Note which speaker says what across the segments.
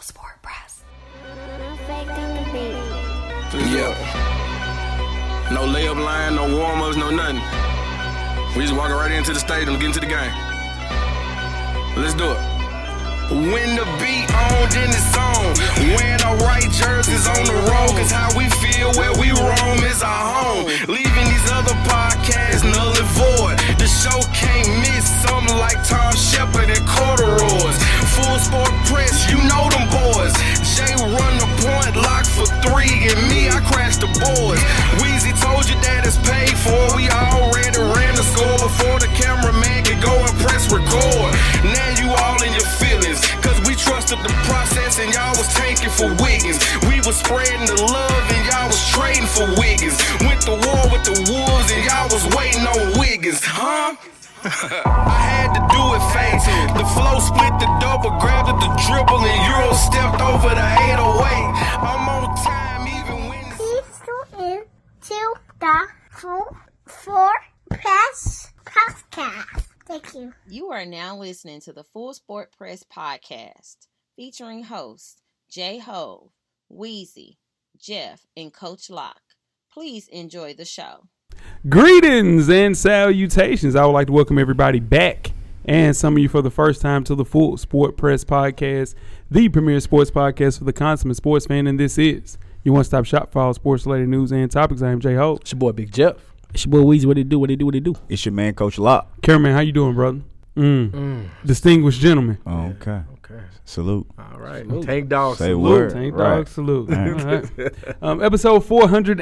Speaker 1: Sport Press.
Speaker 2: Yeah. No layup line, no warm ups, no nothing. We just walking right into the stadium, get into the game. Let's do it. When the beat on, then it's on. When the right jerseys on the road, cause how we feel where we roam is our home. Leaving these other podcasts null and void. The show can't miss something like Tom Shepard and corduroys. Full sport press, you know them boys. Jay run the point, lock for three, and me, I crashed the boards. Wheezy told you that it's paid for. We already ran the score before the cameraman could go and press record. Now you all in your feelings, cause we trusted the process and y'all was taking for Wiggins. We was spreading the love and y'all was trading for Wiggins. Went to war with the wolves and y'all was waiting on Wiggins, huh? I had to do it fast. The flow split the double, grabbed at the dribble, and Euro stepped over the 808. I'm on time, even when it's
Speaker 3: Please tune in to the Full Four Press Podcast. Thank you.
Speaker 4: You are now listening to the Full Sport Press podcast featuring hosts Jay Hove, Wheezy, Jeff, and Coach Locke. Please enjoy the show.
Speaker 5: Greetings and salutations. I would like to welcome everybody back and some of you for the first time to the Full Sport Press Podcast, the premier sports podcast for the consummate sports fan. And this is your one stop shop for all sports related news and topics. I am Jay Hope.
Speaker 6: It's your boy Big Jeff.
Speaker 7: It's your boy Weezy. What it do? What it do? What it do?
Speaker 8: It's your man, Coach Locke.
Speaker 5: Cameraman, how you doing, brother? Mm. Distinguished gentleman.
Speaker 8: Oh, okay.
Speaker 6: Okay.
Speaker 8: Salute.
Speaker 6: All right. Tank dog.
Speaker 8: Say
Speaker 6: salute.
Speaker 8: word.
Speaker 5: Tank
Speaker 8: right.
Speaker 5: dog salute. All right. um, episode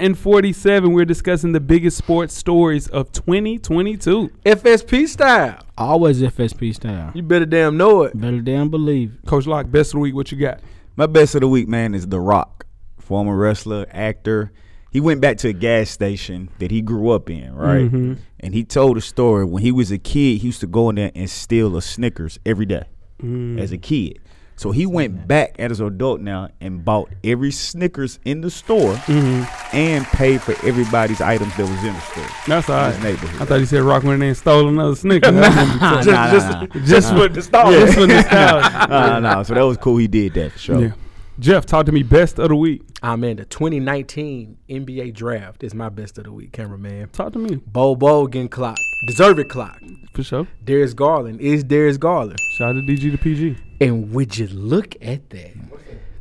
Speaker 5: 447, we're discussing the biggest sports stories of 2022.
Speaker 6: FSP style.
Speaker 7: Always FSP style.
Speaker 6: You better damn know it.
Speaker 7: Better damn believe. it.
Speaker 5: Coach Locke, best of the week, what you got?
Speaker 8: My best of the week, man, is The Rock, former wrestler, actor. He went back to a gas station that he grew up in, right? And he told a story when he was a kid, he used to go in there and steal a Snickers every day as a kid. So he went back as an adult now and bought every Snickers in the store and paid for everybody's items that was in the store.
Speaker 5: That's all
Speaker 8: His
Speaker 5: right.
Speaker 8: neighborhood.
Speaker 5: I thought you said Rock went in there and stole another sneaker. That's
Speaker 8: Nah, nah, nah.
Speaker 5: just for the style. Just for the style.
Speaker 8: nah, nah. So that was cool. He did that for sure.
Speaker 5: Yeah. Jeff, talk to me best of the week.
Speaker 6: I'm in the 2019 NBA draft. Is my best of the week, cameraman.
Speaker 5: Talk to me
Speaker 6: Bobo getting clocked. Deserve it clocked.
Speaker 5: for sure.
Speaker 6: Darius Garland is Darius Garland.
Speaker 5: Shout out to DG to PG.
Speaker 6: And would you look at that?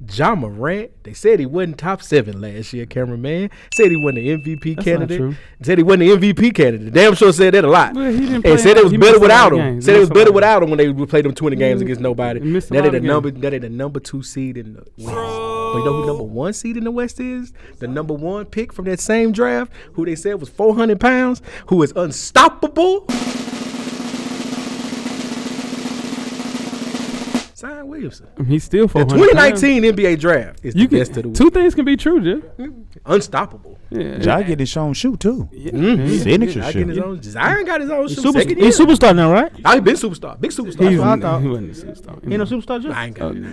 Speaker 6: John Morant, they said he wasn't top seven last year, cameraman. Said he wasn't the MVP
Speaker 5: That's not
Speaker 6: candidate.
Speaker 5: true.
Speaker 6: Said he wasn't the MVP candidate. Damn sure said that a lot.
Speaker 5: Well, he didn't play
Speaker 6: and said
Speaker 5: enough.
Speaker 6: it was
Speaker 5: He
Speaker 6: better
Speaker 5: missed a lot
Speaker 6: without
Speaker 5: of
Speaker 6: him.
Speaker 5: games. He
Speaker 6: Said it
Speaker 5: missed
Speaker 6: was
Speaker 5: a
Speaker 6: better
Speaker 5: lot of
Speaker 6: without him when they played them 20 games against nobody.
Speaker 5: He missed Mm-hmm. a
Speaker 6: Now they
Speaker 5: lot
Speaker 6: the
Speaker 5: of games.
Speaker 6: number now they the number two seed in the West. But you know who number one seed in the West is? The number one pick from that same draft, who they said was 400 pounds, who is unstoppable. Zion Williamson.
Speaker 5: He's still for
Speaker 6: The 2019 NBA draft is
Speaker 5: You
Speaker 6: the best of the
Speaker 5: can,
Speaker 6: week.
Speaker 5: two things can be true, Jeff.
Speaker 6: Unstoppable.
Speaker 8: Jai get his own shoe too. Signature
Speaker 6: I
Speaker 8: shoe.
Speaker 6: get his own. Zion got his own shoe.
Speaker 7: Super,
Speaker 6: Second year.
Speaker 7: he's superstar now, right?
Speaker 6: I been superstar. Big superstar.
Speaker 5: He
Speaker 7: what I
Speaker 5: wasn't-
Speaker 7: thought.
Speaker 5: he wasn't a superstar.
Speaker 7: Ain't no superstar just.
Speaker 6: I ain't got it.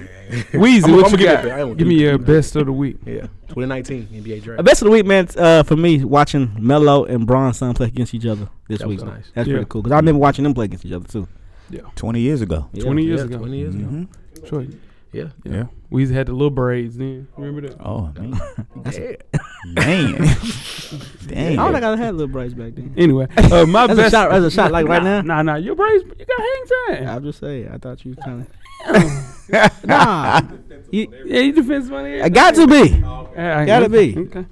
Speaker 5: Weezy,
Speaker 6: I'ma-
Speaker 5: what
Speaker 6: I'ma
Speaker 5: you
Speaker 6: get
Speaker 5: got?
Speaker 6: up there. I ain't gonna
Speaker 5: Give
Speaker 6: do
Speaker 5: me
Speaker 6: it.
Speaker 5: your best of the week.
Speaker 6: Yeah, 2019 NBA draft.
Speaker 7: The best of the week, man, uh, for me, watching Melo and Bron's son play against each other this
Speaker 6: That
Speaker 7: week.
Speaker 6: was nice.
Speaker 7: That's
Speaker 5: Yeah.
Speaker 7: pretty cool. Because I remember watching them play against each other, too.
Speaker 8: Twenty years ago. Mm-hmm.
Speaker 7: Yeah.
Speaker 5: 20 years
Speaker 6: Yeah,
Speaker 5: ago. Mm-hmm.
Speaker 6: 20 years ago.
Speaker 5: Sure.
Speaker 6: Yeah.
Speaker 8: Yeah.
Speaker 5: Weezy had the little braids then. Remember that?
Speaker 8: Oh man,
Speaker 6: Yeah.
Speaker 8: man, dang.
Speaker 7: I don't think I had little braids back then.
Speaker 5: Anyway, uh, my
Speaker 7: That's a
Speaker 5: best.
Speaker 7: shot. That's a shot. Like right now.
Speaker 5: Nah, nah, your braids, you got hang time.
Speaker 7: I'm just saying. I thought you kind of. nah. You,
Speaker 5: Yeah, you defense money.
Speaker 7: I got to be.
Speaker 5: I, I-
Speaker 7: Gotta be.
Speaker 5: Okay.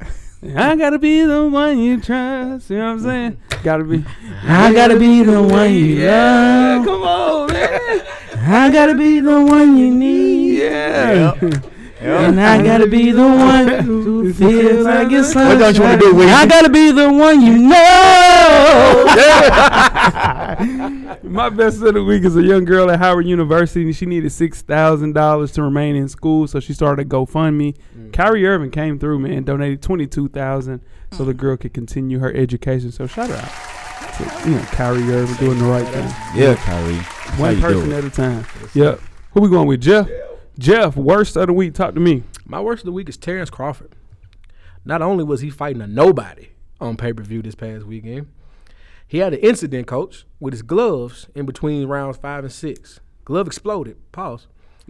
Speaker 5: I gotta be the one you trust. You know what I'm saying? Gotta be.
Speaker 7: I gotta be the one you
Speaker 5: Yeah,
Speaker 7: love.
Speaker 5: come on, man.
Speaker 7: I gotta be the one you need.
Speaker 5: Yeah.
Speaker 7: And I gotta be the one who feels like it's
Speaker 5: What
Speaker 7: don't you want to do, I gotta be the one you know.
Speaker 5: My best of the week is a young girl at Howard University, and she needed six thousand dollars to remain in school, so she started a GoFundMe.
Speaker 7: Mm.
Speaker 5: Kyrie Irving came through, man, donated twenty two thousand so the girl could continue her education. So shout out to you know Kyrie Irving doing the right thing,
Speaker 8: Yeah, Kyrie. That's how
Speaker 5: one
Speaker 8: you do
Speaker 5: person
Speaker 8: it.
Speaker 5: at a time. Yep. Who we going with, Jeff? Jeff, worst of the week. Talk to me.
Speaker 6: My worst of the week is Terrence Crawford. Not only was he fighting a nobody on pay per view this past weekend, he had an incident, coach, with his gloves in between rounds five and six. Glove exploded. Pause.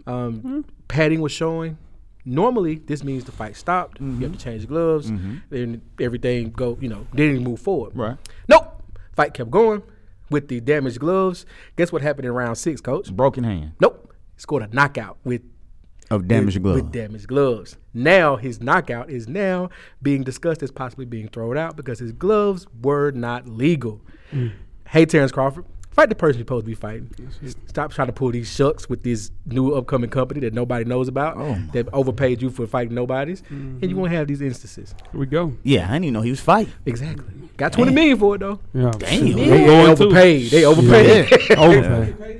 Speaker 6: Um,
Speaker 5: Mm-hmm.
Speaker 6: Padding was showing. Normally, this means the fight stopped. You
Speaker 5: Mm-hmm.
Speaker 6: have to change gloves. Then everything go. You know, then you move forward.
Speaker 8: Right.
Speaker 6: Nope. Fight kept going with the damaged gloves. Guess what happened in round six, coach?
Speaker 8: Broken hand
Speaker 6: Nope. Scored a knockout with
Speaker 8: of damaged
Speaker 6: with,
Speaker 8: glove.
Speaker 6: With damaged gloves. Now his knockout is now being discussed as possibly being thrown out because his gloves were not legal. Hey, Terrence Crawford, fight the person you're supposed to be fighting. Stop trying to pull these shucks with this new upcoming company that nobody knows about that overpaid you for fighting nobodies, and you won't have these instances.
Speaker 5: Here we go.
Speaker 8: yeah, I didn't even know he was fighting.
Speaker 6: Exactly. Got twenty million for it though.
Speaker 5: Yeah.
Speaker 8: Damn.
Speaker 5: They
Speaker 6: They
Speaker 5: going to
Speaker 6: overpaid. They overpaid.
Speaker 5: overpay.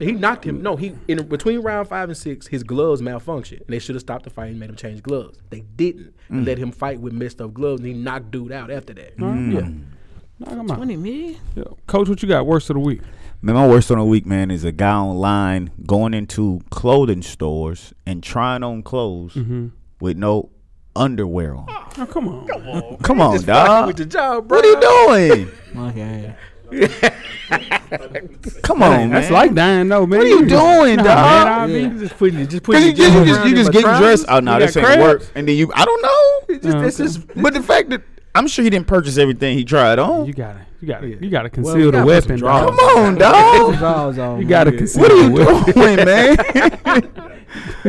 Speaker 6: He knocked him. No, he in between round five and six, his gloves malfunctioned. And they should have stopped the fight and made him change gloves. They didn't. And
Speaker 8: Mm.
Speaker 6: let him fight with messed up gloves, and he knocked dude out after that. Yeah.
Speaker 5: Knock 'em out.
Speaker 1: Twenty million.
Speaker 5: Yeah. Coach, what you got? Worst of the week.
Speaker 8: Man, my worst on the week, man, is a guy online going into clothing stores and trying on clothes with no underwear on.
Speaker 5: Oh, come on.
Speaker 8: Come on,
Speaker 6: Fucking
Speaker 8: dog.
Speaker 6: With the job, bro.
Speaker 8: What are you doing?
Speaker 7: Okay.
Speaker 8: Come on,
Speaker 5: That's
Speaker 8: man.
Speaker 5: like dying, though, man. What
Speaker 8: are you doing,
Speaker 5: nah,
Speaker 8: dog?
Speaker 5: Man, I
Speaker 6: Yeah.
Speaker 5: mean,
Speaker 6: You just putting, you just
Speaker 8: Cause
Speaker 6: putting.
Speaker 8: you
Speaker 6: your
Speaker 8: just, you
Speaker 6: jump
Speaker 8: just,
Speaker 6: around
Speaker 8: you
Speaker 6: in
Speaker 8: just
Speaker 6: my
Speaker 8: getting
Speaker 6: trunks.
Speaker 8: dressed. Oh no,
Speaker 6: You
Speaker 8: this
Speaker 6: got
Speaker 8: ain't
Speaker 6: crabs.
Speaker 8: work. And then you, I don't know.
Speaker 6: It's just,
Speaker 5: Oh,
Speaker 6: it's
Speaker 5: okay.
Speaker 6: just
Speaker 8: But the fact that I'm sure he didn't purchase everything he tried
Speaker 5: You
Speaker 8: on.
Speaker 5: gotta, you gotta,
Speaker 6: Yeah.
Speaker 5: you gotta
Speaker 6: you
Speaker 5: conceal the
Speaker 6: gotta put some
Speaker 5: weapon,
Speaker 6: drawers
Speaker 5: dog.
Speaker 8: Come on, dog.
Speaker 5: You gotta conceal
Speaker 8: What are
Speaker 5: the
Speaker 8: you
Speaker 5: weapon.
Speaker 8: doing, man?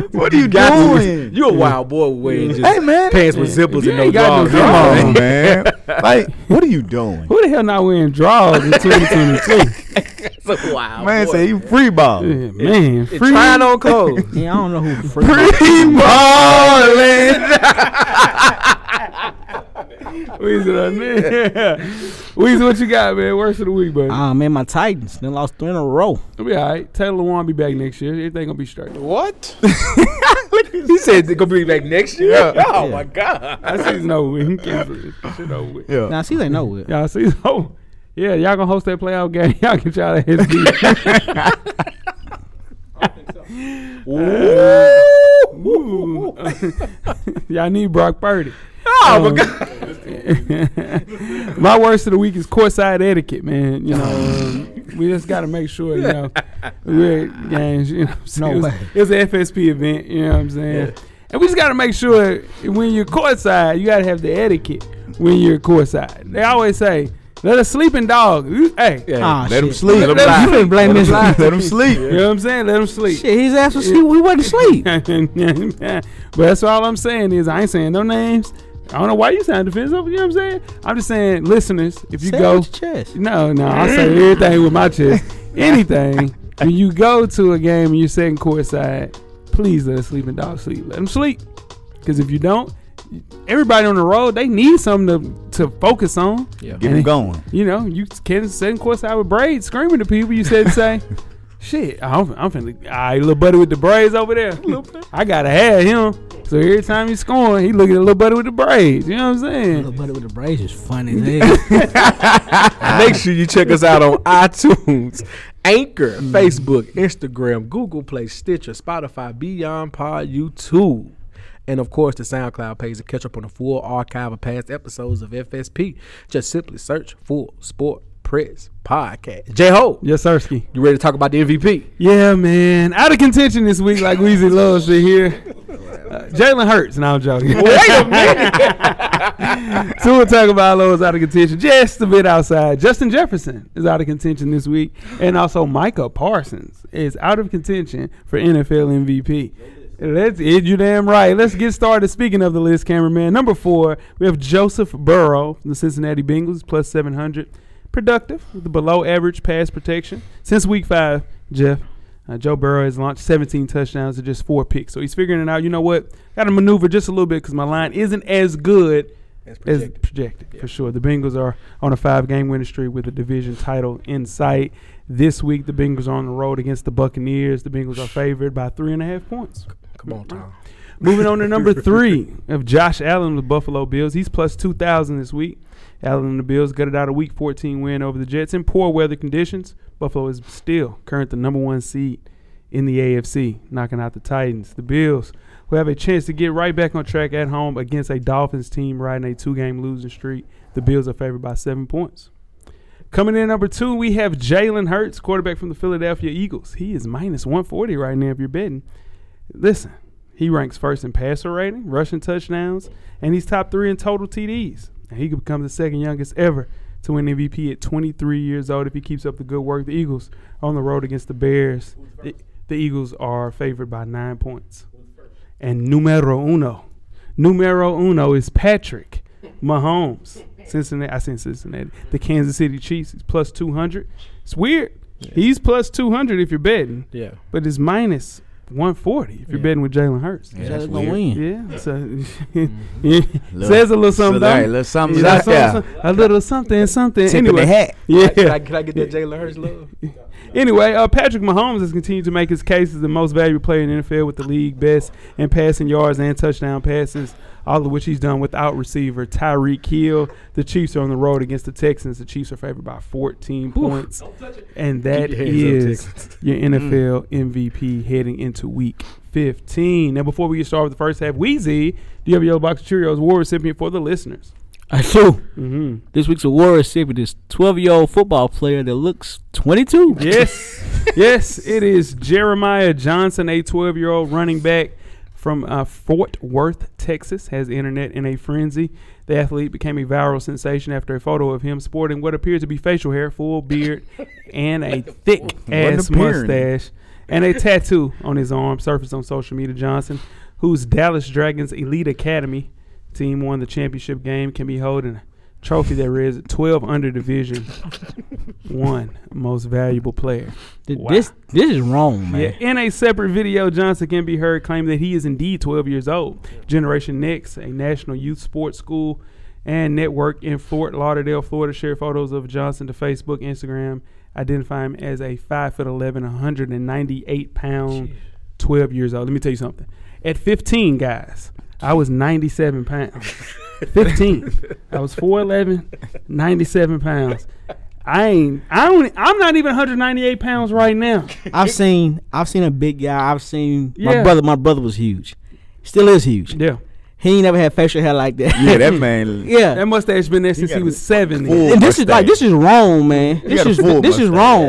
Speaker 8: what are you doing?
Speaker 6: You a wild boy wearing just
Speaker 8: Hey, man.
Speaker 6: pants with zippers
Speaker 5: You
Speaker 6: and
Speaker 5: ain't
Speaker 6: no
Speaker 5: got no
Speaker 6: drawers.
Speaker 5: drawers.
Speaker 8: Come on, man. Like, what are you doing?
Speaker 5: Who the hell not wearing drawers in 2022?
Speaker 6: It's a wild
Speaker 8: Man,
Speaker 6: boy.
Speaker 8: say he free ball.
Speaker 5: Yeah, man,
Speaker 6: It's
Speaker 5: free.
Speaker 6: trying on clothes.
Speaker 7: Yeah, I don't know who. Free
Speaker 8: Free balling.
Speaker 5: Weezy, that man. Weezy, what you got, man? Worst of the week, buddy.
Speaker 7: Ah man, my Titans. They lost three in a row.
Speaker 5: It'll be all right. Taylor Lewan be back next year. Everything gonna be straight.
Speaker 6: he said they're gonna be back next year. Oh
Speaker 7: Yeah.
Speaker 6: my god.
Speaker 5: That season over. with. He canceled it. Shit over. with.
Speaker 8: Yeah.
Speaker 7: Now see, they know it.
Speaker 5: Y'all season over. Yeah, y'all gonna host that playoff game. Y'all get y'all that SB. Ooh. Uh, y'all need Brock Purdy.
Speaker 6: Oh my
Speaker 5: Um,
Speaker 6: god.
Speaker 5: My worst of the week is courtside etiquette, man. You know, um, we just got to make sure, you know, we're at games. You know, what I'm saying? it,
Speaker 7: No
Speaker 5: was,
Speaker 7: way.
Speaker 5: it was an FSP event. You know what I'm saying? And we just got to make sure when you're courtside, you got to have the etiquette when you're courtside. They always say, "Let a sleeping dog." you- Hey,
Speaker 7: Ah
Speaker 8: Let him
Speaker 7: shit.
Speaker 8: sleep.
Speaker 7: You finna blame this.
Speaker 8: Let him sleep.
Speaker 5: you know what I'm saying? Let him sleep.
Speaker 7: Shit, his ass was sleep. He wasn't sleep.
Speaker 5: but that's all I'm saying is I ain't saying no names. I don't know why you sound defensive. You know what I'm saying? I'm just saying, listeners, if you
Speaker 7: Say it
Speaker 5: go,
Speaker 7: with your chest.
Speaker 5: no, no, I say everything with my chest. Anything. When you go to a game and you're sitting courtside, please let a sleeping dog sleep. Let them sleep. Because if you don't, everybody on the road they need something to, to focus on.
Speaker 6: Yeah.
Speaker 8: Get him going.
Speaker 5: You know, you can sit in courtside with braids, screaming to people. You said, "Say, shit, I'm, I'm finna, all right, little buddy with the braids over there. I gotta have him." So every time he's scoring, he look at little buddy with the braids. You know what I'm saying?
Speaker 7: Little buddy with the braids is funny. as hell.
Speaker 6: Make sure you check us out on iTunes, Anchor, Facebook, Instagram, Google Play, Stitcher, Spotify, Beyond Pod, YouTube. And of course, the SoundCloud page to catch up on the full archive of past episodes of FSP. Just simply search Full Sport Press Podcast. J Ho,
Speaker 5: Yes, Sirski.
Speaker 6: you ready to talk about the MVP?
Speaker 5: Yeah, man, out of contention this week, like Weezy loves to hear. Uh, Jalen Hurts, and I'm joking. Wait a minute. so we'll talk about Lowe's out of contention, just a bit outside. Justin Jefferson is out of contention this week, and also Micah Parsons is out of contention for NFL MVP. Let's it, you damn right. Let's get started. Speaking of the list, cameraman number four, we have Joseph Burrow from the Cincinnati Bengals, plus seven hundred, productive with the below average pass protection since week five. Jeff, uh, Joe Burrow has launched 17 touchdowns to just four picks, so he's figuring it out. You know what? Got to maneuver just a little bit because my line isn't as good
Speaker 6: As
Speaker 5: as projected for sure. The Bengals are on a five-game winning streak with a division title in sight. This week, the Bengals are on the road against the Buccaneers. The Bengals are favored by three and a half points.
Speaker 6: Come on, Tom.
Speaker 5: Moving on to number three of Josh Allen with Buffalo Bills. He's plus 2,000 this week. Allen and the Bills gutted out a week 14 win over the Jets in poor weather conditions. Buffalo is still current the number one seed in the AFC, knocking out the Titans. The Bills will have a chance to get right back on track at home against a Dolphins team riding a two game losing streak. The Bills are favored by seven points. Coming in number two, we have Jalen Hurts, quarterback from the Philadelphia Eagles. He is minus 140 right now if you're betting. Listen, he ranks first in passer rating, rushing touchdowns, and he's top three in total TDs. And he could become the second youngest ever to win MVP at 23 years old if he keeps up the good work. The Eagles are on the road against the Bears. The, the Eagles are favored by nine points. And numero uno, numero uno is Patrick Mahomes. Cincinnati, I said Cincinnati. The Kansas City Chiefs is plus 200. It's weird. He's plus 200 if you're betting,
Speaker 6: Yeah.
Speaker 5: but it's minus 140 if you're betting with Jalen Hurts.
Speaker 8: Yeah,
Speaker 7: Jalen
Speaker 8: that's
Speaker 7: gonna
Speaker 8: weird.
Speaker 7: win.
Speaker 5: Yeah, so yeah, says a little something.
Speaker 8: So, like,
Speaker 5: don't it?
Speaker 8: little something
Speaker 5: You know,
Speaker 8: out
Speaker 5: some-
Speaker 8: there.
Speaker 5: some- a little something, something.
Speaker 8: Tip
Speaker 5: anyway,
Speaker 8: of the hat.
Speaker 6: Can
Speaker 5: yeah.
Speaker 6: I, can I get that Jalen Hurts love?
Speaker 5: Anyway, uh, Patrick Mahomes has continued to make his case as the most valuable player in the NFL with the league best in passing yards and touchdown passes, all of which he's done without receiver Tyreek Hill. The Chiefs are on the road against the Texans. The Chiefs are favored by 14 points, and that
Speaker 6: Keep your hands up, Mm.
Speaker 5: is your NFL MVP heading into Week 15. Now, before we get started with the first half, Wheezy, do you have a yellow box of Cheerios war recipient for the listeners?
Speaker 7: I do.
Speaker 5: Mm-hmm.
Speaker 7: This week's award recipient is 12 year old football player that looks 22.
Speaker 5: Yes, yes, it is Jeremiah Johnson, a 12 year old running back from uh, Fort Worth, Texas, has the internet in a frenzy. The athlete became a viral sensation after a photo of him sporting what appears to be facial hair, full beard, and a thick ass
Speaker 8: appearing.
Speaker 5: mustache, and a tattoo on his arm surfaced on social media. Johnson, whose Dallas Dragons Elite Academy team won the championship game, can be holding a trophy that reads 12 under division one most valuable player.
Speaker 7: Th-
Speaker 5: Wow.
Speaker 7: This this is wrong, man.
Speaker 5: Yeah, in a separate video, Johnson can be heard claiming that he is indeed 12 years old. Generation Next, a national youth sports school and network in Fort Lauderdale, Florida, shared photos of Johnson to Facebook, Instagram, identify him as a 5 foot 11, 198 pound, 12 years old. Let me tell you something. At 15, guys, I was 97 pounds. 15. I was 4'11, 97 pounds. I ain't. I don't. I'm not even 198 pounds right now.
Speaker 7: I've seen I've seen a big guy. I've seen
Speaker 5: Yeah.
Speaker 7: my brother. My brother was huge. Still is huge.
Speaker 5: Yeah.
Speaker 7: He ain't never had facial hair like that.
Speaker 8: Yeah, that man.
Speaker 7: yeah.
Speaker 5: That mustache been there since he
Speaker 8: gotta
Speaker 5: was
Speaker 8: be
Speaker 5: seven.
Speaker 8: full.
Speaker 7: And this is like
Speaker 8: mustache.
Speaker 7: this is wrong, man. This
Speaker 8: got a
Speaker 7: is
Speaker 8: full
Speaker 7: this is
Speaker 8: mustache.
Speaker 7: wrong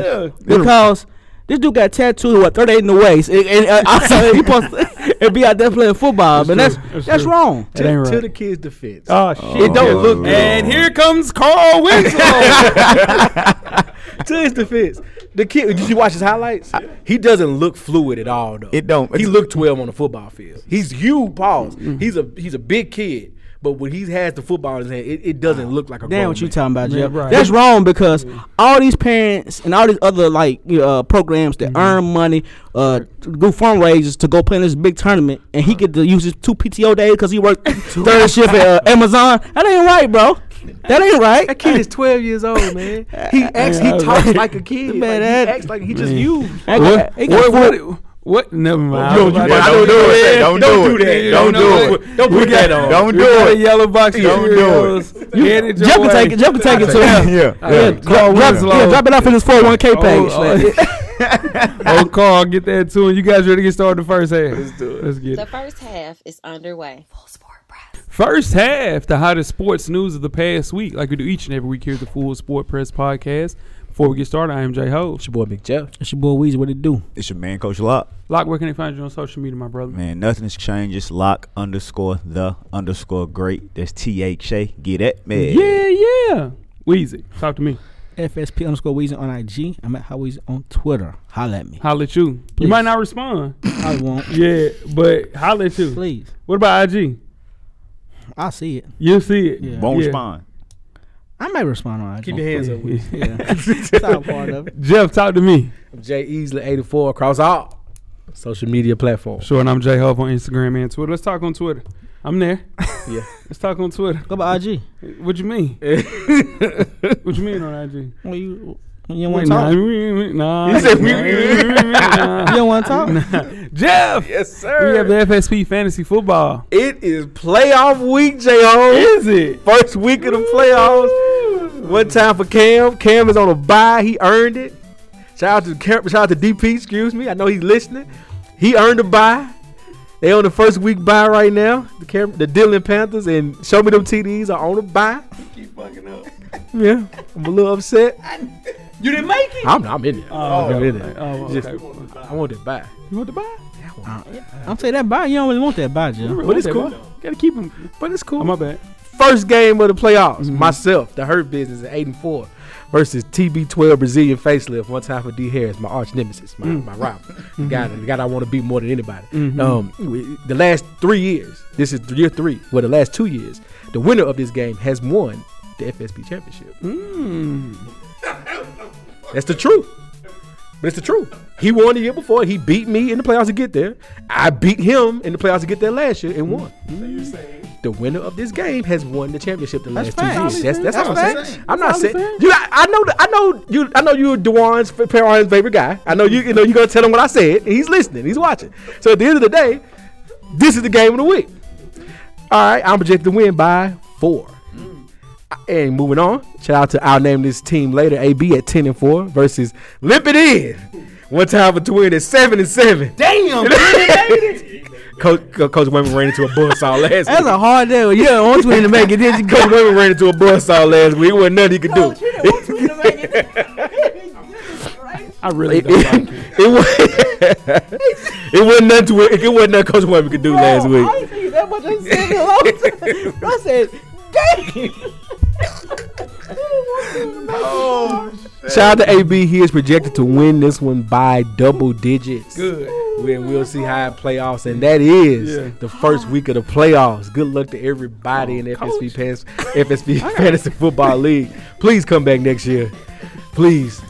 Speaker 5: Yeah.
Speaker 7: because this dude got tattooed what thirty eight in the waist, and, and uh, outside he supposed to- and be out there playing football, but that's
Speaker 5: true. That's
Speaker 7: that's,
Speaker 5: true.
Speaker 7: wrong.
Speaker 5: That ain't
Speaker 6: To
Speaker 5: right.
Speaker 6: the kid's defense.
Speaker 5: Oh shit!
Speaker 8: Oh,
Speaker 5: don't look.
Speaker 8: yeah.
Speaker 5: And here comes Carl Winslow.
Speaker 6: to his defense, the kid. Did you watch his highlights? He doesn't look fluid at all, though.
Speaker 8: It don't.
Speaker 6: He
Speaker 8: It's-
Speaker 6: looked twelve on the football field. He's huge. Pause. He's a he's a big kid, but when he has the football in his hand, it, it doesn't look like a.
Speaker 7: Damn,
Speaker 6: grown
Speaker 7: what you
Speaker 6: man.
Speaker 7: talking about, Jeff?
Speaker 5: right.
Speaker 7: That's wrong because all these parents and all these other like you know, uh, programs that earn money, uh, to do fundraisers to go play in this big tournament, and he get to use his two PTO days because he worked third shift at uh, Amazon. That ain't right, bro. That ain't right.
Speaker 6: That kid is twelve years old, man. He acts, he talks like a kid.
Speaker 7: Man,
Speaker 6: Like, he
Speaker 7: that-
Speaker 6: acts like he just huge.
Speaker 7: That guy-
Speaker 5: what,
Speaker 7: he got
Speaker 5: what, what? What? Never mind.
Speaker 8: Yo,
Speaker 5: I was
Speaker 8: you
Speaker 5: about
Speaker 8: better
Speaker 5: to-
Speaker 8: don't do it. Don't do it.
Speaker 5: You
Speaker 8: Don't
Speaker 5: know
Speaker 8: do
Speaker 5: what?
Speaker 8: it.
Speaker 6: Don't
Speaker 5: We
Speaker 6: put
Speaker 5: got-
Speaker 6: that on.
Speaker 8: Don't
Speaker 5: We
Speaker 8: do
Speaker 5: got a
Speaker 8: it.
Speaker 5: yellow box.
Speaker 8: Don't do it.
Speaker 5: Cheerios. Get it your
Speaker 7: Jeff can
Speaker 5: way.
Speaker 7: take it. Jeff can take it too.
Speaker 8: Yeah, yeah.
Speaker 7: Yeah, drop, drop,
Speaker 5: Winslow.
Speaker 7: yeah, drop it off in his 401k
Speaker 5: Oh,
Speaker 7: page.
Speaker 5: Oh, Carl, get that too. And you guys ready to get started? The first half. Let's do it. Let's get
Speaker 4: The
Speaker 5: it.
Speaker 4: first half is underway.
Speaker 5: First half, the hottest sports news of the past week, like we do each and every week here at the Full Sport Press Podcast. Before we get started, I am Jay Ho.
Speaker 6: It's your boy Big Jeff.
Speaker 7: It's your boy Weezy. What it do?
Speaker 8: It's your man, Coach Lock.
Speaker 5: Lock, where can they find you on social media, my brother?
Speaker 8: Man, nothing's changed. It's Lock underscore the underscore great. That's T H A. Get at me.
Speaker 5: Yeah, yeah. Weezy, talk to me.
Speaker 7: FSP underscore Weezy on IG. I'm at How Weezy on Twitter. Holla at me.
Speaker 5: Holla at you. You
Speaker 7: Please.
Speaker 5: might not respond.
Speaker 7: I won't.
Speaker 5: yeah, but holla at you.
Speaker 7: Please.
Speaker 5: What about IG?
Speaker 7: I'll see it.
Speaker 5: You'll see it.
Speaker 7: Yeah.
Speaker 8: Won't
Speaker 5: Yeah.
Speaker 8: respond.
Speaker 7: I might respond on IG.
Speaker 6: Keep your hands up. With you.
Speaker 7: Yeah. It's all part of it.
Speaker 5: Jeff, talk to me.
Speaker 6: I'm Jay Easley, eighty four across all social media platforms.
Speaker 5: Sure, and I'm J Hub on Instagram and Twitter. Let's talk on Twitter. I'm there.
Speaker 6: Yeah.
Speaker 5: Let's talk on Twitter.
Speaker 7: Go by IG.
Speaker 5: What you mean? what you mean on IG?
Speaker 7: When you, when you
Speaker 5: Wait,
Speaker 7: want to
Speaker 5: nah,
Speaker 7: talk. You
Speaker 5: nah,
Speaker 8: said we-
Speaker 5: nah, nah.
Speaker 7: don't want to talk?
Speaker 5: Jeff,
Speaker 6: Yes,
Speaker 5: we
Speaker 6: sir.
Speaker 5: have the FSP Fantasy Football.
Speaker 6: it is playoff week, J O.
Speaker 5: Is it?
Speaker 6: First week of the playoffs. One time for Cam. Cam is on a bye. He earned it. Shout out to Cam, shout out to DP. Excuse me. I know he's listening. He earned a bye. They on the first week bye right now. The Cam, the Dylan Panthers and Show Me Them TDs are on a bye. Keep fucking Yeah, I'm a little upset.
Speaker 5: You didn't make it.
Speaker 6: I'm, I'm in it. I'm in it.
Speaker 5: Oh,
Speaker 6: Just-
Speaker 5: okay.
Speaker 6: I want Uh, it back.
Speaker 5: You want to buy?
Speaker 7: I'm saying that bye. You don't really want that bye, Jim.
Speaker 6: But it's cool.
Speaker 5: Gotta keep him.
Speaker 6: But it's cool.
Speaker 5: Oh my bad.
Speaker 6: first game of the playoffs. Myself, the Hurt Business at 8 and 4 versus TB12 Brazilian Facelift. One time for D Harris, my arch nemesis, my, my rival. The, guy, the guy I want to beat more than anybody. Um, we- the last three years, this is year three, well, the last two years, the winner of this game has won the FSB championship. That's the truth. But it's the truth. He won the year before. He beat me in the playoffs to get there. I beat him in the playoffs to get there last year and won. The winner of this game has won the championship the last two
Speaker 7: facts.
Speaker 6: years. Mm-hmm. That's, that's,
Speaker 7: That's
Speaker 6: all I'm
Speaker 7: facts.
Speaker 6: saying. I'm not saying you. I, I know. the- I know you. I know you're Dewan's Perron's favorite guy. I know you. You know you're gonna tell him what I said. He's listening. He's watching. So at the end of the day, this is the game of the week. All right, I'm projected to win by four. And moving on, shout out to I'll name this team later. AB at ten and four versus Limp It In. One time for twin at seven and seven. Damn, Coach, Co- Coach Wayman ran into a buzzsaw last
Speaker 7: That's
Speaker 6: week.
Speaker 7: a hard day. You don't want to make it. Did you
Speaker 6: Coach Wayman ran into a buzzsaw last week. It wasn't nothing he could do.
Speaker 5: I really don't like it.
Speaker 6: It was. it wasn't nothing. To, it wasn't nothing Coach Wayman could do last week.
Speaker 7: I said,
Speaker 5: Oh,
Speaker 6: Shout out to AB. He is projected to win this one by double digits.
Speaker 5: Good.
Speaker 6: And we'll see how it playoffs, and that is
Speaker 5: Yeah.
Speaker 6: the first week of the playoffs. Good luck to everybody in FSB pants, FSB Fantasy Football League. Please come back next year, please.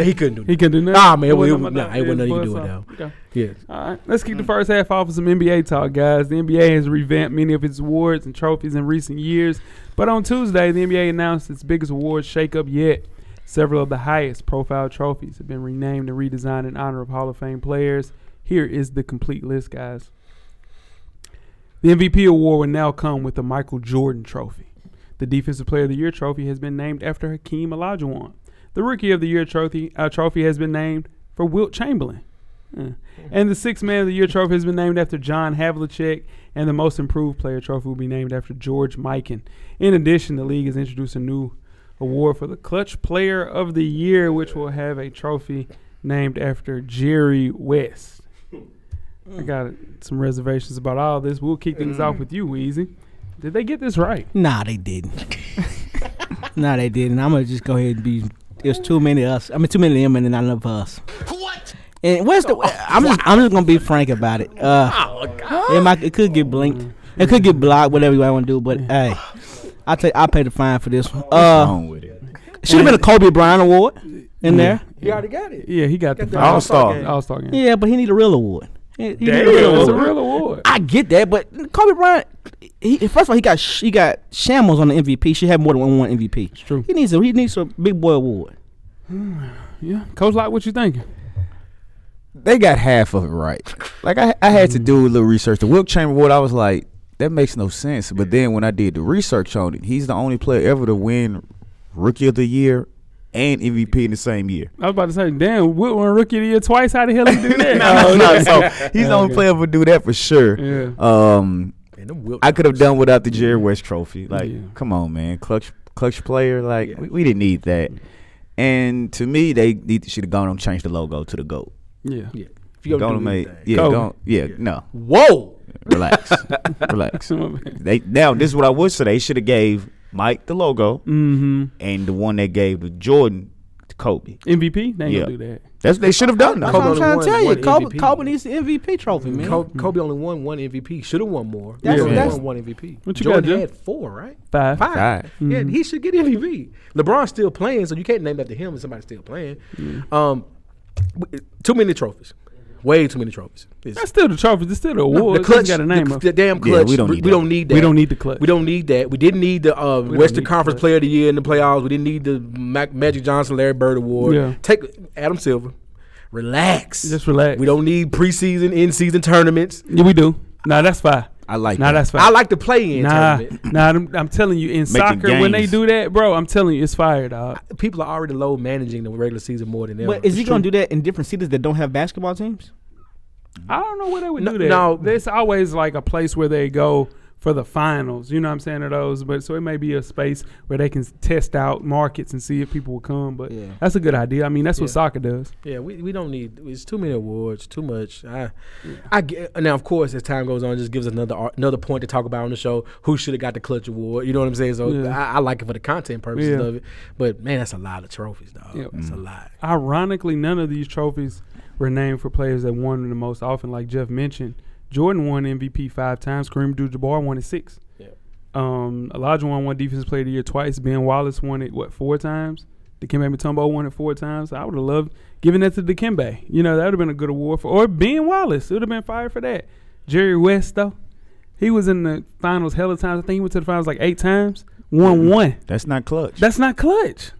Speaker 6: he couldn't do
Speaker 5: He
Speaker 6: that.
Speaker 5: can do nothing.
Speaker 6: Nah, man, it
Speaker 5: Boy,
Speaker 6: wasn't,
Speaker 5: I'm
Speaker 6: nah,
Speaker 5: not
Speaker 6: it wasn't
Speaker 5: doing
Speaker 6: nothing you could do
Speaker 5: buzz
Speaker 6: it now.
Speaker 5: off. Okay.
Speaker 6: Yeah,
Speaker 5: All right, let's kick the first half off with some NBA talk, guys. The NBA has revamped many of its awards and trophies in recent years, but on Tuesday, the NBA announced its biggest award shakeup yet. Several of the highest profile trophies have been renamed and redesigned in honor of Hall of Fame players. Here is the complete list, guys. The MVP award will now come with the Michael Jordan Trophy. The Defensive Player of the Year trophy has been named after Hakeem Olajuwon. The Rookie of the Year trophy, uh, trophy has been named for Wilt Chamberlain. Huh. Uh, And the Sixth Man of the Year trophy has been named after John Havlicek, and the Most Improved Player trophy will be named after George Mikan. In addition, the league has introduced a new award for the Clutch Player of the Year, which will have a trophy named after Jerry West. I got some reservations about all this. We'll kick things off with you, Weezy. Did they get this right?
Speaker 7: nah, they didn't. nah, they didn't. I'm gonna just go ahead and be. There's too many of us. I mean, too many of them, and then not enough of us.
Speaker 2: What?
Speaker 7: And where's the? I'm just, I'm just gonna be frank about it. Uh, it might, it could get blinked. It could get blocked. Whatever you want to do, but hey, I take, I pay the fine for this one. Uh,
Speaker 8: wrong with it.
Speaker 7: should have been a Kobe Bryant award in there.
Speaker 6: he already got it.
Speaker 5: Yeah, he got the
Speaker 6: the
Speaker 8: All
Speaker 5: final-
Speaker 8: star.
Speaker 5: All-Star game.
Speaker 7: Yeah, but he need a real award. He, he need a real
Speaker 5: It's a
Speaker 7: award.
Speaker 5: real award.
Speaker 7: I get that, but Kobe Bryant, he, first of all, he got sh- he got shambles on the MVP. She had more than one MVP. It's
Speaker 5: true.
Speaker 7: He needs a he needs a big boy award.
Speaker 5: Yeah, Coach Lock, what you thinking?
Speaker 8: They got half of it right. Like I, I had to do a little research. The Will Chamberlain, I was like, that makes no sense. But then when I did the research on it, he's the only player ever to win Rookie of the Year and MVP in the same year.
Speaker 5: I was about to say, damn, Wilt won Rookie of the Year twice. How the hell he do that?
Speaker 8: no, no, so he's the only player ever to do that for sure.
Speaker 5: Yeah.
Speaker 8: Um,
Speaker 6: And them Wilt-
Speaker 8: I could have done without the Jerry West Trophy. Like,
Speaker 5: Yeah.
Speaker 8: come on, man, clutch, clutch player. Like, we, we didn't need that. And to me, they, they should have gone and changed the logo to the goat.
Speaker 5: Yeah.
Speaker 6: Yeah. If you
Speaker 8: Gonna
Speaker 6: gonna do
Speaker 8: make,
Speaker 6: anything.
Speaker 8: yeah,
Speaker 5: Goat.
Speaker 8: don't, yeah, no,
Speaker 6: Whoa.
Speaker 8: relax, relax.
Speaker 5: Some of it.
Speaker 8: They now this is what I would say. They should have gave Mike the logo
Speaker 5: Mm-hmm.
Speaker 8: and the one they gave to Jordan to Kobe.
Speaker 5: MVP. They ain't
Speaker 8: Yeah.
Speaker 5: gonna do that.
Speaker 8: That's what they should have done.
Speaker 7: That's
Speaker 8: Though.
Speaker 7: what
Speaker 6: Kobe
Speaker 7: I'm trying
Speaker 6: only
Speaker 7: to
Speaker 6: won
Speaker 7: tell you.
Speaker 6: one
Speaker 7: Kobe,
Speaker 6: MVP.
Speaker 7: Kobe needs the MVP trophy, man.
Speaker 6: Kobe, Kobe only won one MVP. Should have won more.
Speaker 7: That's-
Speaker 6: Should have
Speaker 8: that's-
Speaker 6: won one MVP.
Speaker 5: What you got,
Speaker 6: Jordan
Speaker 5: Jim?
Speaker 6: had four, right?
Speaker 5: Five. Mm-hmm.
Speaker 6: Five.
Speaker 8: Five.
Speaker 6: Yeah, he should get MVP. LeBron's still playing, so you can't name after him and somebody's still playing.
Speaker 5: Mm-hmm.
Speaker 6: Um, w- too many trophies. Way too many trophies. It's-
Speaker 5: That's still the trophy. It's still the
Speaker 6: no,
Speaker 5: award.
Speaker 6: the clutch,
Speaker 5: got a name
Speaker 6: the,
Speaker 5: of.
Speaker 6: the damn
Speaker 8: Yeah,
Speaker 6: clutch.
Speaker 8: we don't
Speaker 6: we,
Speaker 8: need
Speaker 6: we
Speaker 8: that.
Speaker 6: don't need that.
Speaker 5: We don't need the clutch.
Speaker 6: We don't need that. We didn't need the uh, Western
Speaker 5: need
Speaker 6: Conference
Speaker 5: clutch.
Speaker 6: Player of the Year in the playoffs. We didn't need the Mac, Magic Johnson, Larry Bird Award.
Speaker 5: Yeah.
Speaker 6: Take Adam Silver. Relax.
Speaker 5: Just relax.
Speaker 6: We don't need preseason, in season tournaments.
Speaker 5: Yeah, we do. Nah, that's five.
Speaker 8: I like
Speaker 5: Nah,
Speaker 8: that.
Speaker 5: that's five.
Speaker 6: I like the play in
Speaker 5: Nah,
Speaker 6: tournament.
Speaker 5: nah. I'm, I'm telling you, in soccer when they
Speaker 8: games.
Speaker 5: do that, bro, I'm telling you, it's fire, dog.
Speaker 6: People are already low managing the regular season more than ever.
Speaker 7: But is he gonna do that in different cities that don't have basketball teams?
Speaker 5: I don't know where they would
Speaker 6: No-
Speaker 5: do that.
Speaker 6: no.
Speaker 5: there's always like a place where they go for for the finals. You know what I'm saying? Or those, but so it may be a space where they can test out markets and see if people will come. But
Speaker 7: Yeah.
Speaker 5: that's a good idea. I mean, that's what
Speaker 6: Yeah.
Speaker 5: soccer does.
Speaker 6: Yeah, we, we don't need. It's too many awards. Too much. I, I get, now of course as time goes on, it just gives us another ar- another point to talk about on the show. Who should have got the clutch award? You know what I'm saying? So
Speaker 5: Yeah.
Speaker 6: I, I like it for the content purposes
Speaker 5: Yeah.
Speaker 6: of it. But man, that's a lot of trophies, dog.
Speaker 5: Yeah.
Speaker 6: That's a lot.
Speaker 5: Ironically, none of these trophies were named for players that won the most often. Like Jeff mentioned, Jordan won MVP five times. Kareem Abdul-Jabbar won it six.
Speaker 6: Yeah.
Speaker 5: Um, Elijah won one Defensive Player of the Year twice. Ben Wallace won it what four times. Dikembe Mutombo won it four times. I would have loved giving that to Dikembe. You know that would have been a good award for or Ben Wallace. It would have been fired for that. Jerry West though, he was in the finals hella times. I think he went to the finals like eight times. Won one.
Speaker 8: That's not clutch.
Speaker 5: That's not clutch.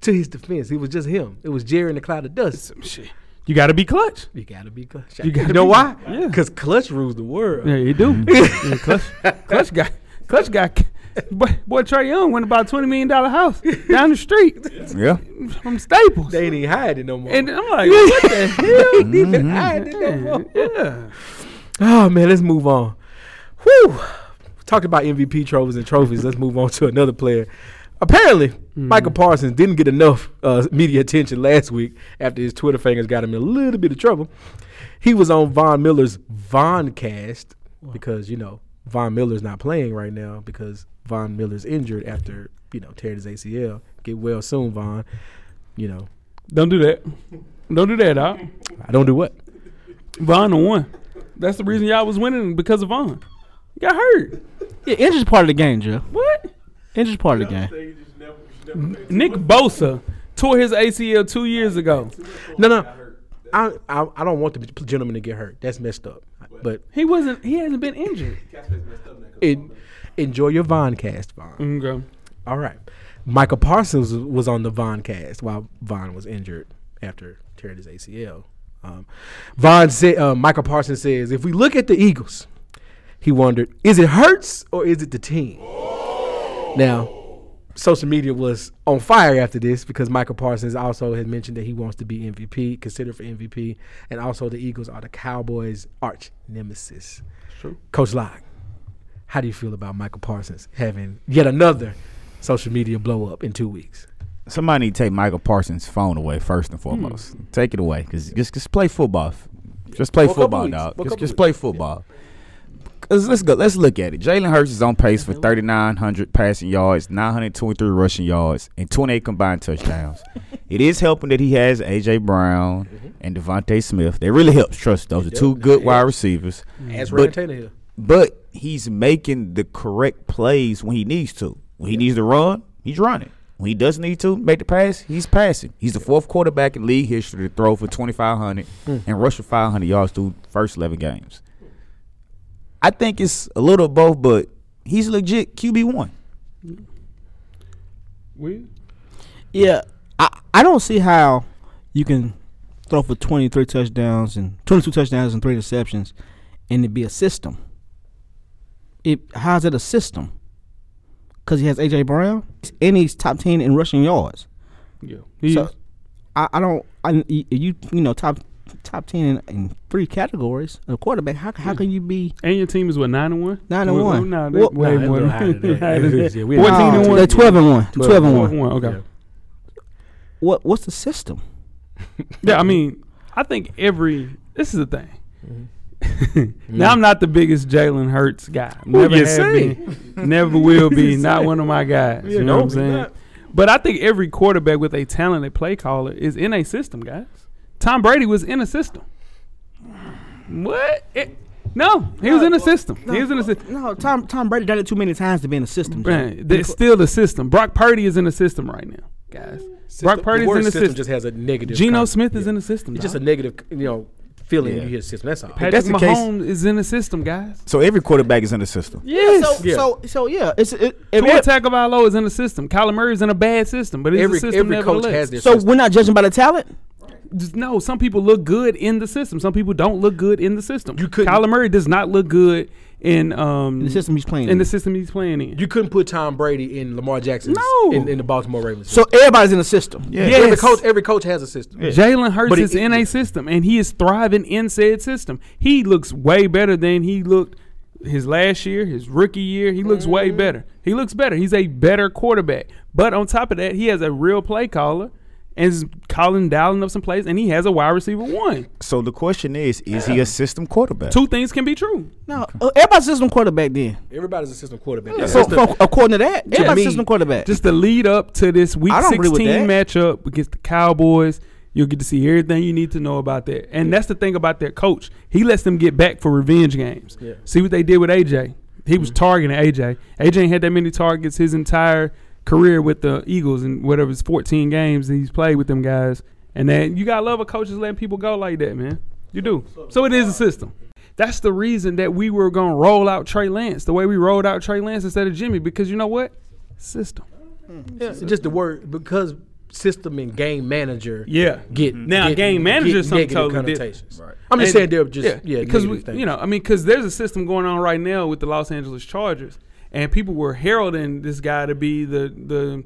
Speaker 6: To his defense, it was just him. It was Jerry in the cloud of dust.
Speaker 5: Shit. You got to be clutch.
Speaker 6: You gotta be clutch.
Speaker 5: You gotta
Speaker 6: know
Speaker 5: be-
Speaker 6: why?
Speaker 5: Yeah.
Speaker 6: Because clutch rules the world.
Speaker 5: Yeah, you do. Yeah, clutch, clutch got, clutch got. Boy, boy Trey Young went about twenty million dollar house down the street
Speaker 8: yeah.
Speaker 5: from Staples,
Speaker 6: They ain't even hiding no more.
Speaker 5: and I'm like, what the hell?
Speaker 6: They ain't even hiding no more.
Speaker 5: Man, yeah.
Speaker 6: Oh man, let's move on. Whew. Talked about MVP trophies and trophies. let's move on to another player. Apparently, Michael Parsons didn't get enough uh, media attention last week after his Twitter fingers got him in a little bit of trouble. He was on Von Miller's Voncast because you know Von Miller's not playing right now because Von Miller's injured after you know tearing his ACL. Get well soon, Von. You know
Speaker 5: Don't do that. Don't do that, dog.
Speaker 6: I don't do what.
Speaker 5: Vaughn the one. That's the reason y'all was winning because of Vaughn. You got hurt.
Speaker 7: Yeah, injury's part of the game, Jeff.
Speaker 5: What?
Speaker 7: Injury's part of the game.
Speaker 5: Nick Bosa tore his ACL two years ago.
Speaker 6: No, no. I, I I don't want the gentleman to get hurt. That's messed up. But
Speaker 5: He wasn't. He hasn't been injured.
Speaker 6: En- enjoy your Voncast, Von.
Speaker 5: Okay.
Speaker 6: All right. Michael Parsons was on the Voncast while Von was injured after tearing his ACL. Um, Von said, uh, Michael Parsons says, if we look at the Eagles, he wondered, is it Hurts or is it the team? Now, social media was on fire after this because Michael Parsons also had mentioned that he wants to be MVP, considered for MVP, and also the Eagles are the Cowboys' arch nemesis.
Speaker 5: true.
Speaker 6: Coach Locke, how do you feel about Michael Parsons having yet another social media blow up in two weeks?
Speaker 8: Somebody need to take Michael Parsons' phone away first
Speaker 6: Hmm.
Speaker 8: and foremost. Take it away, cause just just play football. Just play
Speaker 6: Well, a couple
Speaker 8: football,
Speaker 6: weeks.
Speaker 8: dog.
Speaker 6: Well, a
Speaker 8: Just,
Speaker 6: couple
Speaker 8: just
Speaker 6: weeks.
Speaker 8: play football. Cause let's go. Let's look at it. Jalen Hurts is on pace for 3,900 passing yards, 923 rushing yards, and 28 combined touchdowns. it is helping that he has AJ Brown
Speaker 6: Mm-hmm.
Speaker 8: and Devontae Smith. That really helps. Trust those are two
Speaker 6: does.
Speaker 8: good
Speaker 6: It
Speaker 8: wide
Speaker 6: helps.
Speaker 8: receivers.
Speaker 6: As
Speaker 8: But-
Speaker 6: Ryan Tannehill.
Speaker 8: But he's making the correct plays when he needs to. When he needs to run, he's running. When he doesn't need to make the pass, he's passing. He's the fourth quarterback in league history to throw for 2,500 and rush for 500 yards through first 11 games. I think it's a little of both, but he's legit QB1.
Speaker 5: We
Speaker 7: Yeah, I, I don't see how you can throw for 23 touchdowns and 22 touchdowns and three interceptions and it be a system. It How's it a system? Because he has A.J. Brown and he's top 10 in rushing yards.
Speaker 5: yeah. He
Speaker 7: So I, I don't. I you you know top top ten in, in three categories of quarterback. How how can you be?
Speaker 5: And your team is what nine and one.
Speaker 7: Nine and
Speaker 5: Well,
Speaker 7: one.
Speaker 5: No, they
Speaker 7: Well-
Speaker 5: way
Speaker 6: Nah,
Speaker 5: more.
Speaker 6: they're higher
Speaker 5: than-
Speaker 6: than that.
Speaker 5: higher than
Speaker 6: Yeah,
Speaker 5: that.
Speaker 6: we-
Speaker 5: Fourteen
Speaker 7: Oh,
Speaker 5: and one.
Speaker 7: they're twelve and one.
Speaker 6: 12
Speaker 7: Twelve, and
Speaker 5: Four
Speaker 7: one.
Speaker 5: and one. Okay. Yeah.
Speaker 6: Yeah.
Speaker 7: What what's the system?
Speaker 5: I mean, I think every this is the thing.
Speaker 6: Mm-hmm.
Speaker 5: now I'm not the biggest Jalen Hurts guy. Never
Speaker 6: you
Speaker 5: have
Speaker 6: say?
Speaker 5: been. Never will be. Not one of my guys.
Speaker 6: Yeah,
Speaker 5: you know what I'm
Speaker 6: don't be
Speaker 5: saying?
Speaker 6: that.
Speaker 5: But I think every quarterback with a talented play caller is in a system, guys. Tom Brady was in a system. What? It- no, he was in a system. he was in a system.
Speaker 7: No, Tom Tom Brady done it too many times to be in the system.
Speaker 5: Man, that's still the system. Brock Purdy is in the system right now, guys. Brock
Speaker 6: Purdy
Speaker 5: Purdy's in the system.
Speaker 6: just has a negative.
Speaker 5: Geno
Speaker 6: con-
Speaker 5: Smith is
Speaker 6: yeah.
Speaker 5: in the system.
Speaker 6: It's just a
Speaker 5: dog.
Speaker 6: negative, you know, feeling
Speaker 8: Yeah.
Speaker 6: you hear system. That's all.
Speaker 5: Patrick
Speaker 8: that's the case-
Speaker 5: Mahomes is in the system, guys.
Speaker 8: So every quarterback is in the system.
Speaker 5: Yes.
Speaker 7: So,
Speaker 6: Yeah.
Speaker 7: so so yeah, it's it, if
Speaker 5: Tua
Speaker 7: it-
Speaker 5: Tagovailoa is in the system. Kyler Murray is in a bad system, but it's
Speaker 6: every
Speaker 5: a system
Speaker 6: every coach has
Speaker 5: this.
Speaker 6: their
Speaker 7: so
Speaker 6: system.
Speaker 7: we're not judging by the talent.
Speaker 5: No, some people look good in the system. Some people don't look good in the system.
Speaker 6: You couldn't-
Speaker 5: Kyler Murray does not look good in um
Speaker 7: The system he's playing.
Speaker 5: in
Speaker 7: in.
Speaker 5: the system he's playing in.
Speaker 6: You couldn't put Tom Brady in Lamar Jackson
Speaker 5: No.
Speaker 6: in, in the Baltimore Ravens.
Speaker 7: so everybody's in the system. Yeah.
Speaker 5: Yes.
Speaker 6: every coach every coach has a system.
Speaker 5: Jalen Hurts
Speaker 6: But it-
Speaker 5: is in a system, and he is thriving in said system. He looks way better than he looked his last year, his rookie year, he looks way
Speaker 6: Mm-hmm.
Speaker 5: better. He looks better. He's a better quarterback. But on top of that, he has a real play caller and is calling dialing up some plays and he has a wide receiver one.
Speaker 8: So the question is, is he a system quarterback?
Speaker 5: Two things can be true.
Speaker 7: No, uh, everybody's system quarterback then.
Speaker 6: Everybody's a system quarterback.
Speaker 7: So, so according to that, everybody's system quarterback.
Speaker 5: Just the lead up to this week
Speaker 7: I don't agree with
Speaker 5: 16
Speaker 7: that.
Speaker 5: matchup against the Cowboys. You'll get to see everything you need to know about that. And that's the thing about their coach. He lets them get back for revenge games.
Speaker 6: Yeah.
Speaker 5: See what they did with AJ. He was targeting AJ. AJ ain't had that many targets his entire career with the Eagles and whatever it's 14 games he's played with them guys. And then you gotta love a coach is letting people go like that, man. You do. So it is a system. That's the reason that we were gonna roll out Trey Lance the way we rolled out Trey Lance instead of Jimmy because you know what? System.
Speaker 6: Yeah, just the word because system and game manager.
Speaker 5: Yeah. Mm-hmm.
Speaker 6: get
Speaker 5: Now,
Speaker 6: get-
Speaker 5: game manager is
Speaker 6: get
Speaker 5: something
Speaker 6: negative
Speaker 5: totally
Speaker 6: connotations. I'm just saying
Speaker 5: And-
Speaker 6: they're just yeah,
Speaker 5: because we,
Speaker 6: negative things.
Speaker 5: you know I mean because there's a system going on right now with the Los Angeles Chargers and people were heralding this guy to be the the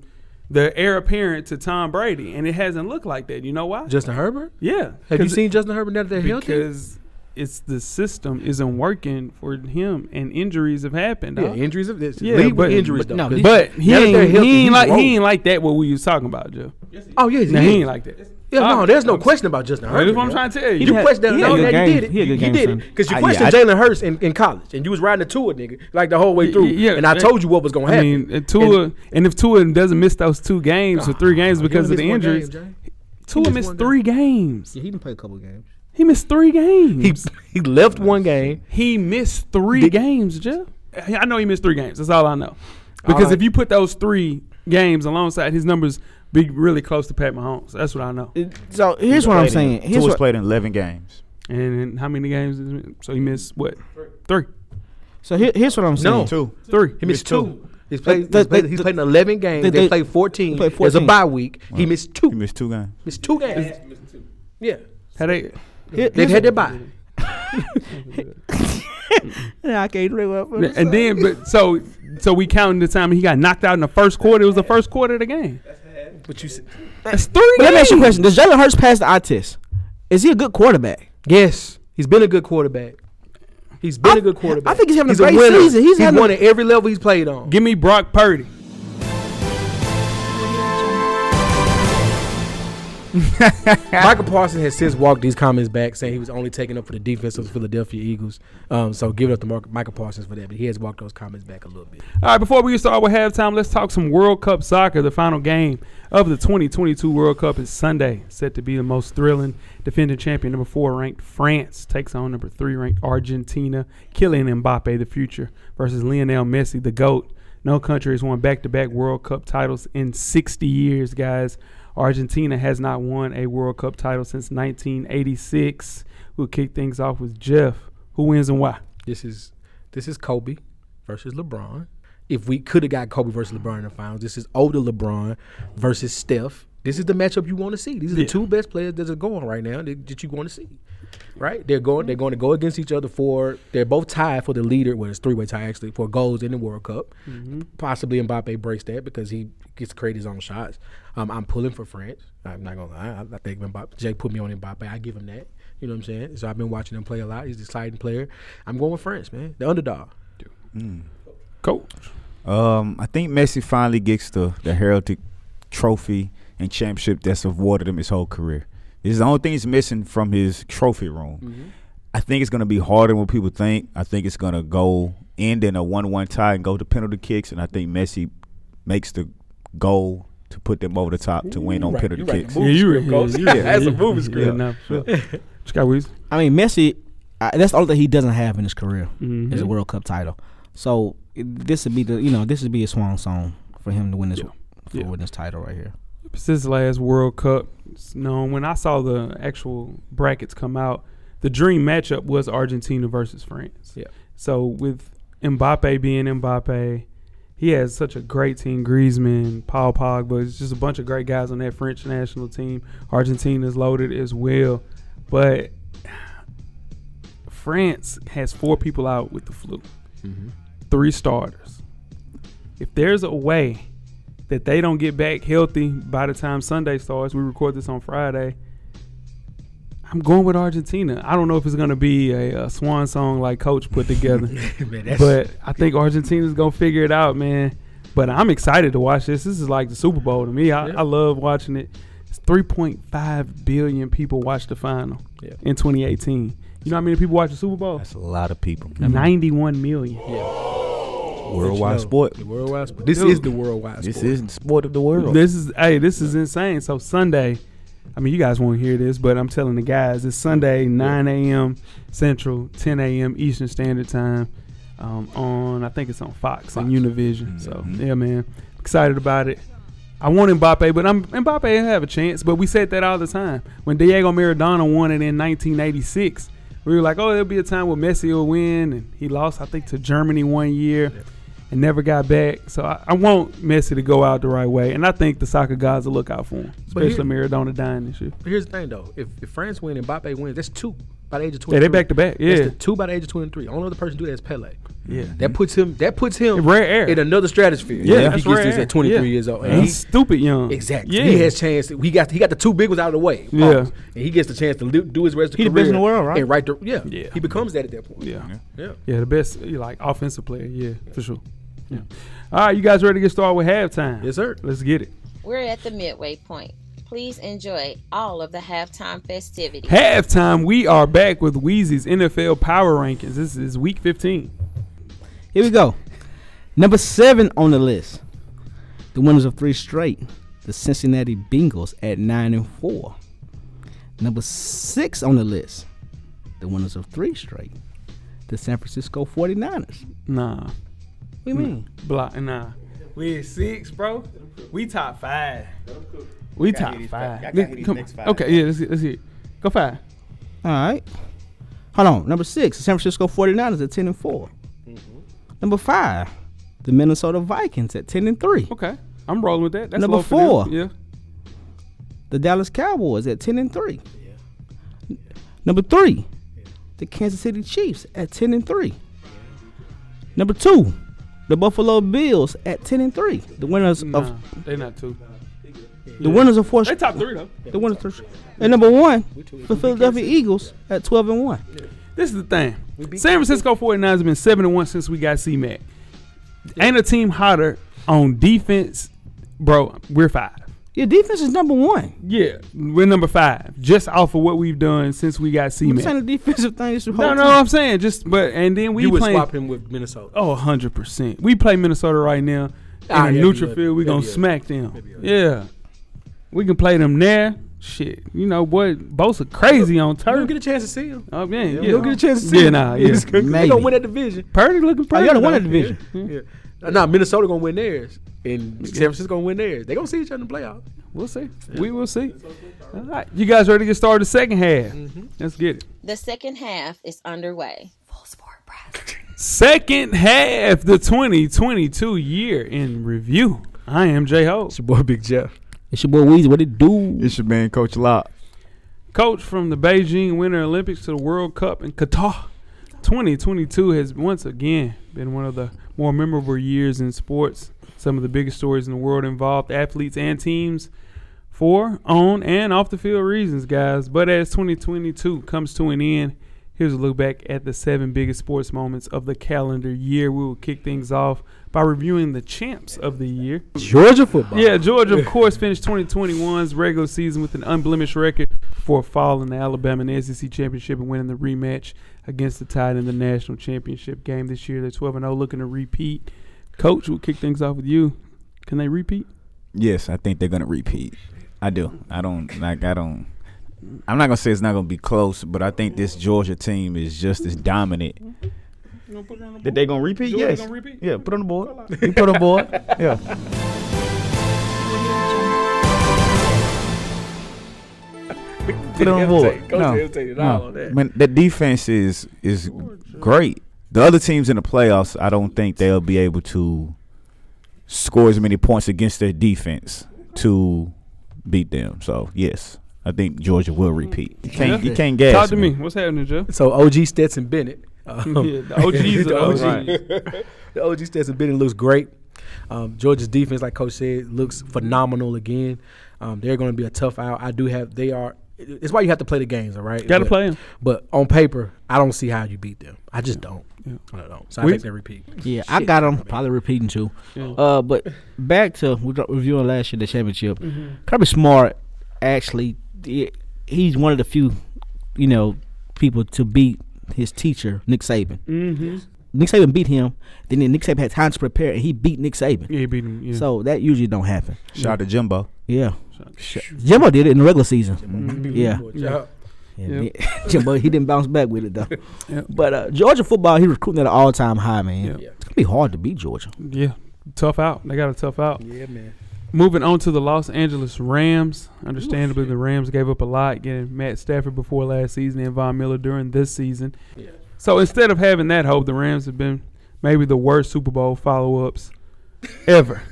Speaker 5: the heir apparent to Tom Brady and it hasn't looked like that you know why
Speaker 6: Justin Herbert.
Speaker 5: yeah
Speaker 6: Have you
Speaker 5: 'cause-
Speaker 6: seen Justin Herbert now that they're healthy?
Speaker 5: because it's the system isn't working for him and injuries have happened
Speaker 6: Yeah,
Speaker 5: dog.
Speaker 6: injuries. Of this.
Speaker 5: Yeah,
Speaker 6: lead
Speaker 5: but-
Speaker 6: with injuries
Speaker 5: but
Speaker 6: though. 'cause
Speaker 5: but he
Speaker 6: now that
Speaker 5: ain't,
Speaker 6: they're healthy,
Speaker 5: he ain't
Speaker 6: he's
Speaker 5: like
Speaker 6: rolling.
Speaker 5: he ain't like that what we was talking about Joe
Speaker 6: Oh yeah,
Speaker 5: now, he
Speaker 6: is.
Speaker 5: ain't like that
Speaker 6: Yeah,
Speaker 5: Oh,
Speaker 6: no, there's no question about Justin Herbert.
Speaker 5: that's what I'm
Speaker 6: bro.
Speaker 5: trying to tell you.
Speaker 6: You
Speaker 5: He had-
Speaker 6: questioned
Speaker 5: he had
Speaker 6: no,
Speaker 5: a
Speaker 6: no,
Speaker 5: good
Speaker 6: you
Speaker 7: game.
Speaker 6: did it.
Speaker 7: He had a good
Speaker 6: you
Speaker 7: game,
Speaker 6: did
Speaker 7: son.
Speaker 6: it because you
Speaker 8: I- yeah,
Speaker 6: questioned
Speaker 8: I-
Speaker 6: Jalen Hurts in, in college, and you was riding the tour, nigga, like the whole way through.
Speaker 5: yeah,
Speaker 6: and I
Speaker 5: that-
Speaker 6: told you what was gonna
Speaker 5: I
Speaker 6: happen.
Speaker 5: mean and Tua and, if Tua doesn't miss those two games or three games
Speaker 6: You only
Speaker 5: because of
Speaker 6: missed
Speaker 5: the
Speaker 6: one game,
Speaker 5: injuries
Speaker 6: Jay.
Speaker 5: Tua
Speaker 6: missed
Speaker 5: missed
Speaker 6: one game.
Speaker 5: three games
Speaker 7: he didn't play a couple games.
Speaker 5: He missed three
Speaker 6: He
Speaker 5: games.
Speaker 6: he left one game.
Speaker 5: He, missed three games, Jeff. I know he missed three games. That's all I know. Because
Speaker 6: right.
Speaker 5: if you put those three games alongside his numbers, be really close to Pat Mahomes. That's what I know.
Speaker 7: So here's what
Speaker 8: Played
Speaker 7: I'm
Speaker 8: in-
Speaker 7: saying. Here's
Speaker 8: Tua's
Speaker 7: what,
Speaker 8: played in eleven games.
Speaker 5: And, and how many games? Is it? So he missed what? Three.
Speaker 7: so here, here's what I'm saying.
Speaker 6: No.
Speaker 8: Two.
Speaker 5: Three.
Speaker 6: He missed
Speaker 8: missed
Speaker 6: two. He's played.
Speaker 7: They-
Speaker 6: he's played,
Speaker 7: they-
Speaker 6: he's played in eleven games.
Speaker 7: they-
Speaker 6: They,
Speaker 7: they-
Speaker 6: played fourteen.
Speaker 7: played
Speaker 6: There's a
Speaker 7: 14.
Speaker 6: bye week. He missed two.
Speaker 8: He missed two games.
Speaker 6: missed two games. Yeah,
Speaker 5: Had they,
Speaker 7: Here-
Speaker 6: they've
Speaker 7: here's
Speaker 6: had their
Speaker 7: what-
Speaker 6: bye.
Speaker 7: Yeah, I can't do what- what I'm
Speaker 5: and
Speaker 7: saying.
Speaker 5: then, but so so we counted the time he got knocked out in the first quarter. It was the first quarter of the game.
Speaker 6: But you said
Speaker 5: That's three.
Speaker 7: But let me ask you a
Speaker 5: games.
Speaker 7: question: Does Jalen Hurts pass the eye test? Is he a good quarterback?
Speaker 6: yes, he's been a good quarterback. He's been
Speaker 7: I-
Speaker 6: a good quarterback.
Speaker 7: I think he's having a
Speaker 6: he's
Speaker 7: great
Speaker 6: winner.
Speaker 7: season. He's
Speaker 6: He's
Speaker 7: having a-
Speaker 6: won at every level he's played on.
Speaker 5: Give me Brock Purdy.
Speaker 6: Michael Parsons has since walked these comments back, saying he was only taking up for the defense of the Philadelphia Eagles. Um, so give it up to Mark, Michael Parsons for that, but he has walked those comments back a little bit.
Speaker 5: All right, before we start with halftime, let's talk some World Cup soccer. The final game of the 2022 World Cup is Sunday, set to be the most thrilling. Defending champion number four ranked France takes on number three ranked Argentina. Kylian Mbappe, the future, versus Lionel Messi, the GOAT. No country has won back to back World Cup titles in 60 years, guys. Argentina has not won a World Cup title since 1986. We'll kick things off with Jeff. Who wins and why?
Speaker 6: This is this is Kobe versus LeBron. If we could have got Kobe versus LeBron in the finals, this is older LeBron versus Steph. This is the matchup you want to see. These are the two best players that are going right now that, that you want to see. Right? They're going they're going to go against each other for they're both tied for the leader, well it's three way tie actually, for goals in the World Cup. Possibly Mbappe breaks that because he gets to create his own shots. Um, I'm pulling for France. I'm not gonna lie. I, I think Mbappe Jake put me on Mbappe. I give him that. You know what I'm saying? So I've been watching him play a lot. He's an exciting player. I'm going with France, man. The underdog.
Speaker 5: Coach.
Speaker 8: Um, I think Messi finally gets the the heralded trophy and championship that's awarded him his whole career. This is the only thing he's missing from his trophy room.
Speaker 6: Mm-hmm.
Speaker 8: I think it's gonna be harder than what people think. I think it's gonna go end in a one-one tie and go to penalty kicks, and I think Messi makes the goal to put them over the top to win on
Speaker 6: right,
Speaker 8: penalty
Speaker 6: you right.
Speaker 8: kicks.
Speaker 5: Yeah, you were
Speaker 6: coach.
Speaker 5: yeah,
Speaker 6: That's
Speaker 5: yeah,
Speaker 6: a movie
Speaker 5: yeah,
Speaker 6: script.
Speaker 5: yeah, no, for sure. Chicago Weezy.
Speaker 7: I mean, Messi. I, that's the only thing he doesn't have in his career is a
Speaker 5: Mm-hmm.
Speaker 7: World Cup title. So it- this would be the you know this would be a swan song for him to win this for
Speaker 5: Yeah.
Speaker 7: win this title right here.
Speaker 5: Since his last World Cup, it's known when I saw the actual brackets come out, the dream matchup was Argentina versus France.
Speaker 6: Yeah.
Speaker 5: So with Mbappe being Mbappe, he has such a great team. Griezmann, Paul Pogba, it's just a bunch of great guys on that French national team. Argentina's loaded as well, but France has four people out with the flu, three starters. If there's a way that they don't get back healthy by the time Sunday starts, we record this on Friday. I'm going with Argentina. I don't know if it's gonna be a, a swan song like Coach put together,
Speaker 6: Man, that's-
Speaker 5: but I think Argentina's gonna figure it out, man. But I'm excited to watch this. This is like the Super Bowl to me. I,
Speaker 6: Yeah.
Speaker 5: I love watching it. It's 3.5 billion people watched the final
Speaker 6: Yeah.
Speaker 5: in 2018. You know how many people watch the Super Bowl?
Speaker 8: That's a lot of people.
Speaker 5: 91 million.
Speaker 8: Worldwide
Speaker 6: No,
Speaker 8: sport.
Speaker 6: The worldwide sport. This
Speaker 5: Dude.
Speaker 6: is the worldwide
Speaker 8: This
Speaker 6: sport.
Speaker 8: is the sport of the world.
Speaker 5: This is hey, this is insane. So Sunday, I mean, you guys won't hear this, but I'm telling the guys, it's Sunday, 9 a.m. Central, 10 a.m. Eastern Standard Time. Um, on I think it's on Fox, and Univision. So yeah, man, excited about it. I want Mbappe, but I'm Mbappe will have a chance. But we said that all the time when Diego Maradona won it in 1986. We were like, oh, there'll be a time where Messi will win, and he lost, I think, to Germany one year and never got back. So I, I want Messi to go out the right way, and I think the soccer guys will look out for him,
Speaker 6: But
Speaker 5: especially Maradona dying this year.
Speaker 6: Here's the thing though: if, if France win and Mbappe wins, that's two by the age of twenty.
Speaker 5: Yeah, they back to back.
Speaker 6: That's
Speaker 5: Yeah,
Speaker 6: the two by the age of twenty three. Only other person to do that is Pele.
Speaker 7: Mm-hmm.
Speaker 5: yeah.
Speaker 6: That puts him. That puts him
Speaker 5: Rare air.
Speaker 6: in another
Speaker 5: Yeah,
Speaker 6: stratosphere. if he
Speaker 5: that's
Speaker 6: gets
Speaker 5: rare
Speaker 6: this
Speaker 5: air.
Speaker 6: at twenty three
Speaker 5: Yeah.
Speaker 6: years old. And
Speaker 5: He's stupid young.
Speaker 6: he, exactly.
Speaker 5: Yeah.
Speaker 6: He has chance. He got he got the two big ones out of the way. Pause.
Speaker 5: Yeah.
Speaker 6: and he gets the chance to li- do his rest of
Speaker 7: He the
Speaker 6: career
Speaker 7: best in the world, right?
Speaker 6: And right there, yeah,
Speaker 5: Yeah.
Speaker 6: He becomes that at that point.
Speaker 5: yeah.
Speaker 6: yeah.
Speaker 5: Yeah, the best you like offensive player. Yeah, for sure. Yeah. All right, you guys ready to get started with halftime?
Speaker 6: Yes, sir.
Speaker 5: Let's get it.
Speaker 4: We're at the midway point. Please enjoy all of the halftime festivities.
Speaker 5: Halftime. We are back with Wheezy's NFL Power Rankings. This is Week 15.
Speaker 7: Here we go. Number seven on the list. The winners of three straight. The Cincinnati Bengals at nine and four. Number six on the list. The winners of three straight. The San Francisco Hmm. 49ers.
Speaker 5: Nah,
Speaker 7: What do you mean?
Speaker 5: block. Nah, we at six, bro. We top five. We top five. Come on. Okay, yeah, let's see. Let's see. Go five.
Speaker 7: All right. Hold on. Number six, the San Francisco 49ers at 10 and 4. Mm-hmm. Number five, the Minnesota Vikings at 10 and 3.
Speaker 5: Okay, I'm rolling with that. That's
Speaker 7: Number
Speaker 5: low for them.
Speaker 7: four.
Speaker 5: Yeah.
Speaker 7: The Dallas Cowboys at 10 and 3. N- Number three, the Kansas City Chiefs at 10 and 3. Number two, the Buffalo Bills at 10 and 3. The winners
Speaker 5: Nah,
Speaker 7: of
Speaker 5: they not two.
Speaker 7: the winners of four
Speaker 5: They top three though.
Speaker 7: the winners of, and number one, the Philadelphia Eagles at 12 and 1.
Speaker 5: This is the thing. San Francisco 49ers have been 7 and 1 since we got C Mac. Ain't a team hotter on defense, bro. We're five.
Speaker 7: Your defense is number one.
Speaker 5: Yeah, we're number five, just off of what we've done since we got C
Speaker 7: This ain't
Speaker 5: Mac.
Speaker 7: a defensive thing. This is
Speaker 5: No, no, I'm saying just, but and then we
Speaker 6: you would
Speaker 5: playing.
Speaker 6: swap him with Minnesota.
Speaker 5: Oh, 100%. We play Minnesota right now.
Speaker 6: Ah,
Speaker 5: in a
Speaker 6: yeah,
Speaker 5: neutral
Speaker 6: yeah,
Speaker 5: field, we
Speaker 6: yeah,
Speaker 5: going to
Speaker 6: yeah.
Speaker 5: smack them.
Speaker 6: Yeah,
Speaker 5: Yeah. We can play them there. Shit. You know what? Bosa crazy on
Speaker 6: You'll
Speaker 5: turf.
Speaker 6: get a chance to see him.
Speaker 5: oh, man. Yeah.
Speaker 6: You'll get a chance to see
Speaker 5: Yeah,
Speaker 6: him.
Speaker 5: nah. Yeah.
Speaker 6: He's gonna- they
Speaker 7: Maybe.
Speaker 6: gonna win that division.
Speaker 5: Purdy looking
Speaker 7: Oh,
Speaker 5: pretty.
Speaker 7: y'all done won
Speaker 5: though.
Speaker 7: that division.
Speaker 6: Yeah. Nah, Minnesota gonna win theirs, and San Francisco gonna win theirs. They gonna see each other in the playoffs.
Speaker 5: We'll see. We will see. All right. You guys ready to get started the second half?
Speaker 6: Mm-hmm.
Speaker 5: Let's get it.
Speaker 4: The second half is underway.
Speaker 5: Second half, the 2022 year in review. I am J Ho.
Speaker 6: your boy Big Jeff.
Speaker 7: It's your boy Weezy. What it do?
Speaker 8: It's your man, Coach Locke.
Speaker 5: Coach from the Beijing Winter Olympics to the World Cup in Qatar. 2022 has once again been one of the more memorable years in sports. Some of the biggest stories in the world involved athletes and teams for, on, and off the field reasons, guys. But as 2022 comes to an end, here's a look back at the seven biggest sports moments of the calendar year. We will kick things off by reviewing the champs of the year.
Speaker 6: Georgia football.
Speaker 5: Yeah, Georgia, of course, finished 2021's regular season with an unblemished record before falling to Alabama in the SEC championship and winning the rematch against the Tide in the national championship game this year. They're 12 and 0, looking to repeat. Coach, we'll kick things off with you. Can they repeat?
Speaker 8: Yes, I think they're gonna repeat. I do. I don't like. I don't. I'm not gonna say it's not gonna be close, but I think this Georgia team is just as dominant. That they gonna repeat?
Speaker 5: Georgia
Speaker 8: yes.
Speaker 5: gonna repeat?
Speaker 8: Yeah. Put on the board. You put on the board. Yeah. Put on the board.
Speaker 6: Coach
Speaker 8: No,
Speaker 6: hesitated
Speaker 8: no.
Speaker 6: all on that.
Speaker 8: Man, that defense is is great. The other teams in the playoffs, I don't think they'll be able to score as many points against their defense to beat them. So yes, I think Georgia will repeat. You can't you can't gas
Speaker 5: Talk to
Speaker 8: me.
Speaker 5: me. What's happening, Joe?
Speaker 6: So OG Stetson Bennett. Um,
Speaker 5: Yeah, the OGs
Speaker 6: the
Speaker 5: are OGs.
Speaker 6: OG. the OG Stetson Bennett looks great. Um, Georgia's defense, like Coach said, looks phenomenal again. Um, they're going to be a tough out. I do have. They are it's why you have to play the games, all right?
Speaker 5: Gotta
Speaker 6: But-
Speaker 5: play 'em.
Speaker 6: But on paper, I don't see how you beat them. I just don't. I don't. So I
Speaker 5: We-
Speaker 6: think they repeat.
Speaker 7: Yeah, I got them probably repeating too. Uh, but back to we got- reviewing last year the championship.
Speaker 5: Mm-hmm.
Speaker 7: Kirby Smart actually did- he's one of the few, you know, people to beat his teacher Nick Saban.
Speaker 5: Mm-hmm.
Speaker 7: Nick Saban beat him. Then Nick Saban had time to prepare, and he beat Nick Saban.
Speaker 5: Yeah, he beat him. Yeah.
Speaker 7: So that usually don't happen.
Speaker 8: Shout out to Jimbo.
Speaker 7: Yeah, Jimbo did it in the regular season.
Speaker 6: Mm-hmm.
Speaker 7: Yeah.
Speaker 6: Yeah.
Speaker 7: Yeah, Jimbo, he didn't bounce back with it though.
Speaker 5: Yep.
Speaker 7: But uh, Georgia football, he recruiting at an all time high, man.
Speaker 5: Yep.
Speaker 6: Yeah.
Speaker 7: It's gonna be hard to beat Georgia.
Speaker 5: yeah, tough out. They got a tough out.
Speaker 6: Yeah, man.
Speaker 5: Moving on to the Los Angeles Rams. Understandably, the Rams gave up a lot getting Matt Stafford before last season and Von Miller during this season.
Speaker 6: Yeah.
Speaker 5: So instead of having that hope, the Rams have been maybe the worst Super Bowl follow ups ever.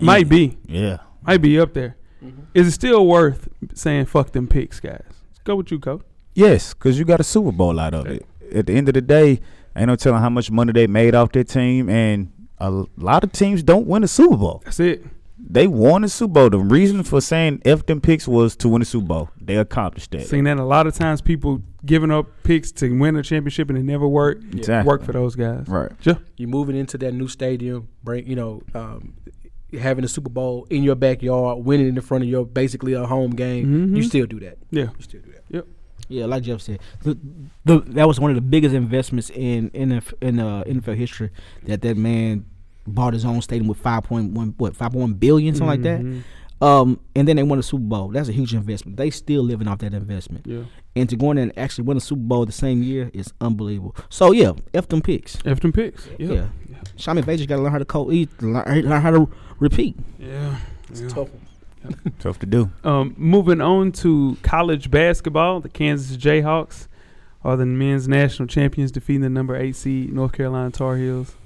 Speaker 5: might be,
Speaker 8: Yeah.
Speaker 5: might be up there.
Speaker 7: Mm-hmm.
Speaker 5: Is it still worth saying fuck them picks, guys? Let's go with you, coach.
Speaker 8: Yes, because you got a Super Bowl out of it. At the end of the day, ain't no telling how much money they made off their team, and a l- lot of teams don't win a Super Bowl.
Speaker 5: That's it.
Speaker 8: They won a Super Bowl. The reason for saying F them picks was to win a Super Bowl. They accomplished that.
Speaker 5: Seen that a lot of times. People giving up picks to win a championship and it never worked.
Speaker 8: Exactly.
Speaker 5: Work for those guys.
Speaker 8: Right.
Speaker 5: Sure.
Speaker 6: You're moving into that new stadium, bring you know, um, having a Super Bowl in your backyard, winning in front of your basically a home game.
Speaker 5: Mm-hmm.
Speaker 6: You still do that.
Speaker 5: Yeah.
Speaker 6: You still do that.
Speaker 7: Yeah, like Jeff said, the, the, that was one of the biggest investments in NF, in uh, NFL history. That that man bought his own stadium with five point one, what five point one billion, something
Speaker 5: Mm-hmm.
Speaker 7: like that. Um, and then they won the Super Bowl. That's a huge investment. They still living off that investment.
Speaker 5: Yeah.
Speaker 7: And to go in there and actually win a Super Bowl the same year is unbelievable. So yeah, f them picks.
Speaker 5: F them picks.
Speaker 7: Yeah, Shaman Bates got to learn how to co He learn, learn how to repeat.
Speaker 5: Yeah. yeah.
Speaker 6: Tough one.
Speaker 8: Tough to do.
Speaker 5: Um, moving on to college basketball, the Kansas Jayhawks are the men's national champions, defeating the number eight seed North Carolina Tar Heels,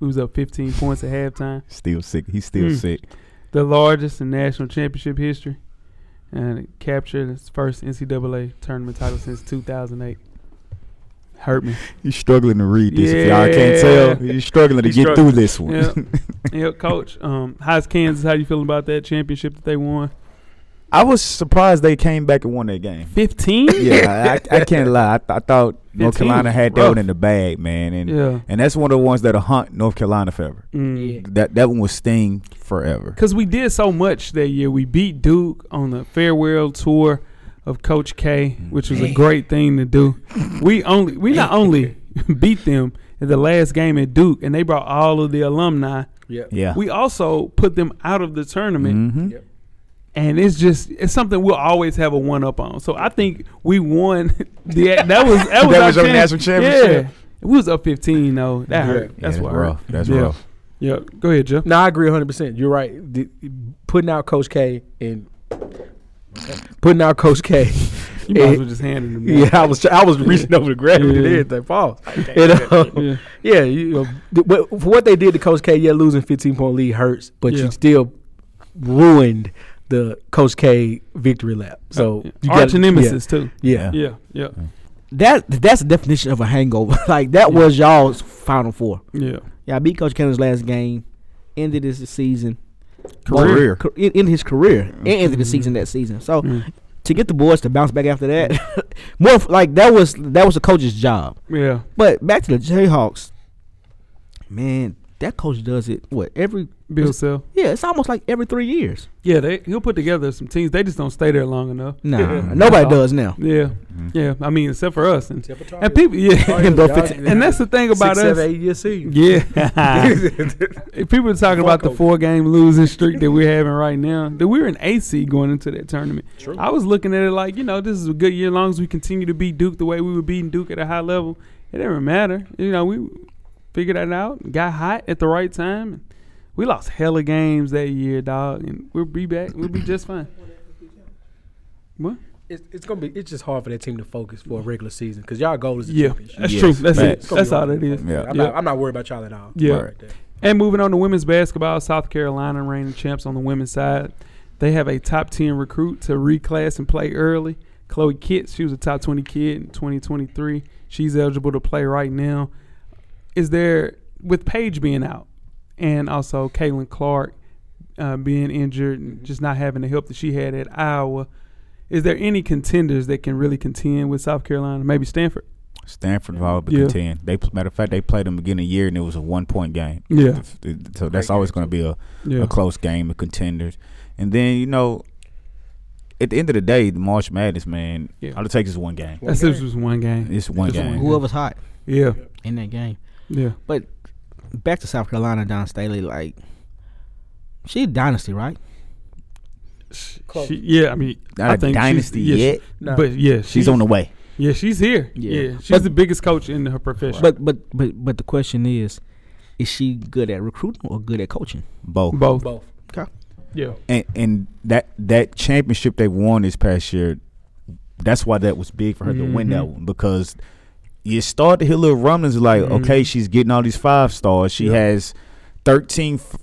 Speaker 5: who's up 15 points at halftime,
Speaker 8: Still sick. He's still
Speaker 5: Mm.
Speaker 8: sick.
Speaker 5: the largest in national championship history, and it captured its first NCAA tournament title since 2008. Hurt me.
Speaker 8: He's struggling to read this. If y'all can't tell,
Speaker 5: Yeah.
Speaker 8: he's struggling to
Speaker 5: He's
Speaker 8: get
Speaker 5: struggling.
Speaker 8: through this one.
Speaker 5: Yeah, yeah, coach. Um, how's Kansas? How you feeling about that championship that they won?
Speaker 8: I was surprised they came back and won that game.
Speaker 5: 15.
Speaker 8: yeah, I, I can't lie. I, th- I thought North
Speaker 5: 15
Speaker 8: Carolina had
Speaker 5: rough.
Speaker 8: that one in the bag, man, and
Speaker 5: Yeah.
Speaker 8: and that's one of the ones that'll haunt North Carolina forever.
Speaker 5: Mm.
Speaker 8: That that one will sting forever.
Speaker 5: Because we did so much that year. We beat Duke on the farewell tour of Coach K,
Speaker 8: Mm-hmm.
Speaker 5: which was a great thing to do. We only we not only beat them in the last game at Duke, and they brought all of the alumni.
Speaker 6: Yeah.
Speaker 8: Yeah,
Speaker 5: We also put them out of the tournament,
Speaker 8: Mhm.
Speaker 6: Yep.
Speaker 5: and it's just it's something we'll always have a one up on. So I think we won. The, that was that was,
Speaker 8: That
Speaker 5: our
Speaker 8: was your national championship.
Speaker 5: Yeah. We was up fifteen though. That hurt.
Speaker 8: Yeah,
Speaker 5: That's what hurt.
Speaker 8: rough. That's
Speaker 5: Yeah.
Speaker 8: rough.
Speaker 5: Yeah. Go ahead, Jeff.
Speaker 6: No, I agree 100. percent You're right. The, putting out Coach K and putting out Coach K.
Speaker 5: You might as
Speaker 6: and-
Speaker 5: well just hand it to me.
Speaker 6: yeah, I was I was reaching over to grab it and
Speaker 5: Yeah.
Speaker 6: everything. Pause. You know?
Speaker 5: Yeah.
Speaker 6: Yeah, you know, th- but for what they did to Coach K, yeah, losing 15 point lead hurts, but
Speaker 5: Yeah.
Speaker 6: you still ruined the Coach K victory lap. So you
Speaker 5: Uh, Arch
Speaker 6: gotta-
Speaker 5: nemesis too.
Speaker 6: Yeah, yeah.
Speaker 5: Yeah, yeah,
Speaker 7: That that's the definition of a hangover. like that was y'all's final four.
Speaker 5: yeah.
Speaker 7: Yeah, I beat Coach Kennard's last game. Ended his season.
Speaker 8: Career.
Speaker 7: Car- en- ended his career. And ended the season that season. So to get the boys to bounce back after that, more of- like that was that was the coach's job.
Speaker 5: Yeah,
Speaker 7: But back to the Jayhawks, man, that coach does it. What every
Speaker 5: Bill Self.
Speaker 7: yeah, it's almost like every three years.
Speaker 5: Yeah, they he'll put together some teams. They just don't stay there long enough.
Speaker 7: Nah,
Speaker 5: Yeah.
Speaker 7: nobody does now.
Speaker 5: Yeah,
Speaker 6: Mm-hmm.
Speaker 5: yeah. I mean, except for us and,
Speaker 6: Except for Tar
Speaker 5: and
Speaker 6: Heels.
Speaker 5: people. Yeah,
Speaker 7: Heels,
Speaker 5: and,
Speaker 7: y'all-
Speaker 5: and that's the thing about
Speaker 6: Six,
Speaker 5: us.
Speaker 6: seven, eight year season.
Speaker 5: Yeah, people are talking about the
Speaker 6: Fuck 'em.
Speaker 5: four game losing streak that we're having right now. That we're in AC going into that tournament. True. I was looking at it like you know this is a good year. As long as we continue to beat Duke the way we were beating Duke at a high level, it didn't matter. You know we figured that out. Got hot at the right time. And we lost hella games that year, dog, and we'll be back. We'll be just fine. What?
Speaker 6: It's, it's gonna be. It's just hard for that team to focus for a regular season because y'all goal is the
Speaker 5: Yeah,
Speaker 6: championship.
Speaker 5: that's
Speaker 8: Yes,
Speaker 5: true. That's
Speaker 8: facts.
Speaker 5: it. That's all it is.
Speaker 8: Yeah.
Speaker 6: I'm,
Speaker 5: Yeah.
Speaker 6: Not, I'm not worried about y'all at all.
Speaker 5: Yeah.
Speaker 6: Right there.
Speaker 5: And moving on to women's basketball, South Carolina reigning champs on the women's side. They have a top 10 recruit to reclass and play early. Chloe Kitts, she was a top 20 kid in 2023. She's eligible to play right now. Is there, with Paige being out and also Kaylin Clark uh, being injured and just not having the help that she had at Iowa, Is there any contenders that can really contend with South Carolina? Maybe Stanford.
Speaker 8: Stanford involved
Speaker 5: Yeah.
Speaker 8: yeah. contend. They matter of fact they played them again a year and it was a one point game.
Speaker 5: Yeah.
Speaker 8: So that's always going to be a,
Speaker 5: Yeah.
Speaker 8: a close game of contenders. And then you know, at the end of the day, the March Madness man,
Speaker 5: Yeah.
Speaker 8: all it takes is one game.
Speaker 5: That's it was one game.
Speaker 8: It's one
Speaker 5: Just
Speaker 8: game.
Speaker 5: one.
Speaker 7: Whoever's hot
Speaker 5: Yeah.
Speaker 7: in that game.
Speaker 5: Yeah.
Speaker 7: Back to South Carolina, Don Staley. Like she a dynasty, right?
Speaker 5: She, yeah, I mean,
Speaker 8: Not
Speaker 5: I
Speaker 8: a
Speaker 5: think she's-
Speaker 8: dynasty
Speaker 5: yeah, she-
Speaker 8: yet.
Speaker 5: But yeah,
Speaker 8: She's on the way.
Speaker 5: Yeah, she's here. Yeah,
Speaker 7: Yeah.
Speaker 5: she's
Speaker 7: But-
Speaker 5: the biggest coach in her profession.
Speaker 7: But but but but the question is, is she good at recruiting or good at coaching?
Speaker 8: Both.
Speaker 5: both.
Speaker 6: Both.
Speaker 5: Yeah.
Speaker 8: And and that that championship they won this past year, that's why that was big for her to win
Speaker 5: Mm-hmm.
Speaker 8: that one because you start to hear little rumblings like,
Speaker 5: Mm-hmm.
Speaker 8: okay, she's getting all these five stars. She
Speaker 5: Yeah.
Speaker 8: has thirteen f-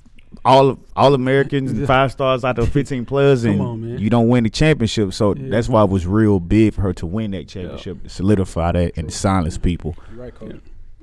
Speaker 8: all all Americans and
Speaker 5: Yeah.
Speaker 8: five stars out of fifteen players,
Speaker 5: Come
Speaker 8: and
Speaker 5: on, man.
Speaker 8: you don't win the championship. So
Speaker 5: Yeah.
Speaker 8: that's why it was real big for her to win that championship, solidify that, and silence people.
Speaker 6: Right, coach.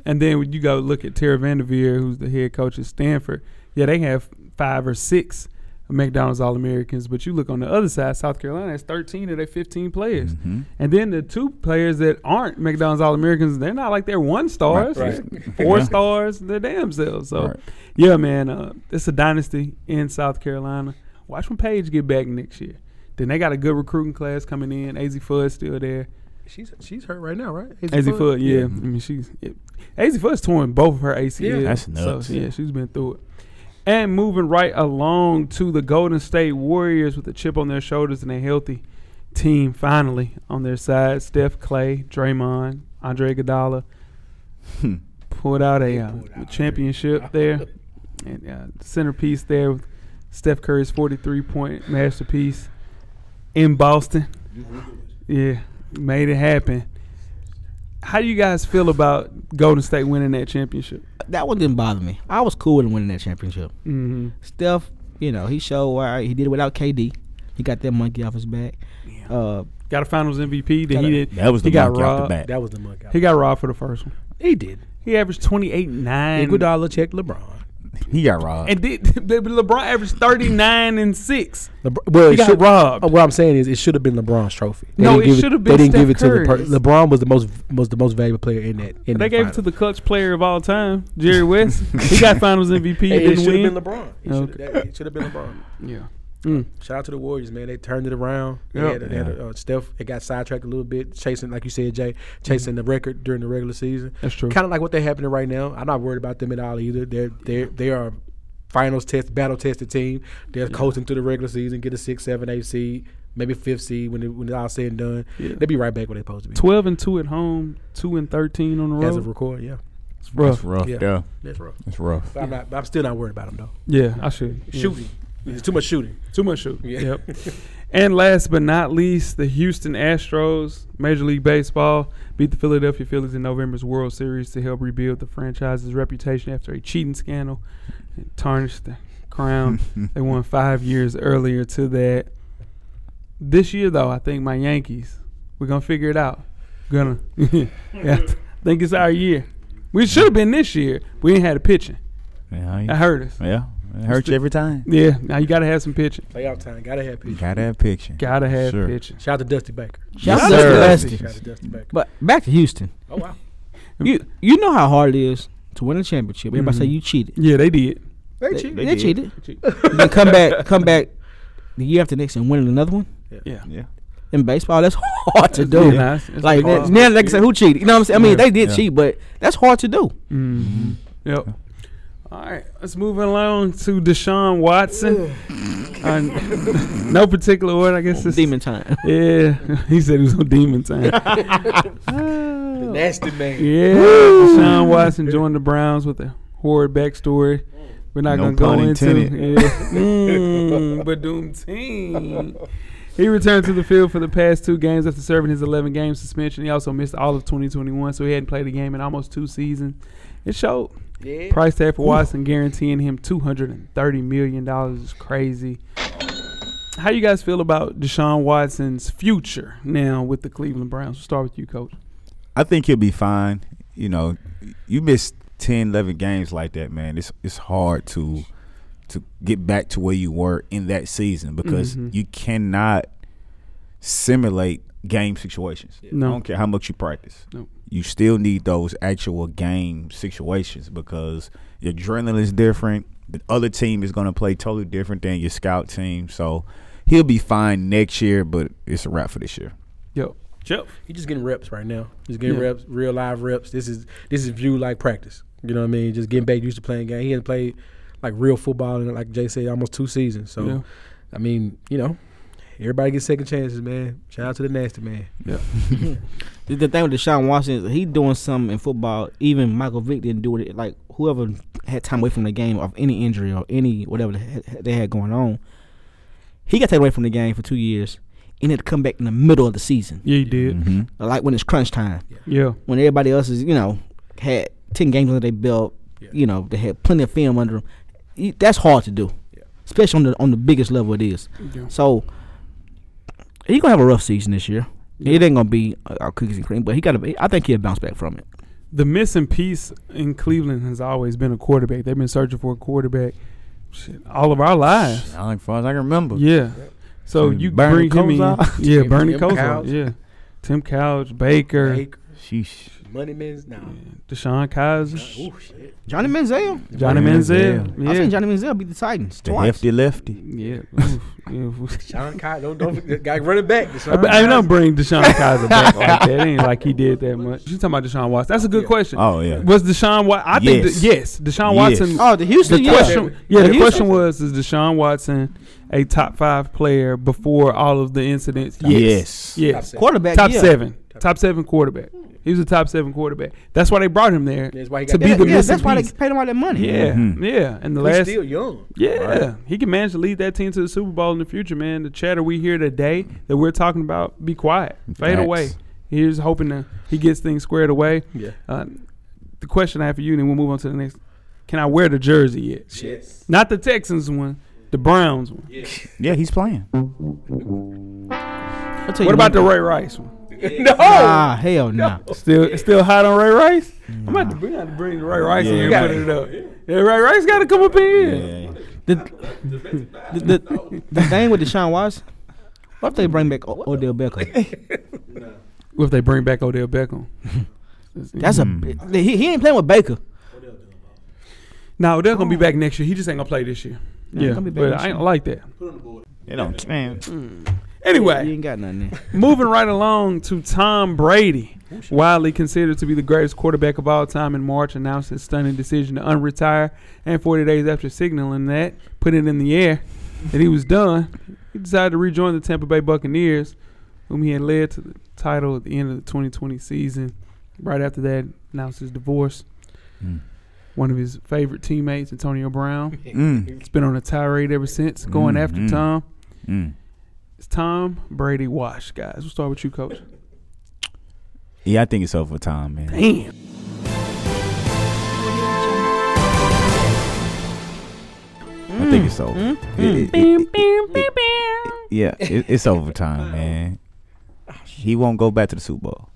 Speaker 5: And then when you go look at Tara Vanderveer, who's the head coach at Stanford, yeah, they have five or six McDonald's All Americans. But you look on the other side, South Carolina has 13 of their 15 players.
Speaker 8: Mm-hmm.
Speaker 5: And then the two players that aren't McDonald's All Americans, they're not like they're one stars,
Speaker 8: Right.
Speaker 5: four
Speaker 8: Yeah.
Speaker 5: stars, they're damn selves. So,
Speaker 8: Right.
Speaker 5: yeah, man, uh, it's a dynasty in South Carolina. Watch when Paige get back next year. Then they got a good recruiting class coming in. AZ Fudd's still there.
Speaker 6: She's she's hurt right now, right?
Speaker 5: AZ Foot, yeah. I mean, she's yeah. AZ Foot's torn both of her ACLs.
Speaker 6: Yeah.
Speaker 8: That's nuts.
Speaker 5: So, yeah, she's been through it. And moving right along to the Golden State Warriors with a chip on their shoulders and a healthy team finally on their side. Steph, Clay, Draymond, Andre Iguodala
Speaker 8: Hmm.
Speaker 5: pulled out a, uh, championship there, and uh, centerpiece there with Steph Curry's forty-three point masterpiece in Boston. Yeah, made it happen. How do you guys feel about Golden State winning that championship?
Speaker 7: That one didn't bother me. I was cool with him winning that championship.
Speaker 5: Mm-hmm.
Speaker 7: Steph, you know, he showed why he did it without KD. He got that monkey off his back. Uh,
Speaker 5: Got a Finals MVP. That
Speaker 6: Got
Speaker 5: he
Speaker 6: a-
Speaker 5: did.
Speaker 8: That was the
Speaker 5: he got
Speaker 8: monkey off the
Speaker 5: robbed.
Speaker 8: back.
Speaker 6: That was the monk out.
Speaker 5: He got robbed for the first one.
Speaker 6: He did.
Speaker 5: He averaged twenty-eight nine.
Speaker 6: Iguodala checked LeBron.
Speaker 8: He got robbed.
Speaker 5: And did, LeBron averaged thirty-nine and six.
Speaker 6: LeBron well,
Speaker 5: He
Speaker 6: it
Speaker 5: got
Speaker 6: should-
Speaker 5: robbed.
Speaker 6: uh, what I'm saying is, it should have been LeBron's trophy.
Speaker 5: No,
Speaker 6: didn't
Speaker 5: it
Speaker 6: give
Speaker 5: should have been
Speaker 6: They didn't
Speaker 5: Steph
Speaker 6: give it to the per-
Speaker 5: Curry's.
Speaker 6: LeBron was the most was the most valuable player in that. In
Speaker 5: They gave it to the clutch player of all time, Jerry West. he got Finals MVP. He
Speaker 6: It,
Speaker 5: didn't
Speaker 6: should
Speaker 5: win.
Speaker 6: have been LeBron. It
Speaker 5: Okay.
Speaker 6: should have, been LeBron.
Speaker 5: yeah.
Speaker 6: Shout out to the Warriors, man. They turned it around. They
Speaker 5: Yep.
Speaker 6: had, they had, uh, Steph. It got sidetracked a little bit, chasing, like you said, Jay, chasing the record during the regular season.
Speaker 5: That's true.
Speaker 6: Kind of like what they're happening right now. I'm not worried about them at all either. They're they they are finals test battle tested team. They're coasting through the regular season, get a six, seven, eight seed, maybe fifth seed when it, when it's all said and done.
Speaker 5: Yeah.
Speaker 6: They'll be right back where they're supposed to be.
Speaker 5: Twelve and two at home, two and thirteen on the road.
Speaker 6: As of record, yeah,
Speaker 5: It's rough.
Speaker 8: That's rough.
Speaker 6: Yeah.
Speaker 8: Yeah.
Speaker 6: that's rough.
Speaker 8: that's rough.
Speaker 6: But I'm not. but I'm still not worried about them though.
Speaker 5: Yeah, I should
Speaker 6: Shooting, it's too much shooting.
Speaker 5: Too much shooting.
Speaker 6: Yeah.
Speaker 5: Yep. and last but not least, the Houston Astros, Major League Baseball, beat the Philadelphia Phillies in November's World Series to help rebuild the franchise's reputation after a cheating scandal and tarnished the crown. they won five years earlier to that. This year, though, I think my Yankees, we're going to figure it out. Gonna. yeah, I think it's our year. We should have been this year. We ain't had a pitching.
Speaker 8: Yeah,
Speaker 5: That
Speaker 8: I-
Speaker 5: hurt us.
Speaker 8: yeah. It hurts you every time.
Speaker 5: Yeah, now you got to have some pitching.
Speaker 6: Playoff time. Gotta have pitch.
Speaker 8: Gotta have picture.
Speaker 5: Got to have
Speaker 8: Sure.
Speaker 5: pitching.
Speaker 6: Shout out to Dusty Baker.
Speaker 7: shout
Speaker 8: Yes, sir.
Speaker 7: out to
Speaker 6: Shout
Speaker 7: Dusty.
Speaker 6: out to Dusty Baker.
Speaker 7: But back to Houston.
Speaker 6: Oh wow.
Speaker 7: You you know how hard it is to win a championship. Everybody say
Speaker 5: Mhm.
Speaker 7: you cheated.
Speaker 5: Yeah, they did.
Speaker 6: They
Speaker 7: They,
Speaker 6: cheated.
Speaker 7: they cheated.
Speaker 5: cheated.
Speaker 7: then come back, come back the year after next and win another one
Speaker 5: Yeah.
Speaker 8: Yeah.
Speaker 7: in baseball. That's hard to do.
Speaker 5: Yeah, it's- it's
Speaker 7: Like
Speaker 5: hard.
Speaker 7: that, now they can say who cheated. You know what I'm saying? I mean,
Speaker 5: Yeah.
Speaker 7: they did
Speaker 8: Yeah.
Speaker 7: cheat, but that's hard to do.
Speaker 5: Mhm. Yep. All right, let's move along to Deshaun Watson. Uh, no particular order, I guess. It's,
Speaker 7: Demon time.
Speaker 5: Yeah, he said he was on demon time.
Speaker 6: Nasty man.
Speaker 5: yeah, Deshaun Watson joined the Browns with a horrid backstory. We're not
Speaker 8: No
Speaker 5: gonna
Speaker 8: pun
Speaker 5: go into.
Speaker 8: intended.
Speaker 5: Yeah. mm, Badoom team. He returned to the field for the past two games after serving his 11 game suspension. He also missed all of 2021, so he hadn't played a game in almost two seasons. It showed.
Speaker 6: Yeah.
Speaker 5: Price tag for Watson guaranteeing him two hundred and thirty million dollars is crazy. How you guys feel about Deshaun Watson's future now with the Cleveland Browns? We'll start with you, Coach.
Speaker 8: I think he'll be fine. You know, you miss 10, 11 games like that, man. It's it's hard to to get back to where you were in that season because you cannot simulate game situations.
Speaker 5: No.
Speaker 8: I don't care how much you practice.
Speaker 5: Nope.
Speaker 8: You still need those actual game situations because your adrenaline is different. The other team is going to play totally different than your scout team. So he'll be fine next year, but it's a wrap for this year.
Speaker 5: Yo, Jeff.
Speaker 6: He's just getting reps right now. Just getting
Speaker 5: Yeah.
Speaker 6: reps, real live reps. This is this is view like practice. You know what I mean? Just getting back used to playing game. He hasn't played like real football in like Jay said almost two seasons. So
Speaker 5: Yeah.
Speaker 6: I mean, you know, everybody gets second chances, man. Shout out to the nasty man.
Speaker 7: The, the thing with Deshaun Watson is he doing something in football. Even Michael Vick didn't do it. Like whoever had time away from the game of any injury or any whatever they had- they had going on, he got taken away from the game for two years. And had to come back in the middle of the season,
Speaker 5: Yeah, you did.
Speaker 8: Mm-hmm.
Speaker 7: like when it's crunch time,
Speaker 5: Yeah.
Speaker 7: when everybody else is you know had ten games under their belt. You know they had plenty of film under them. You- That's hard to do,
Speaker 6: Yeah.
Speaker 7: especially on the on the biggest level it is.
Speaker 5: Yeah.
Speaker 7: So he gonna have a rough season this year. It ain't gonna be uh, uh, cookies and cream, but he got to. I think he'll bounce back from it.
Speaker 5: The missing piece in Cleveland has always been a quarterback. They've been searching for a quarterback shit, all of our lives.
Speaker 8: As far as I can remember.
Speaker 5: Yeah. So
Speaker 8: Shit,
Speaker 5: you
Speaker 8: Bernie
Speaker 5: bring him in.
Speaker 8: Kosar.
Speaker 5: Yeah,
Speaker 6: Tim-
Speaker 5: Bernie
Speaker 6: Tim
Speaker 5: Kosar.
Speaker 6: Couch.
Speaker 5: Yeah. Tim Couch, Baker,
Speaker 6: Baker,
Speaker 8: Sheesh.
Speaker 6: Money Men's now.
Speaker 5: Deshaun Kaiser,
Speaker 6: Ooh, shit.
Speaker 7: Johnny Manziel.
Speaker 5: Johnny
Speaker 8: Manziel.
Speaker 5: Manziel.
Speaker 7: I seen
Speaker 5: Yeah.
Speaker 7: Johnny Manziel beat the Titans
Speaker 8: The
Speaker 7: twice.
Speaker 8: hefty lefty.
Speaker 5: Yeah. Oof. Yeah.
Speaker 6: Sean Kyle, don't don't forget- guy running back.
Speaker 5: I, mean, I don't bring Deshaun Kaiser back like that. It ain't like he did that much. You talking about Deshaun Watson? That's a good question.
Speaker 8: Oh, yeah.
Speaker 5: Was Deshaun Watson? I think
Speaker 8: Yes.
Speaker 5: that- yes. Deshaun
Speaker 8: Yes.
Speaker 5: Watson.
Speaker 7: Oh, the
Speaker 5: The
Speaker 7: Houston. yeah.
Speaker 5: question, yeah, the
Speaker 7: Houston-
Speaker 5: question was: Is Deshaun Watson a top five player before all of the incidents?
Speaker 8: Yes.
Speaker 5: yes,
Speaker 7: quarterback.
Speaker 5: top
Speaker 7: yeah.
Speaker 5: seven, top seven quarterback. He was a top seven quarterback. That's why they brought him there
Speaker 6: That's why he
Speaker 5: to
Speaker 6: got
Speaker 5: be
Speaker 7: Yeah,
Speaker 6: that.
Speaker 5: the
Speaker 7: yeah,
Speaker 5: missing
Speaker 7: that's why
Speaker 5: piece.
Speaker 7: they paid him all that money.
Speaker 5: Yeah,
Speaker 8: Mhm.
Speaker 5: yeah, and the
Speaker 6: He's
Speaker 5: last
Speaker 6: still young.
Speaker 5: Yeah, he can manage to lead that team to the Super Bowl in the future, man. The chatter we hear today that we're talking about, be quiet, fade
Speaker 8: Facts.
Speaker 5: away. Here's hoping that he gets things squared away.
Speaker 6: Yeah.
Speaker 5: Uh, the question I have for you, and then we'll move on to the next. Can I wear the jersey yet?
Speaker 6: Yes.
Speaker 5: Not the Texans one, the Browns one.
Speaker 8: Yeah, he's playing.
Speaker 7: I'll tell you
Speaker 5: What about the
Speaker 7: one-
Speaker 5: Ray Rice one?
Speaker 6: no.
Speaker 7: Ah, hell no.
Speaker 5: Still, it's still hot on Ray Rice. I'm about to bring, out to bring the Ray Rice in here
Speaker 8: Yeah.
Speaker 5: and put it up. Yeah, Ray Rice got to come up in here.
Speaker 8: Yeah.
Speaker 7: The, the, the, the thing with Deshaun Watson. What if they bring back o- Odell Beckham?
Speaker 5: What if they bring back Odell Beckham?
Speaker 7: That's a
Speaker 5: Hmm.
Speaker 7: he, he ain't playing with Baker.
Speaker 5: No, Odell gonna be back next year. He just ain't gonna play this year.
Speaker 7: he
Speaker 5: Yeah,
Speaker 7: gonna be back
Speaker 5: but
Speaker 7: next
Speaker 5: I ain't
Speaker 7: year.
Speaker 5: like that.
Speaker 8: It don't man.
Speaker 7: He
Speaker 5: Anyway,
Speaker 7: ain't got nothing. There.
Speaker 5: moving right along to Tom Brady, widely considered to be the greatest quarterback of all time. In March, announced his stunning decision to unretire, and 40 days after signaling that, put it in the air that he was done, he decided to rejoin the Tampa Bay Buccaneers, whom he had led to the title at the end of the 2020 season. Right after that, announced his divorce.
Speaker 8: Hmm.
Speaker 5: One of his favorite teammates, Antonio Brown.
Speaker 8: Mm.
Speaker 5: It's been on a tirade ever since, going
Speaker 8: Mm,
Speaker 5: after
Speaker 8: mm.
Speaker 5: Tom.
Speaker 8: Mm.
Speaker 5: It's Tom Brady Wash, guys. We'll start with you, coach.
Speaker 8: Yeah, I think it's over time, man.
Speaker 5: Damn.
Speaker 8: I think it's over. It- it- it- it- Yeah, it, it's over time, man. He won't go back to the Super Bowl.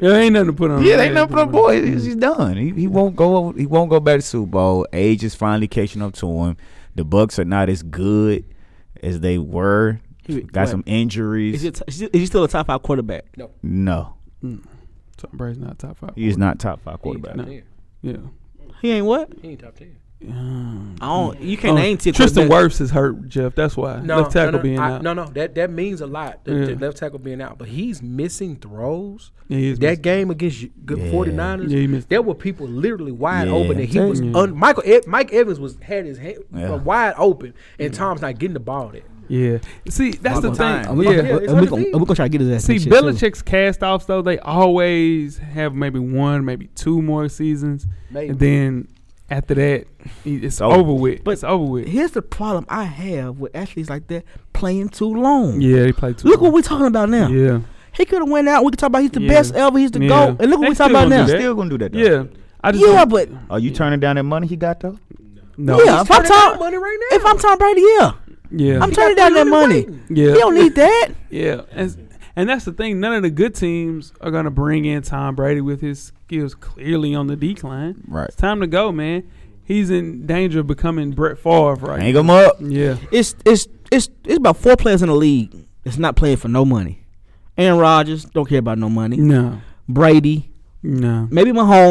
Speaker 5: there ain't nothing to put on.
Speaker 8: Yeah,
Speaker 5: him.
Speaker 8: they ain't nothing for the boy. He's, he's done. He, he won't go. He won't go back to Super Bowl. Age is finally catching up to him. The Bucks are not as good as they were.
Speaker 7: He-
Speaker 8: Got
Speaker 7: what?
Speaker 8: some injuries.
Speaker 7: Is he, a t- is he- is he still a top five quarterback?
Speaker 8: no,
Speaker 5: Tom Brady's not top five.
Speaker 8: he's not top five quarterback.
Speaker 5: No. Yeah.
Speaker 7: He ain't what?
Speaker 6: He ain't top ten.
Speaker 7: I don't. You
Speaker 5: Oh,
Speaker 7: can't name ten.
Speaker 5: Tristan
Speaker 7: quarterbacks.
Speaker 5: Wirfs is hurt, Jeff. That's why
Speaker 6: No,
Speaker 5: left tackle
Speaker 6: no, no,
Speaker 5: being
Speaker 6: I-
Speaker 5: out.
Speaker 6: No, no, that that means a lot. The, the
Speaker 5: Yeah.
Speaker 6: left tackle being out, but he's missing throws.
Speaker 5: Yeah, he is
Speaker 6: that
Speaker 5: missing-
Speaker 6: game against you- good
Speaker 8: Yeah.
Speaker 6: 49ers,
Speaker 5: Yeah, he missed-
Speaker 6: there were people literally wide
Speaker 8: Yeah.
Speaker 6: open, and he was
Speaker 5: Yeah.
Speaker 6: un, Michael Ev- Mike Evans was had his hand
Speaker 8: Yeah.
Speaker 6: uh, wide open, and Tom's not getting the ball there.
Speaker 5: Yeah. See, that's the
Speaker 8: Time.
Speaker 5: thing.
Speaker 7: And we
Speaker 5: yeah.
Speaker 7: gonna,
Speaker 6: Yeah, it's
Speaker 7: and Oh, we
Speaker 6: hard to
Speaker 7: gonna,
Speaker 6: beat.
Speaker 7: and we gonna try to get his ass.
Speaker 5: See,
Speaker 7: next year, too.
Speaker 5: Belichick's cast offs though, they always have maybe one, maybe two more seasons,
Speaker 6: Maybe.
Speaker 5: and then after that, he- it's
Speaker 8: over.
Speaker 5: over with. But it's over with.
Speaker 7: Here's the problem I have with athletes like that playing too long.
Speaker 5: Yeah, he played two.
Speaker 7: Look what we're talking about now.
Speaker 5: Yeah.
Speaker 7: He could have went out. We could talk about he's the
Speaker 5: Yeah.
Speaker 7: best ever. He's the
Speaker 5: Yeah.
Speaker 7: GOAT. And look what
Speaker 5: They
Speaker 7: we're talking
Speaker 5: still
Speaker 7: about
Speaker 5: gonna
Speaker 7: now.
Speaker 5: do
Speaker 8: Still gonna do that. Though.
Speaker 5: Yeah. I just
Speaker 7: Yeah,
Speaker 5: don't-
Speaker 7: but
Speaker 8: Are you turning down that money he got though?
Speaker 5: no.
Speaker 7: yeah, if I'm
Speaker 6: turning down
Speaker 7: Tom,
Speaker 6: money right now.
Speaker 7: if I'm Tom Brady, yeah,
Speaker 5: Yeah.
Speaker 7: I'm turning down that
Speaker 6: 300
Speaker 7: money.
Speaker 6: waiting.
Speaker 5: yeah.
Speaker 7: You don't need that.
Speaker 5: Yeah, and and that's the thing. None of the good teams are gonna bring in Tom Brady with his skills clearly on the decline.
Speaker 8: Right.
Speaker 5: it's time to go, man. He's in danger of becoming Brett Favre, right?
Speaker 8: Hang him up.
Speaker 5: Yeah,
Speaker 7: It's it's it's it's about four players in the league. It's not playing for no money. Aaron Rodgers don't care about no money.
Speaker 5: No,
Speaker 7: Brady,
Speaker 5: no.
Speaker 7: maybe Mahomes.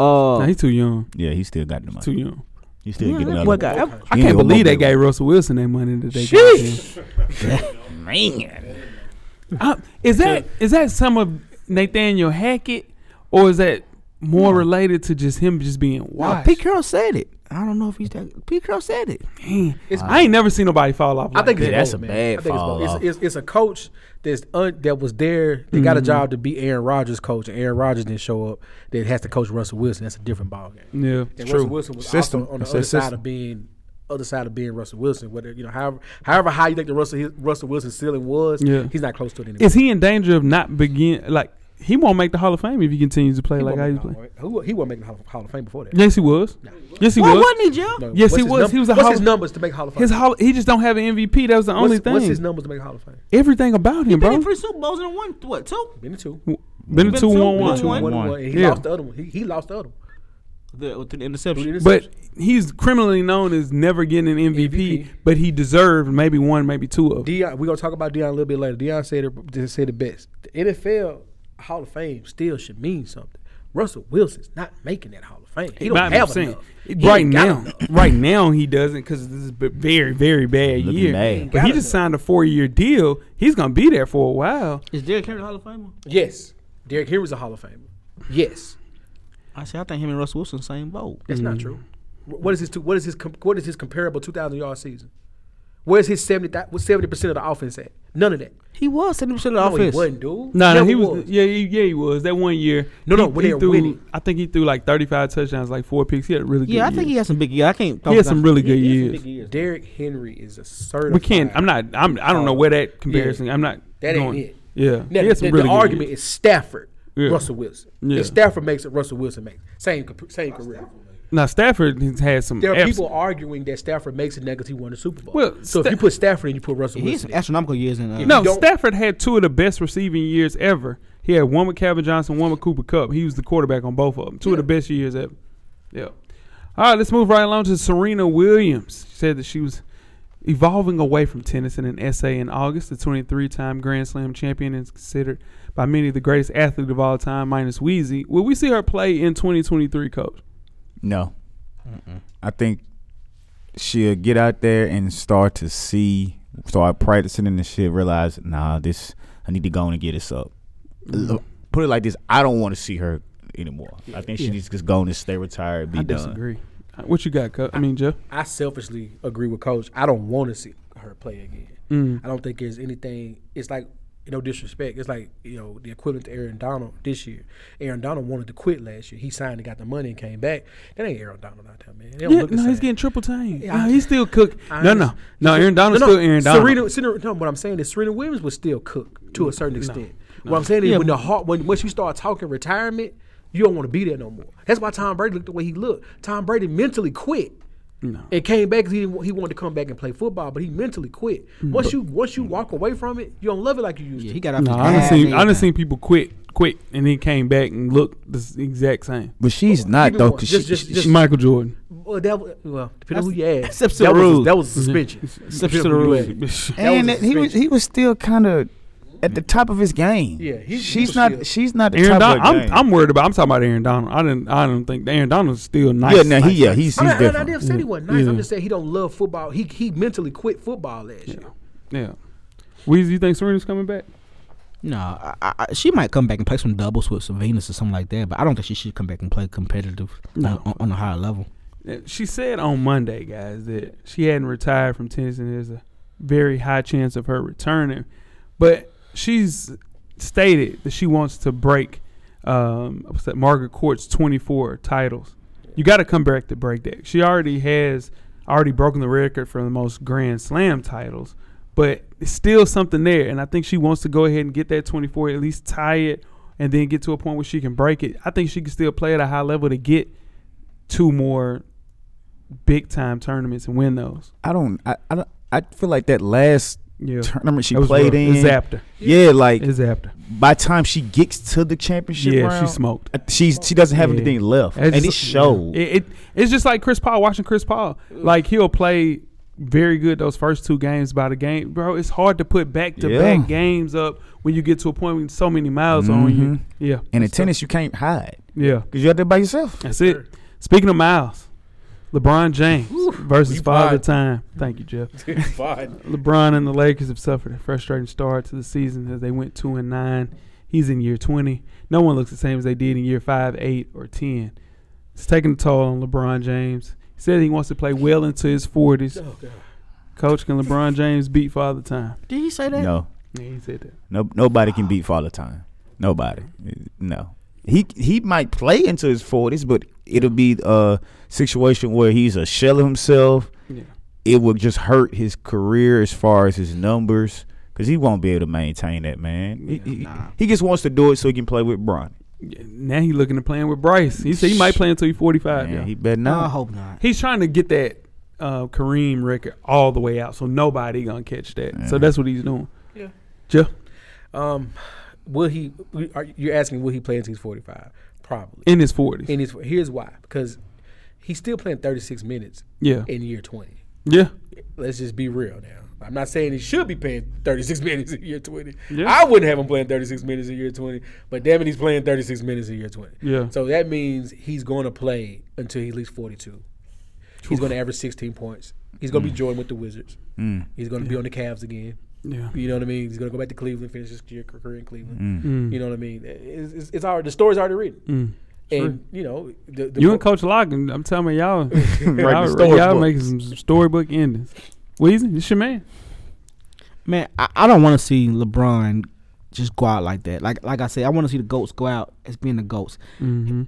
Speaker 7: Uh,
Speaker 5: Nah, he's too young.
Speaker 8: Yeah, he still got the money.
Speaker 5: Too young.
Speaker 8: He still
Speaker 7: yeah,
Speaker 8: getting
Speaker 7: that
Speaker 8: another
Speaker 7: boy
Speaker 8: one.
Speaker 7: got-
Speaker 5: I
Speaker 8: He
Speaker 7: I,
Speaker 8: ain't
Speaker 5: can't
Speaker 8: gonna
Speaker 5: believe
Speaker 8: go
Speaker 5: they
Speaker 8: nowhere.
Speaker 5: gave Russell Wilson that money that they
Speaker 7: Sheesh.
Speaker 5: got. Man, uh, is that is that some of Nathaniel Hackett, or is that more related to just him just being
Speaker 7: Nah,
Speaker 5: wise?
Speaker 7: Pete Carroll said it. I don't know if he's that. Pete Carroll said it.
Speaker 5: I ain't never seen nobody fall off.
Speaker 6: I
Speaker 5: like
Speaker 6: think
Speaker 5: that.
Speaker 6: it's
Speaker 8: Yeah, that's
Speaker 6: both,
Speaker 8: a
Speaker 6: man.
Speaker 8: bad
Speaker 6: I think it's,
Speaker 8: fall
Speaker 6: both.
Speaker 8: off.
Speaker 6: It's, it's, it's a coach that's un, that was there. They
Speaker 5: Mm-hmm.
Speaker 6: got a job to be Aaron Rodgers' coach, and Aaron Rodgers didn't show up. That has to coach Russell Wilson. That's a different ballgame. And
Speaker 5: yeah.
Speaker 6: Russell Wilson was
Speaker 8: System.
Speaker 6: also on the
Speaker 8: That's
Speaker 6: other
Speaker 8: that
Speaker 6: side
Speaker 8: system.
Speaker 6: of being other side of being Russell Wilson. Whether you know, however, however high you think the Russell his- Russell Wilson ceiling was,
Speaker 5: Yeah.
Speaker 6: he's not close to it anymore.
Speaker 5: Is he in danger of not begin like he won't make the Hall of Fame if he continues to play
Speaker 6: He
Speaker 5: like how
Speaker 6: wasn't
Speaker 5: he's
Speaker 6: making the
Speaker 5: playing?
Speaker 6: Hall of- Who he wasn't making the Hall of- Hall of Fame before that?
Speaker 5: Yes, he was. Yes, he
Speaker 7: Why
Speaker 5: was.
Speaker 7: wasn't he, Joe?
Speaker 6: No,
Speaker 5: Yes,
Speaker 6: what's
Speaker 5: he
Speaker 6: his
Speaker 5: was.
Speaker 6: num-
Speaker 5: He was a
Speaker 6: What's
Speaker 5: Hall
Speaker 6: his
Speaker 5: of-
Speaker 6: numbers to make Hall of Fame?
Speaker 5: His hall, he just don't have an MVP. That was the only
Speaker 6: what's,
Speaker 5: thing.
Speaker 6: What's his numbers to make Hall of Fame?
Speaker 5: Everything about him,
Speaker 7: Been
Speaker 5: bro.
Speaker 7: in three Super Bowls and won what two?
Speaker 6: Been to two.
Speaker 5: Been a
Speaker 7: Been
Speaker 5: two
Speaker 7: two,
Speaker 5: one
Speaker 7: been
Speaker 5: one.
Speaker 7: two, one.
Speaker 6: One, one. And he
Speaker 5: Yeah.
Speaker 6: lost the other one. He, he lost the other one.
Speaker 7: The, with the
Speaker 6: Through the
Speaker 7: interception.
Speaker 5: But
Speaker 6: interception.
Speaker 5: he's criminally known as never getting an MVP,
Speaker 6: MVP.
Speaker 5: but he deserved maybe one, maybe two of them.
Speaker 6: Deion, we're gonna talk about Deion a little bit later. Deion said it, just said the best. The NFL Hall of Fame still should mean something. Russell Wilson's not making that Hall of Fame. He don't
Speaker 5: But I'm
Speaker 6: have
Speaker 5: saying,
Speaker 6: enough. He
Speaker 5: Right
Speaker 6: ain't got
Speaker 5: now,
Speaker 6: enough.
Speaker 5: right now he doesn't because this is a very, very bad
Speaker 8: Looking
Speaker 5: year.
Speaker 8: bad.
Speaker 5: But he
Speaker 6: Got
Speaker 5: just
Speaker 6: it.
Speaker 5: signed a four year deal. He's gonna be there for a while.
Speaker 7: Is Derrick Henry Hall of Famer?
Speaker 6: yes, Derrick Henry's a Hall of Famer. Yes,
Speaker 7: I say I think him and Russell Wilson same boat.
Speaker 6: that's
Speaker 5: Mm.
Speaker 6: not true. Wh- What is his? Two, what is his? com- What is his comparable two thousand yard season? Where's his seventy? What's seventy percent of the offense at? None of that.
Speaker 7: He was seventy percent
Speaker 6: No,
Speaker 7: of the
Speaker 6: he
Speaker 7: offense.
Speaker 6: wasn't, dude.
Speaker 5: No, no,
Speaker 6: Never
Speaker 5: he was, Yeah, he, yeah, he was that one year.
Speaker 6: No,
Speaker 5: he,
Speaker 6: no, when
Speaker 5: he
Speaker 6: they were
Speaker 5: threw,
Speaker 6: winning.
Speaker 5: I think he threw like thirty five touchdowns, like four picks. He had a really good.
Speaker 7: yeah, I think he
Speaker 5: year.
Speaker 7: had some big years. I can't.
Speaker 5: He had some really good years.
Speaker 6: Derrick Henry is a certified.
Speaker 5: We can't. I'm not. I'm. I don't know where that comparison. I'm not.
Speaker 6: That ain't
Speaker 5: going-
Speaker 6: it.
Speaker 5: Yeah,
Speaker 6: Now,
Speaker 5: he
Speaker 6: the,
Speaker 5: had some
Speaker 6: the
Speaker 5: really good
Speaker 6: argument
Speaker 5: years.
Speaker 6: is Stafford,
Speaker 5: Yeah.
Speaker 6: Russell Wilson.
Speaker 5: Yeah.
Speaker 6: If Stafford makes it, Russell Wilson makes it. Same, comp- same career.
Speaker 5: Now Stafford has had some.
Speaker 6: There are
Speaker 5: abs-
Speaker 6: people arguing that Stafford makes it because he won the Super Bowl.
Speaker 5: Well,
Speaker 6: so
Speaker 5: Sta-
Speaker 6: if you put Stafford in, you put Russell
Speaker 7: He had
Speaker 6: Wilson.
Speaker 7: some
Speaker 6: in.
Speaker 7: astronomical years in. Uh,
Speaker 5: No,
Speaker 6: don't-
Speaker 5: Stafford had two of the best receiving years ever. He had one with Calvin Johnson, one with Cooper Cup. He was the quarterback on both of them. Two of the best years ever. Yeah. All right, let's move right along to Serena Williams. She said that she was evolving away from tennis in an essay in August. The 23-time Grand Slam champion is considered by many the greatest athlete of all time, minus Wheezy. Will we see her play in 2023, Coach?
Speaker 8: No. I think she'll get out there and start to see, start practicing and the shit, realize, nah, this, I need to go on and get this up. Look, Put it like this I don't want to see her anymore. I think she needs to just go on and stay retired, be
Speaker 5: I
Speaker 8: done.
Speaker 5: disagree. Uh, What you got, Coach? I mean, Jeff.
Speaker 6: I selfishly agree with Coach. I don't want to see her play again.
Speaker 5: Mm.
Speaker 6: I don't think there's anything. It's like no disrespect. It's like you know the equivalent to Aaron Donald this year. Aaron Donald wanted to quit last year. He signed and got the money and came back. That ain't Aaron Donald out there, man. They don't
Speaker 5: Yeah,
Speaker 6: look the
Speaker 5: no, he's
Speaker 6: same.
Speaker 5: getting triple team.
Speaker 6: Yeah, I-
Speaker 5: no, he's still cook. No,
Speaker 6: I
Speaker 5: no,
Speaker 6: understand.
Speaker 5: no. Aaron Donald's still Aaron Donald.
Speaker 6: Serena, Serena, no, what I'm saying is Serena Williams was still cooked to a certain extent. What I'm saying is when the heart, when once you start talking retirement, you don't want to be there no more. That's why Tom Brady looked the way he looked. Tom Brady mentally quit. And came back because he, didn't wa- he wanted to come back and play football, but he mentally quit.
Speaker 5: Hmm,
Speaker 6: Once you once you walk away from it, you don't love it like you used
Speaker 7: yeah,
Speaker 6: to.
Speaker 7: he got out.
Speaker 5: No,
Speaker 7: the
Speaker 5: I done seen, I done
Speaker 7: everything.
Speaker 5: seen people quit, quit, and then came back and looked the s- exact same.
Speaker 8: But she's not,
Speaker 6: me
Speaker 8: though,
Speaker 6: one.
Speaker 8: because
Speaker 6: Just-
Speaker 8: she,
Speaker 6: just-
Speaker 8: she-
Speaker 6: just-
Speaker 5: Michael Jordan.
Speaker 6: well, that was, well, depending on who you
Speaker 7: That's-
Speaker 6: ask.
Speaker 7: except to
Speaker 6: that,
Speaker 7: the
Speaker 6: was,
Speaker 7: rules.
Speaker 6: that was a suspension.
Speaker 7: to the
Speaker 6: Depending on who you
Speaker 7: rules.
Speaker 6: ask.
Speaker 8: and
Speaker 6: that was a
Speaker 8: he was
Speaker 6: suspension.
Speaker 8: he was still kind of at the top of his game.
Speaker 6: Yeah, he- he
Speaker 8: she's
Speaker 6: was
Speaker 8: not
Speaker 6: still-
Speaker 8: she's not the
Speaker 5: Aaron
Speaker 8: top
Speaker 5: Donald.
Speaker 8: of her
Speaker 5: I'm,
Speaker 8: game.
Speaker 5: I'm worried about. I'm talking about Aaron Donald. I didn't. I don't think Aaron Donald's still nice.
Speaker 8: yeah, no,
Speaker 5: nice,
Speaker 8: he yeah
Speaker 5: nice.
Speaker 8: he's he's
Speaker 6: I'm not, I'm not- I
Speaker 8: different.
Speaker 6: never said he wasn't nice.
Speaker 5: Yeah.
Speaker 6: I'm just saying he don't love football. He he mentally quit football last year.
Speaker 5: yeah. Weezy, you think Serena's coming back?
Speaker 7: No, I, I, I- she might come back and play some doubles with some Venus or something like that, but I don't think she should come back and play competitive
Speaker 5: No.
Speaker 7: on, on a higher level.
Speaker 5: Uh, She said on Monday, guys, that she hadn't retired from tennis, and there's a very high chance of her returning. But she's stated that she wants to break um, what's that, Margaret Court's 24 titles. You got to come back to break that. She already has already broken the record for the most Grand Slam titles, but it's still something there. And I think she wants to go ahead and get that 24, at least tie it, and then get to a point where she can break it. I think she can still play at a high level to get two more big time tournaments and win those.
Speaker 8: I don't I, I don't I feel like that last
Speaker 5: Yeah.
Speaker 8: tournament she
Speaker 5: That was
Speaker 8: played
Speaker 5: rough.
Speaker 8: in.
Speaker 5: It's after.
Speaker 8: Yeah, like
Speaker 5: It's after.
Speaker 8: by the time she gets to the championship
Speaker 5: Yeah,
Speaker 8: round,
Speaker 5: she smoked.
Speaker 8: uh, She's she doesn't have
Speaker 5: Yeah.
Speaker 8: anything left, and
Speaker 5: just-
Speaker 8: it showed.
Speaker 5: It, it- it's just like Chris Paul watching Chris Paul. Like he'll play very good those first two games by the game, bro. It's hard to put back to
Speaker 8: Yeah.
Speaker 5: back games up when you get to a point with so many miles on you. Yeah,
Speaker 8: Mm-hmm. And in tennis, you can't hide
Speaker 5: yeah,
Speaker 8: because you're out there by yourself.
Speaker 5: that's it. Speaking of miles, LeBron James versus
Speaker 6: you
Speaker 5: Father
Speaker 6: fired.
Speaker 5: Time. Thank you, Jeff.
Speaker 6: Fine.
Speaker 5: LeBron and the Lakers have suffered a frustrating start to the season as they went two and nine. He's in year twenty. No one looks the same as they did in year five, eight, or ten. It's taking a toll on LeBron James. He said he wants to play well into his forties. Coach, can LeBron James beat Father Time?
Speaker 7: Did he say that?
Speaker 8: No,
Speaker 5: Yeah, he said that.
Speaker 8: no, nobody can beat Father Time. Nobody. No. He he might play into his forties, but it'll be a situation where he's a shell of himself.
Speaker 5: Yeah.
Speaker 8: It will just hurt his career as far as his numbers because he won't be able to maintain that. Man, He- he, he just wants to do it so he can play with Bron.
Speaker 5: Yeah, Now he's looking at playing with Bryce. He said he might play until he's 45.
Speaker 8: Man,
Speaker 5: yeah.
Speaker 8: he better
Speaker 7: No, I
Speaker 8: not.
Speaker 7: hope not.
Speaker 5: he's trying to get that uh, Kareem record all the way out, so nobody gonna catch that. So that's what he's doing.
Speaker 6: Yeah.
Speaker 5: Jeff,
Speaker 6: Um, will he? Are, you're asking will he play until he's 45? Probably.
Speaker 5: in his 40s.
Speaker 6: And it's, here's why because he's still playing 36 minutes
Speaker 5: yeah,
Speaker 6: in year 20.
Speaker 5: yeah.
Speaker 6: Let's just be real now. I'm not saying he should be playing 36 minutes in year 20.
Speaker 5: Yeah.
Speaker 6: I wouldn't have him playing 36 minutes in year 20, but damn it, he's playing 36 minutes in year 20.
Speaker 5: Yeah.
Speaker 6: So that means he's going to play until he's at least 42. He's going to average 16 points. He's
Speaker 5: Mm.
Speaker 6: going to be joined with the Wizards. He's going to be on the Cavs again.
Speaker 5: Yeah.
Speaker 6: You know what I mean? He's going to go back to Cleveland, finish his career career in Cleveland.
Speaker 5: Mm.
Speaker 6: You know what I mean? It's, it's, it's already, the story's already written. And, you know, the, the
Speaker 5: Mm. You
Speaker 6: mo-
Speaker 5: and Coach Logan, I'm telling y'all,
Speaker 8: Right, the
Speaker 5: y'all, y'all
Speaker 8: storybook.
Speaker 5: making some storybook endings. Weezy, this your man.
Speaker 7: Man, I, I don't want to see LeBron just go out like that. Like like I said, I want to see the goats go out as being the goats.
Speaker 5: Mm-hmm.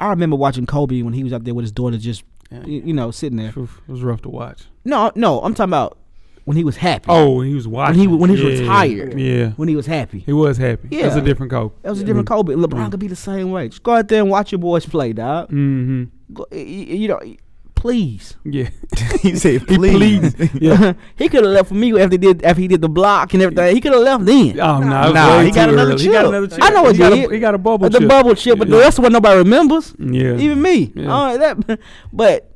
Speaker 7: I remember watching Kobe when he was out there with his daughter, just y- you, know, sitting there.
Speaker 5: Oof, it was rough to watch.
Speaker 7: No, no, I'm talking about when he was happy.
Speaker 5: Oh, he was watching
Speaker 7: wa- when he was
Speaker 5: Yeah.
Speaker 7: retired.
Speaker 5: Yeah,
Speaker 7: when he was happy.
Speaker 5: he was happy. Yeah, Mm. that's a
Speaker 7: Yeah.
Speaker 5: different Kobe.
Speaker 7: That was a different Kobe. LeBron could be the same way. Just go out there and watch your boys play, dog.
Speaker 5: Mm-hmm.
Speaker 7: Go, y- y- you know, please.
Speaker 5: Yeah,
Speaker 8: he said, "Please,
Speaker 5: yeah.
Speaker 7: he could have left for me after they did after he did the block and everything. He could have left then.
Speaker 5: Oh no, it was
Speaker 8: Nah,
Speaker 5: way
Speaker 8: he got
Speaker 5: too
Speaker 8: another
Speaker 5: early. He got
Speaker 8: chip.
Speaker 5: another chip.
Speaker 7: I know what
Speaker 5: he got.
Speaker 7: did.
Speaker 5: A, he got a bubble
Speaker 7: the
Speaker 5: chip.
Speaker 7: bubble chip, but
Speaker 5: Yeah.
Speaker 7: the rest of what nobody remembers.
Speaker 5: Yeah.
Speaker 7: Even me.
Speaker 5: Yeah.
Speaker 7: Oh, that. But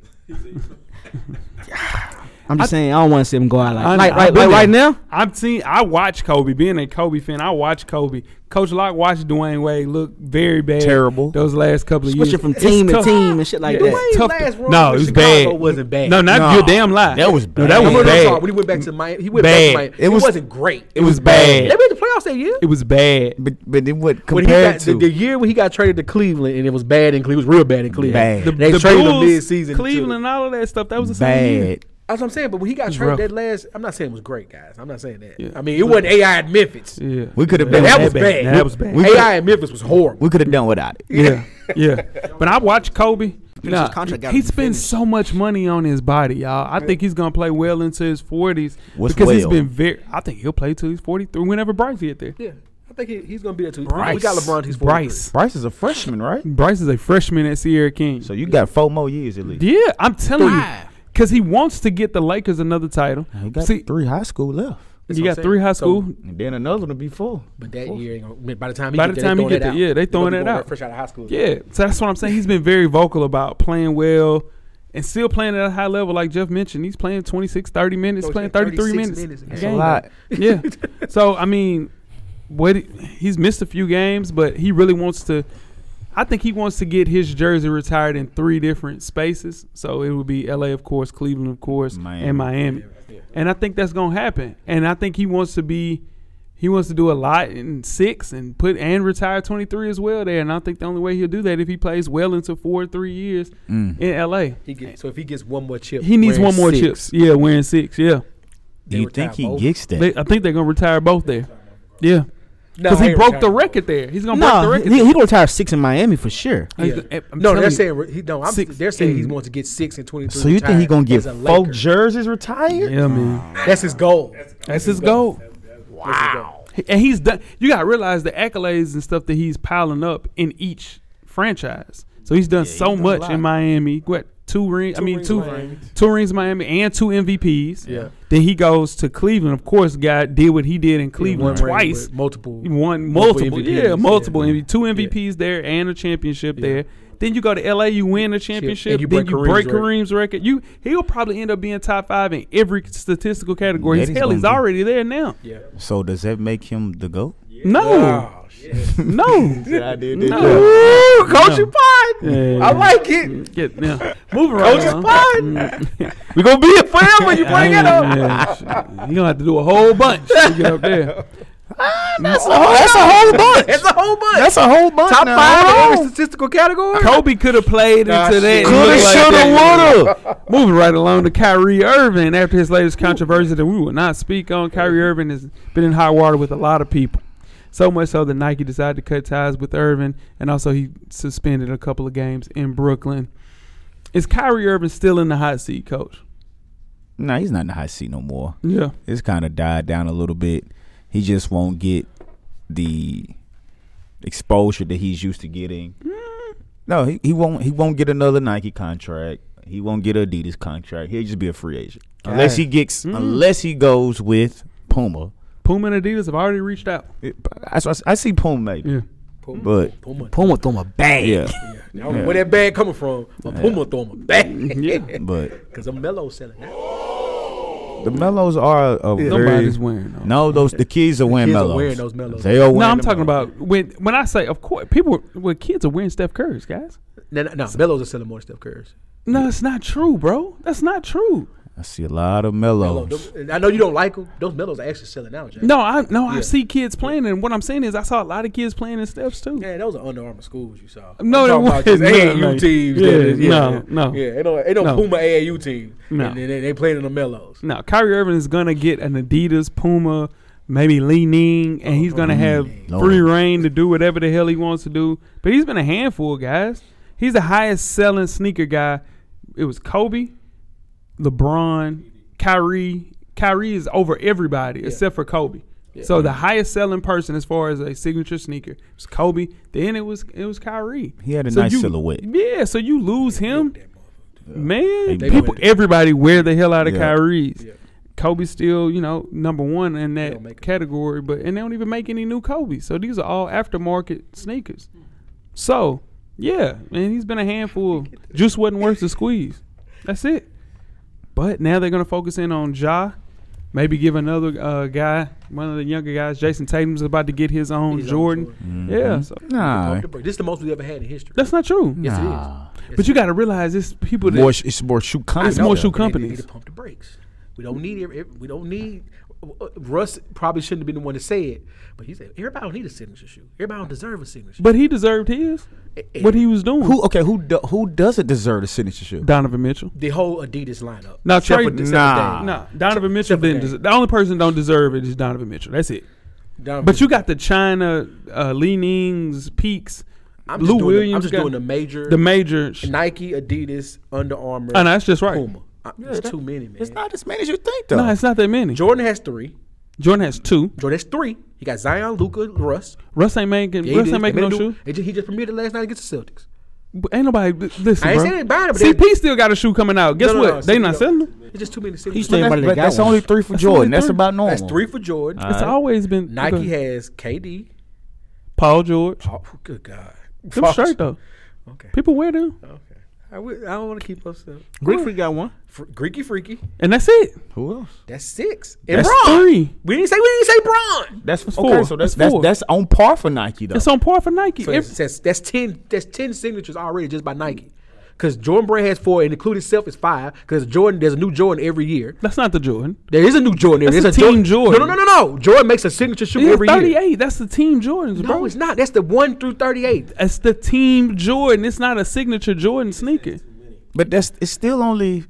Speaker 7: I'm just saying, I don't want to see him go out like
Speaker 5: I-
Speaker 7: like,
Speaker 5: I've
Speaker 7: like,
Speaker 5: been
Speaker 7: like right
Speaker 5: there.
Speaker 7: now.
Speaker 5: I've seen. I watch Kobe. Being a Kobe fan, I watch Kobe. Coach Locke watched Dwayne Wade look very bad.
Speaker 8: Terrible.
Speaker 5: Those last couple of
Speaker 7: Switching
Speaker 5: years.
Speaker 7: from
Speaker 5: It's
Speaker 7: team to
Speaker 5: tough.
Speaker 7: team and shit like
Speaker 5: Yeah,
Speaker 7: that.
Speaker 5: it's tough
Speaker 6: last
Speaker 5: to-
Speaker 6: run
Speaker 5: no, it
Speaker 6: with
Speaker 5: was
Speaker 6: Chicago
Speaker 5: bad.
Speaker 6: wasn't bad.
Speaker 5: No, not
Speaker 8: Nah.
Speaker 5: your damn lie.
Speaker 8: That was
Speaker 5: No,
Speaker 8: bad.
Speaker 5: that
Speaker 6: No,
Speaker 5: was
Speaker 6: no, no,
Speaker 5: bad.
Speaker 6: sorry. When he went back to Miami, he went
Speaker 5: Bad.
Speaker 6: back to Miami.
Speaker 8: It was-
Speaker 6: it wasn't great.
Speaker 8: it was bad."
Speaker 6: They made the playoffs that year.
Speaker 5: It was bad.
Speaker 8: But but then what
Speaker 6: When
Speaker 8: compared
Speaker 6: he got,
Speaker 8: to
Speaker 6: the, the year when he got traded to Cleveland and it was bad in Cleveland, it was real bad in Cleveland.
Speaker 8: Bad. The-
Speaker 6: they traded him
Speaker 5: Bulls,
Speaker 6: mid-season. to-
Speaker 5: Cleveland, and all of that stuff. That was the same year.
Speaker 8: bad?
Speaker 6: That's what I'm saying. But when he got
Speaker 5: rough.
Speaker 6: traded that last, I'm not saying it was great, guys. I'm not saying that.
Speaker 5: Yeah.
Speaker 6: I mean, it wasn't AI at Memphis.
Speaker 5: Yeah,
Speaker 8: We could have been
Speaker 6: That, was bad.
Speaker 5: That was bad.
Speaker 8: We could-
Speaker 6: AI at Memphis was horrible.
Speaker 8: We could have done without it.
Speaker 5: Yeah, yeah. But I watch Kobe. Nah,
Speaker 7: his contract, gotta
Speaker 5: he
Speaker 7: be
Speaker 5: spends
Speaker 7: finished.
Speaker 5: so much money on his body, y'all. I think he's gonna play well into his forties
Speaker 8: What's
Speaker 5: because he's
Speaker 8: well?
Speaker 5: been very. I think he'll play till he's forty three. Whenever Bryce get there,
Speaker 6: Yeah, I think he, he's gonna be there too.
Speaker 5: Bryce.
Speaker 6: We got LeBron. He's 43.
Speaker 5: Bryce.
Speaker 8: Bryce is a freshman, right?
Speaker 5: Bryce is a freshman at Sierra King.
Speaker 8: So you got four more years at least.
Speaker 5: Yeah, I'm telling
Speaker 7: Five.
Speaker 5: you, because he wants to get the Lakers another title.
Speaker 8: You got
Speaker 5: See,
Speaker 8: three high school left,
Speaker 6: That's
Speaker 5: you
Speaker 6: what I'm
Speaker 5: got
Speaker 6: saying.
Speaker 5: three high
Speaker 6: So-
Speaker 5: school.
Speaker 8: and then another one will be four.
Speaker 6: But that year, ain't gonna- by the time he
Speaker 5: By
Speaker 6: get
Speaker 5: the
Speaker 6: there,
Speaker 5: time
Speaker 6: they
Speaker 5: he get
Speaker 6: throwing
Speaker 5: there, yeah, they
Speaker 6: He's gonna
Speaker 5: throwing
Speaker 6: be
Speaker 5: it
Speaker 6: going
Speaker 5: out.
Speaker 6: fresh out of high school.
Speaker 5: yeah, so that's what I'm saying. He's been very vocal about playing well and still playing at a high level. Like Jeff mentioned, he's playing 26, 30 minutes,
Speaker 6: Coach,
Speaker 5: playing
Speaker 6: yeah,
Speaker 5: 33
Speaker 6: 36
Speaker 5: minutes.
Speaker 6: minutes.
Speaker 5: a
Speaker 6: That's
Speaker 8: That's a
Speaker 5: game.
Speaker 8: lot.
Speaker 5: yeah. So I mean, what he's missed a few games, but he really wants to. I think he wants to get his jersey retired in three different spaces. So it would be L.A. of course, Cleveland of course,
Speaker 8: Miami.
Speaker 5: and Miami. And I think that's gonna happen. And I think he wants to be. He wants to do a lot in six and put and retire twenty three as well there. And I think the only way he'll do that if he plays well into four or three years in L.A.
Speaker 6: He get, so if he gets one more chip,
Speaker 5: He needs one
Speaker 6: wearing
Speaker 5: more
Speaker 6: six,
Speaker 5: chips. Yeah, wearing six. Yeah,
Speaker 8: Do
Speaker 6: They
Speaker 8: you think
Speaker 6: retired
Speaker 8: he
Speaker 6: both.
Speaker 8: gets that?
Speaker 5: They- I think they're gonna retire both there. Yeah.
Speaker 6: No,
Speaker 5: Because
Speaker 6: I
Speaker 5: he
Speaker 6: ain't
Speaker 5: broke the
Speaker 6: retiring.
Speaker 5: record there. He's gonna
Speaker 7: No,
Speaker 5: break
Speaker 7: he,
Speaker 5: the record.
Speaker 7: he gonna retire six in Miami for sure.
Speaker 5: He's-
Speaker 6: Yeah.
Speaker 5: I'm
Speaker 6: No,
Speaker 5: telling
Speaker 6: they're
Speaker 5: you.
Speaker 6: saying re- he no. I'm,
Speaker 5: Six-
Speaker 6: they're saying he
Speaker 5: Mm.
Speaker 6: wants to get six and twenty three.
Speaker 8: so you think he gonna get
Speaker 6: as a
Speaker 8: four
Speaker 6: Laker.
Speaker 8: jerseys retired?
Speaker 5: Yeah, man.
Speaker 6: That's his goal.
Speaker 5: That's his goal.
Speaker 6: That's his goal.
Speaker 5: He- And he's done. You gotta realize the accolades and stuff that he's piling up in each franchise. So he's done so much in Miami. What two rings. I
Speaker 6: Two
Speaker 5: mean,
Speaker 6: rings
Speaker 5: two
Speaker 6: Miami.
Speaker 5: two rings Miami and two MVPs.
Speaker 6: Yeah.
Speaker 5: Then he goes to Cleveland. Of course, God did what he did in
Speaker 6: One
Speaker 5: Cleveland
Speaker 6: ring
Speaker 5: twice.
Speaker 6: with multiple.
Speaker 5: He won
Speaker 6: Multiple
Speaker 5: multiple,
Speaker 6: MVPs, yeah.
Speaker 5: yeah, multiple
Speaker 6: Yeah.
Speaker 5: MV two MVPs there and a championship there. Then you go to LA, you win a championship,
Speaker 6: And you
Speaker 5: then
Speaker 6: break
Speaker 5: you
Speaker 6: Kareem's
Speaker 5: break
Speaker 6: record.
Speaker 5: Kareem's record. You he'll probably end up being top five in every statistical category.
Speaker 8: That
Speaker 5: He's-
Speaker 8: is
Speaker 5: hell,
Speaker 8: gonna
Speaker 5: he's
Speaker 8: be-
Speaker 5: already there now.
Speaker 6: Yeah.
Speaker 8: So does that make him the goat?
Speaker 5: No,
Speaker 6: Oh, shit.
Speaker 5: no.
Speaker 8: I did it.
Speaker 6: Ooh, Coach
Speaker 5: No.
Speaker 6: Pod.
Speaker 5: Yeah.
Speaker 6: I like it.
Speaker 5: Yeah, now moving right
Speaker 6: Coach
Speaker 5: along.
Speaker 6: Pod.
Speaker 5: Mm.
Speaker 6: we gonna be here forever. You bring it up.
Speaker 5: You're gonna have to do a whole bunch to get up there.
Speaker 6: That's a
Speaker 7: Oh,
Speaker 6: whole, that's a whole bunch. That's a whole bunch.
Speaker 8: That's a whole bunch.
Speaker 6: Top
Speaker 8: now.
Speaker 6: five in
Speaker 8: Hold
Speaker 6: every
Speaker 8: on.
Speaker 6: statistical category.
Speaker 5: Kobe could have played into that.
Speaker 8: Coulda,
Speaker 5: Looked like
Speaker 8: shoulda,
Speaker 5: that. Moving right along to Kyrie Irving after his latest controversy that we will not speak on. Kyrie Irving has been in hot water with a lot of people. So much so that Nike decided to cut ties with Irving, and also he suspended a couple of games in Brooklyn. Is Kyrie Irving still in the hot seat, coach?
Speaker 8: Nah, he's not in the hot seat no more.
Speaker 5: Yeah.
Speaker 8: It's kind of died down a little bit. He just won't get the exposure that he's used to getting. No, he, he won't. He won't get another Nike contract. He won't get an Adidas contract. He'll just be a free agent unless he gets. Unless he goes with Puma.
Speaker 5: Puma and Adidas have already reached out.
Speaker 8: It- I, I- I see Puma maybe,
Speaker 5: Yeah.
Speaker 8: but
Speaker 7: Puma throw my bag.
Speaker 8: yeah,
Speaker 6: I don't know where that bag coming from. My Puma throw my bag.
Speaker 5: Yeah.
Speaker 8: but
Speaker 6: Cause I'm mellow selling that.
Speaker 8: the Mellows are a very.
Speaker 5: Nobody's wearing those.
Speaker 8: No, those the kids are wearing
Speaker 6: kids are
Speaker 8: Mellows.
Speaker 6: wearing those Mellows.
Speaker 8: They are wearing.
Speaker 5: No, I'm
Speaker 8: the
Speaker 5: talking
Speaker 8: Mellows.
Speaker 5: about when when I say of course people well kids are wearing Steph Curry's guys.
Speaker 6: No, no, no, mellows are selling more Steph Curry's.
Speaker 5: No, it's not true, bro. That's not true.
Speaker 8: I see a lot of
Speaker 6: Mellow,
Speaker 8: Mellows.
Speaker 6: them- I know you don't like them. Those mellows are actually selling out, Jack.
Speaker 5: No, I no, I
Speaker 6: Yeah.
Speaker 5: see kids playing, and what I'm saying is I saw a lot of kids playing in Steph's too.
Speaker 6: Man, those are Under Armour schools you saw.
Speaker 5: No,
Speaker 6: I'm
Speaker 5: they
Speaker 6: talking
Speaker 5: weren't.
Speaker 6: about these AAU
Speaker 5: No, no.
Speaker 6: teams.
Speaker 5: Yeah,
Speaker 6: that is-
Speaker 5: no, no.
Speaker 6: Yeah, they don't, they don't
Speaker 5: No.
Speaker 6: Puma AAU team.
Speaker 5: No. Mm-hmm.
Speaker 6: And they, they, they playing in the mellows.
Speaker 5: Now Kyrie Irving is gonna get an Adidas, Puma, maybe Li Ning, and he's gonna have
Speaker 8: Oh, Lord.
Speaker 5: free reign to do whatever the hell he wants to do. But he's been a handful, guys. He's the highest selling sneaker guy. It was Kobe, LeBron, Kyrie. Kyrie is over everybody except for Kobe. So the highest selling person as far as a signature sneaker was Kobe. Then it was it was Kyrie.
Speaker 8: He had a
Speaker 5: So
Speaker 8: nice
Speaker 5: you-
Speaker 8: silhouette.
Speaker 5: Yeah, so you lose him, man.
Speaker 8: They
Speaker 5: people,
Speaker 6: wear it.
Speaker 5: everybody wear the hell out of
Speaker 8: Yeah.
Speaker 5: Kyrie's.
Speaker 6: Yeah.
Speaker 5: Kobe's still, you know, number one in
Speaker 6: don't make
Speaker 5: that
Speaker 6: 'em.
Speaker 5: category, but and they don't even make any new Kobe's. So these are all aftermarket sneakers. So yeah, man, he's been a handful. Just wasn't worth the squeeze. That's it. But now they're gonna focus in on Ja. Maybe give another uh, guy, one of the younger guys, Jason Tatum's about to get his own
Speaker 6: His own
Speaker 5: Jordan. Yeah, so
Speaker 8: Nah,
Speaker 6: This is the most we've ever had in history.
Speaker 5: that's not true.
Speaker 6: yes,
Speaker 8: nah.
Speaker 5: But you got to realize it's people that
Speaker 8: More, sh- it's more shoe
Speaker 6: it
Speaker 8: content.
Speaker 6: is.
Speaker 5: It's more
Speaker 6: No,
Speaker 5: shoe
Speaker 6: we need- We
Speaker 5: companies.
Speaker 6: need to pump the brakes. We don't need. every- every- We don't need. Russ probably shouldn't have been the one to say it, but he said everybody don't need a signature shoe. Everybody don't deserve a signature.
Speaker 5: But he deserved his.
Speaker 6: Eh,
Speaker 5: What he was doing.
Speaker 8: Who okay? Who do, who doesn't deserve a signature shoe?
Speaker 5: Donovan Mitchell.
Speaker 6: the whole Adidas lineup.
Speaker 5: Now Trey.
Speaker 8: for- nah.
Speaker 5: nah. Donovan Mitchell didn't.
Speaker 6: Dame.
Speaker 5: Des- the only person don't deserve it is Donovan Mitchell. That's it.
Speaker 6: Donovan
Speaker 5: But you got the China uh, leanings, peaks.
Speaker 6: I'm
Speaker 5: Lou
Speaker 6: just doing the-
Speaker 5: Williams.
Speaker 6: I'm just
Speaker 5: got
Speaker 6: doing the major,
Speaker 5: the major. sh-
Speaker 6: Nike, Adidas, Under Armour.
Speaker 5: Oh, no, that's just right.
Speaker 6: Puma. I- There's too many, man.
Speaker 8: It's not as many as you think, though.
Speaker 5: No, it's not that many.
Speaker 6: Jordan has three.
Speaker 5: Jordan has two.
Speaker 6: Jordan has three. He got Zion, Luca, Russ.
Speaker 5: Russ ain't making.
Speaker 6: Yeah, he
Speaker 5: Russ
Speaker 6: did.
Speaker 5: ain't making
Speaker 6: They
Speaker 5: no
Speaker 6: made
Speaker 5: shoe.
Speaker 6: do- they ju- He just premiered it last night against the Celtics.
Speaker 5: But ain't nobody li- listen.
Speaker 6: I ain't
Speaker 5: bro.
Speaker 6: saying they buying it, but
Speaker 5: CP
Speaker 6: they-
Speaker 5: still got a shoe coming out. Guess
Speaker 6: No, no,
Speaker 5: what?
Speaker 6: no,
Speaker 5: they
Speaker 6: see,
Speaker 5: not
Speaker 6: no.
Speaker 5: selling them.
Speaker 6: It's just too many
Speaker 7: He's
Speaker 6: signatures.
Speaker 7: still-
Speaker 8: that's,
Speaker 7: Everybody
Speaker 8: but
Speaker 7: got
Speaker 8: that's
Speaker 7: one.
Speaker 8: only three for
Speaker 5: That's only
Speaker 8: Jordan. That's
Speaker 5: three.
Speaker 8: about normal.
Speaker 6: That's three for Jordan.
Speaker 5: It's always been
Speaker 6: Nike
Speaker 5: okay.
Speaker 6: has KD.
Speaker 5: Paul George.
Speaker 6: Oh, good God.
Speaker 5: Them
Speaker 6: Fuck.
Speaker 5: shirt though.
Speaker 6: Okay.
Speaker 5: People wear them,
Speaker 6: Okay. I, would, I don't want to keep us up.
Speaker 7: Greek Freak got one.
Speaker 6: Fr- Greeky Freaky.
Speaker 5: and that's it.
Speaker 8: Who else?
Speaker 6: That's six. And
Speaker 8: That's
Speaker 6: Bron.
Speaker 5: three.
Speaker 6: We didn't say we didn't say Braun.
Speaker 8: That's,
Speaker 5: That's
Speaker 8: okay,
Speaker 5: four.
Speaker 8: So
Speaker 5: That's
Speaker 8: that's that's,
Speaker 5: four.
Speaker 8: that's on par for Nike though.
Speaker 5: It's on par for Nike.
Speaker 6: So
Speaker 5: Every-
Speaker 6: that's, that's that's ten. That's ten signatures already just by Nike. Because Jordan Brand has four, and including self is five. Because Jordan, there's a new Jordan every year.
Speaker 5: that's not the Jordan.
Speaker 6: There is a new Jordan. every
Speaker 5: That's
Speaker 6: There's
Speaker 5: a team
Speaker 6: No,
Speaker 5: Jordan.
Speaker 6: no, no, no, no. Jordan makes a signature shoe
Speaker 5: It's
Speaker 6: every year.
Speaker 5: 38. That's the team Jordans,
Speaker 6: No,
Speaker 5: bro.
Speaker 6: it's not. That's the one through thirty-eight.
Speaker 5: It's the team Jordan. It's not a signature Jordan sneaker.
Speaker 8: but that's it's still only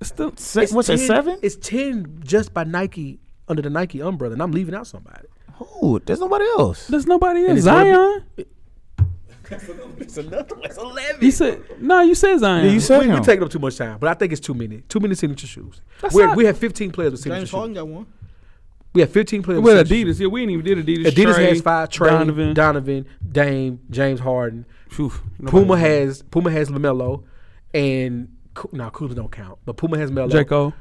Speaker 5: It's still,
Speaker 8: se- what's it
Speaker 6: 10
Speaker 8: seven?
Speaker 6: It's ten just by Nike under the Nike umbrella, and I'm leaving out somebody.
Speaker 8: Who? There's nobody else.
Speaker 5: there's nobody else.
Speaker 6: it's gonna be-
Speaker 5: Zion.
Speaker 6: It's another. It's eleven.
Speaker 5: You said no. You said Zion.
Speaker 8: you said
Speaker 6: we, we
Speaker 8: him.
Speaker 6: taking up too much time, but I think it's too many. Too many signature shoes.
Speaker 5: That's
Speaker 6: We're,
Speaker 5: not-
Speaker 6: we have 15 players with signature
Speaker 7: James Harden
Speaker 6: shoes.
Speaker 7: got one.
Speaker 6: We have 15 players
Speaker 5: with
Speaker 6: signature shoes.
Speaker 5: Adidas. Yeah, we ain't even did Adidas.
Speaker 6: Adidas
Speaker 5: Trey,
Speaker 6: has five: Trey, Donovan,
Speaker 5: Donovan.
Speaker 6: Dame, James Harden.
Speaker 5: Phew, nobody-
Speaker 6: Puma has Puma has Lamelo, and Cool, no, Cooler don't count. But Puma has Melo.
Speaker 5: J. Cole.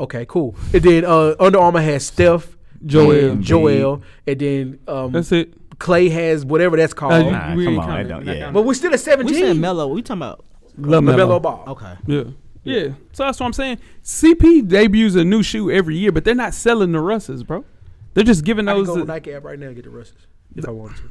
Speaker 6: Okay, cool. And then uh, Under Armour has Steph.
Speaker 5: Joel.
Speaker 6: and Joel. And then um,
Speaker 5: That's it.
Speaker 6: Clay has whatever that's
Speaker 5: Uh,
Speaker 6: called.
Speaker 5: you-
Speaker 8: Nah,
Speaker 5: we
Speaker 8: come
Speaker 5: ain't
Speaker 8: on, that
Speaker 5: counting
Speaker 8: don't-
Speaker 5: that.
Speaker 8: yeah.
Speaker 6: but we're still
Speaker 7: We
Speaker 6: at 17.
Speaker 7: saying mellow. We talking about
Speaker 5: Love
Speaker 6: LaMelo
Speaker 5: Melo.
Speaker 6: Ball.
Speaker 7: okay.
Speaker 5: Yeah. Yeah. So that's what I'm saying. CP debuts a new shoe every year, but they're not selling the Russes, bro. They're just giving
Speaker 6: I can
Speaker 5: those.
Speaker 6: go
Speaker 5: to-
Speaker 6: on Nike app right now and get the Russ's if I want to.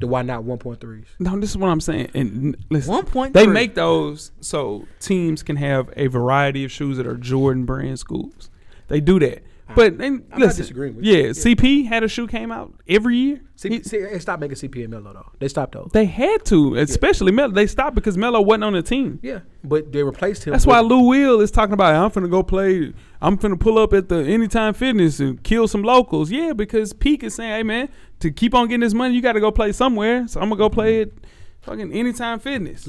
Speaker 6: The why not 1.3s.
Speaker 5: no, this is what I'm saying. And n- listen,
Speaker 7: One point.
Speaker 5: they make those so teams can have a variety of shoes that are Jordan brand schools. They do that. But and
Speaker 6: not
Speaker 5: listen,
Speaker 6: disagreeing with you.
Speaker 5: yeah, CP had a shoe came out every year.
Speaker 6: See,
Speaker 5: He-
Speaker 6: see, they stopped making CP and Melo though. They stopped those.
Speaker 5: they had to, especially Melo. They stopped because Melo wasn't on the team.
Speaker 6: yeah, but they replaced him.
Speaker 5: That's why
Speaker 6: with-
Speaker 5: Lou Will is talking about I'm finna go play. I'm finna pull up at the Anytime Fitness and kill some locals. Yeah, because Peak is saying, hey man, to keep on getting this money, you got to go play somewhere. So I'm gonna go play
Speaker 6: Mm-hmm.
Speaker 5: at fucking Anytime Fitness.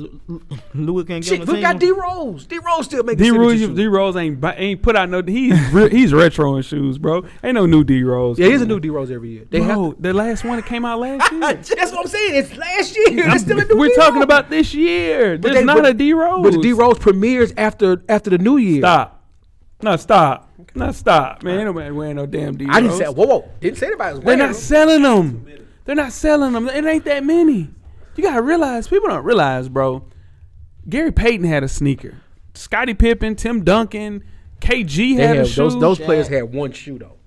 Speaker 7: Louis can't get
Speaker 6: Shit,
Speaker 7: on the
Speaker 6: look
Speaker 7: team.
Speaker 6: at D Rose. D Rose still making
Speaker 5: D
Speaker 6: signature
Speaker 5: Rose,
Speaker 6: shoes.
Speaker 5: D Rose ain't bu- ain't put out no. He's re, he's retro in shoes, bro. Ain't no new D Rose.
Speaker 6: Yeah, he's a new D Rose every year. They
Speaker 5: Bro,
Speaker 6: have to-
Speaker 5: the last one that came out last year.
Speaker 6: That's what I'm saying. It's last year. It's still a new
Speaker 5: We're
Speaker 6: D
Speaker 5: talking
Speaker 6: Rose.
Speaker 5: about this year.
Speaker 6: But
Speaker 5: There's
Speaker 6: they-
Speaker 5: not
Speaker 6: but-
Speaker 5: a D Rose.
Speaker 6: But the D Rose premieres after after the new year.
Speaker 5: Stop. No, stop. No, stop, man. Ain't nobody wearing no damn D Rose.
Speaker 6: I didn't say. Whoa, whoa. Didn't say anybody was
Speaker 5: They're
Speaker 6: wearing
Speaker 5: not
Speaker 6: them.
Speaker 5: selling them. They're not selling them. It ain't that many. You gotta realize people don't realize, bro. Gary Payton had a sneaker. Scottie Pippen, Tim Duncan, KG
Speaker 6: They
Speaker 5: had a
Speaker 6: have-
Speaker 5: shoe.
Speaker 6: those those players had one shoe though.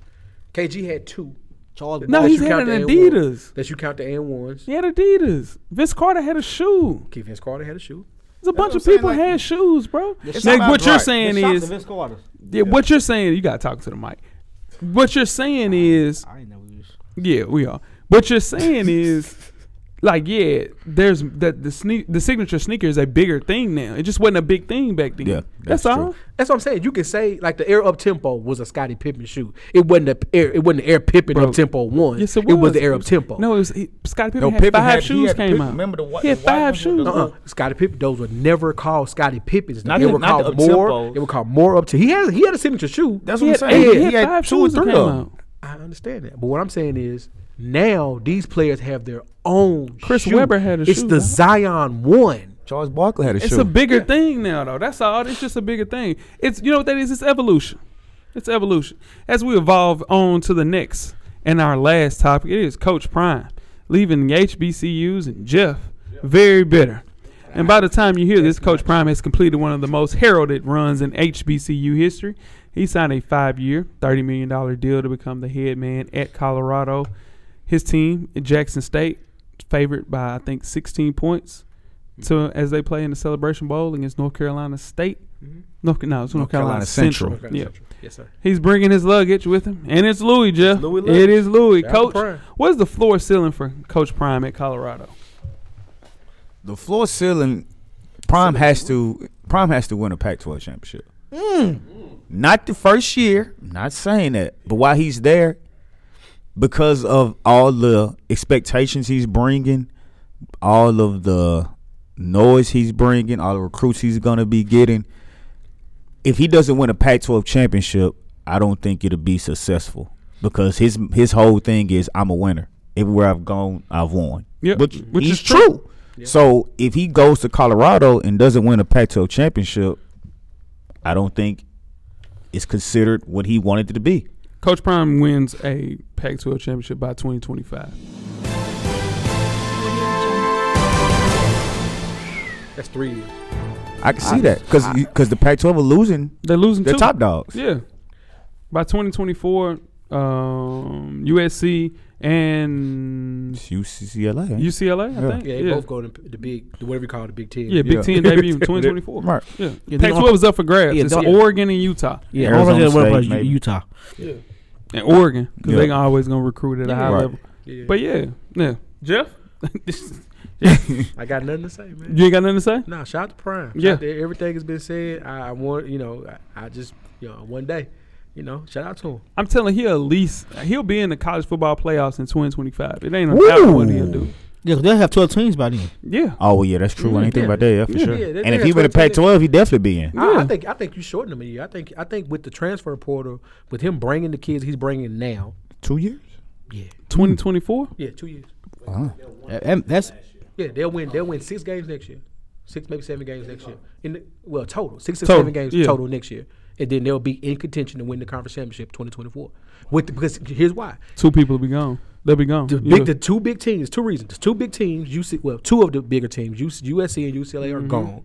Speaker 6: KG had two.
Speaker 7: Charles.
Speaker 5: No,
Speaker 6: That
Speaker 5: he's
Speaker 6: you
Speaker 5: had
Speaker 6: count
Speaker 5: an
Speaker 6: the and ones.
Speaker 5: Adidas.
Speaker 6: That you count the and ones.
Speaker 5: he had Adidas. Vince Carter had a shoe.
Speaker 6: Keith Vince Carter had a shoe.
Speaker 5: There's a bunch of
Speaker 7: what I'm saying,
Speaker 5: people
Speaker 7: like-
Speaker 5: had shoes, bro.
Speaker 7: It's
Speaker 5: Now,
Speaker 7: not
Speaker 5: what
Speaker 7: about
Speaker 5: you're
Speaker 7: right.
Speaker 5: saying
Speaker 7: The shots
Speaker 5: is,
Speaker 7: of Vince Carter.
Speaker 5: yeah, what you're saying, you gotta talk to the mic. What you're saying is,
Speaker 7: I didn't know we was.
Speaker 5: Yeah, we are. What you're saying is, like, yeah, there's that the sneak the signature sneaker is a bigger thing now. It just wasn't a big thing back then.
Speaker 8: Yeah,
Speaker 5: that's,
Speaker 8: that's
Speaker 5: all.
Speaker 8: true.
Speaker 6: That's what I'm saying. You can say like the air up tempo was a Scottie Pippen shoe. It wasn't the air. It wasn't the air Pippen
Speaker 5: Bro.
Speaker 6: up tempo one.
Speaker 5: Yes, it was.
Speaker 6: the air up tempo.
Speaker 5: No, it was he, Scottie Pippen
Speaker 8: No,
Speaker 5: had
Speaker 8: Pippen
Speaker 5: five
Speaker 8: had- he
Speaker 5: shoes
Speaker 8: had the
Speaker 5: came
Speaker 8: Pippen-
Speaker 5: out.
Speaker 8: remember the white-
Speaker 5: he had
Speaker 8: the white
Speaker 5: five
Speaker 8: ones with
Speaker 5: shoes.
Speaker 8: the-
Speaker 6: Uh-uh. Scottie Pippen. Those were never called Scottie Pippins.
Speaker 8: Not
Speaker 6: they
Speaker 8: the-
Speaker 6: were
Speaker 8: not the
Speaker 6: called more.
Speaker 8: up-tempos.
Speaker 6: They were called more up to. He has. He had a signature shoe.
Speaker 8: That's
Speaker 5: He
Speaker 8: what I'm
Speaker 5: had,
Speaker 8: saying.
Speaker 5: eight- he had five
Speaker 8: two or
Speaker 5: shoes that
Speaker 8: three
Speaker 5: came
Speaker 8: of them.
Speaker 5: out.
Speaker 6: I understand that. But what I'm saying is now these players have their own.
Speaker 5: Chris
Speaker 6: shoe.
Speaker 5: Webber had a
Speaker 6: It's
Speaker 5: shoe,
Speaker 6: the
Speaker 5: dog.
Speaker 6: Zion one.
Speaker 8: Charles Barkley had a
Speaker 5: It's
Speaker 8: shoe.
Speaker 5: a bigger thing now, though. That's all. It's just a bigger thing. It's you know what that is. It's evolution. It's evolution as we evolve on to the next and our last topic. It is Coach Prime leaving the HBCUs and Jeff very bitter. And by the time you hear this, Coach Prime has completed one of the most heralded runs in HBCU history. He signed a five-year, thirty million dollar deal to become the head man at Colorado. His team, Jackson State, favored by I think sixteen points
Speaker 6: Mm-hmm.
Speaker 5: to as they play in the Celebration Bowl against North Carolina State.
Speaker 6: Mm-hmm.
Speaker 5: North, no, it's North, Carolina, Central. Yeah.
Speaker 6: Yes, sir.
Speaker 5: He's bringing his luggage with him, and it's Louis Jeff.
Speaker 6: Louis
Speaker 5: it is Louis.
Speaker 6: Shout out to
Speaker 5: Coach,
Speaker 6: Prime.
Speaker 5: what's the floor ceiling for Coach Prime at Colorado?
Speaker 8: the floor ceiling. Prime has to. Prime has to win a Pac-12 championship. Not the first year. Not saying that, but while he's there, because of all the expectations he's bringing, all of the noise he's bringing, all the recruits he's gonna be getting. If he doesn't win a Pac-12 championship, I don't think it'll be successful because his his whole thing is I'm a winner. Everywhere I've gone, I've won.
Speaker 5: Yep,
Speaker 8: which,
Speaker 5: which
Speaker 8: he's
Speaker 5: is true.
Speaker 8: true. So if he goes to Colorado and doesn't win a Pac-12 championship, I don't think it's considered what he wanted it to be.
Speaker 5: Coach Prime wins a Pac-12 championship by 2025.
Speaker 6: That's three years.
Speaker 8: I can see that because the Pac-12 are losing
Speaker 5: They're losing
Speaker 8: their
Speaker 5: two.
Speaker 8: top dogs.
Speaker 5: Yeah. By 2024, um, USC and
Speaker 8: It's UCLA. ain't it?
Speaker 5: UCLA, I
Speaker 8: Yeah.
Speaker 5: think.
Speaker 6: Yeah, they both go to the big, the, whatever you call it, the Big Ten.
Speaker 5: Yeah, Big
Speaker 8: Yeah.
Speaker 5: Ten debut 2024.
Speaker 8: Right.
Speaker 5: Yeah.
Speaker 7: Yeah, they
Speaker 5: Pac-12
Speaker 7: don't-
Speaker 5: is up for grabs.
Speaker 7: Yeah,
Speaker 5: it's
Speaker 7: don't-
Speaker 5: Oregon and Utah.
Speaker 7: Yeah,
Speaker 8: Arizona
Speaker 7: Oregon
Speaker 8: State,
Speaker 7: State,
Speaker 8: maybe.
Speaker 7: Utah.
Speaker 5: And Oregon, because
Speaker 8: Yeah.
Speaker 5: they always going to recruit at a high
Speaker 8: Right.
Speaker 5: level.
Speaker 6: Yeah.
Speaker 5: But yeah, yeah. Jeff, this-
Speaker 6: I got nothing to say, man.
Speaker 5: you ain't got nothing to say?
Speaker 6: Nah, shout out to Prime. Shout
Speaker 5: Yeah.
Speaker 6: out to everything has been said. I, I want, you know, I, I just, you know, one day, you know, shout out to him.
Speaker 5: I'm telling you, at least he'll be in the college football playoffs in 2025. It ain't
Speaker 8: Woo!
Speaker 5: about what he'll do.
Speaker 7: Yeah, 'cause they'll have twelve teams by then.
Speaker 5: Yeah,
Speaker 8: Oh yeah, that's true. I didn't think about that. Yeah, for
Speaker 5: Yeah.
Speaker 8: sure.
Speaker 6: Yeah, they-
Speaker 8: and
Speaker 6: they
Speaker 8: if
Speaker 6: got
Speaker 8: he win a
Speaker 6: 12 teams.
Speaker 8: Pac-12, he definitely be in.
Speaker 6: I,
Speaker 5: Yeah.
Speaker 6: I think I think you shorten him a year. I think I think with the transfer portal, with him bringing the kids he's bringing now.
Speaker 8: Two years.
Speaker 6: Yeah,
Speaker 5: 2024.
Speaker 6: yeah, two years.
Speaker 8: Wow.
Speaker 7: That- that- That's
Speaker 6: Yeah, they'll win. They'll win six games next year. six, maybe seven games next year. In the, well, total six or
Speaker 5: Total,
Speaker 6: seven games
Speaker 5: yeah.
Speaker 6: total next year, and then they'll be in contention to win the conference championship 2024. With the, because here's why
Speaker 5: Two people be gone. They'll be gone.
Speaker 6: the
Speaker 5: You
Speaker 6: big,
Speaker 5: know.
Speaker 6: the two big teams, two reasons. The two big teams, UC, well, two of the bigger teams, UC, USC and UCLA, are gone.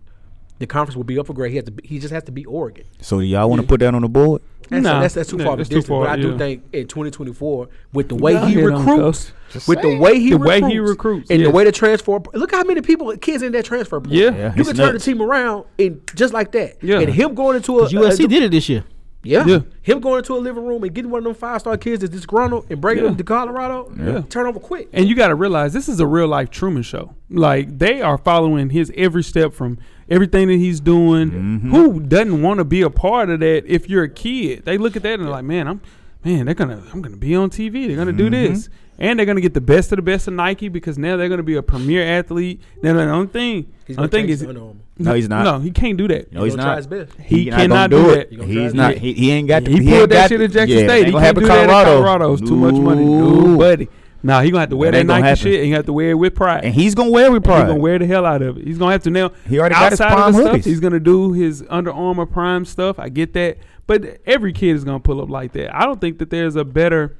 Speaker 6: The conference will be up for grade. He has to. Be, he just has to beat Oregon.
Speaker 8: So do y'all want to put that on the board?
Speaker 6: That's,
Speaker 5: Nah.
Speaker 6: that's, that's too
Speaker 5: Yeah,
Speaker 6: far of a
Speaker 5: that's too
Speaker 6: distance.
Speaker 5: far,
Speaker 6: but I do
Speaker 5: yeah.
Speaker 6: think in 2024, with the way
Speaker 5: Y'all
Speaker 6: he
Speaker 5: hit on
Speaker 6: recruits,
Speaker 5: those.
Speaker 6: with the way he
Speaker 5: The way
Speaker 6: recruits,
Speaker 5: he recruits,
Speaker 6: and
Speaker 5: yes.
Speaker 6: the way the transfer, look how many people kids in that transfer. Portal.
Speaker 5: Yeah. Yeah,
Speaker 6: you
Speaker 8: it's
Speaker 6: can turn the
Speaker 8: nuts.
Speaker 6: team around and just like that.
Speaker 5: Yeah.
Speaker 6: and him going into a a-
Speaker 7: USC
Speaker 6: a-
Speaker 7: did it this year.
Speaker 6: yeah.
Speaker 5: Yeah.
Speaker 6: him going into a living room and getting one of them five star kids that's disgruntled and bringing
Speaker 5: Yeah.
Speaker 6: them to Colorado.
Speaker 5: Yeah.
Speaker 6: turn over quick.
Speaker 5: And you got to realize this is a real life Truman Show. Like they are following his every step from everything that he's doing.
Speaker 8: Mm-hmm.
Speaker 5: Who doesn't want to be a part of that? If you're a kid, they look at that and they're like, "Man, I'm, man, they're gonna, I'm gonna be on TV. They're gonna do
Speaker 8: Mm-hmm.
Speaker 5: this, and they're gonna get the best of the best of Nike because now they're gonna be a premier athlete." Then the only thing,
Speaker 6: He's
Speaker 5: only
Speaker 6: gonna
Speaker 5: thing
Speaker 6: change
Speaker 5: is,
Speaker 6: the Under Armour.
Speaker 8: No, he's not.
Speaker 5: no, he can't do that.
Speaker 8: No, he's
Speaker 6: gonna try
Speaker 8: not.
Speaker 6: his best.
Speaker 5: He
Speaker 8: not gonna
Speaker 5: cannot do it.
Speaker 6: He gonna try his
Speaker 8: He's not.
Speaker 6: best.
Speaker 8: He, he ain't got.
Speaker 5: He,
Speaker 8: ain't
Speaker 5: pulled that
Speaker 8: got
Speaker 5: shit
Speaker 8: the-
Speaker 5: at Jackson
Speaker 8: yeah, it
Speaker 5: State.
Speaker 8: ain't
Speaker 5: He
Speaker 8: gonna
Speaker 5: can't
Speaker 8: happen
Speaker 5: do that at
Speaker 8: Colorado.
Speaker 5: Colorado. It's too much money.
Speaker 8: No.
Speaker 5: No, buddy. Nah, he gonna have to wear
Speaker 8: That
Speaker 5: that
Speaker 8: ain't gonna
Speaker 5: Nike
Speaker 8: happen.
Speaker 5: shit, and he have to wear it with pride.
Speaker 8: And he's gonna wear every
Speaker 5: He's
Speaker 8: pride.
Speaker 5: gonna wear the hell out of it. He's gonna have to now.
Speaker 8: He already got his prime
Speaker 5: the stuff,
Speaker 8: hoodies.
Speaker 5: he's gonna do his Under Armour Prime stuff. I get that, but every kid is gonna pull up like that. I don't think that there's a better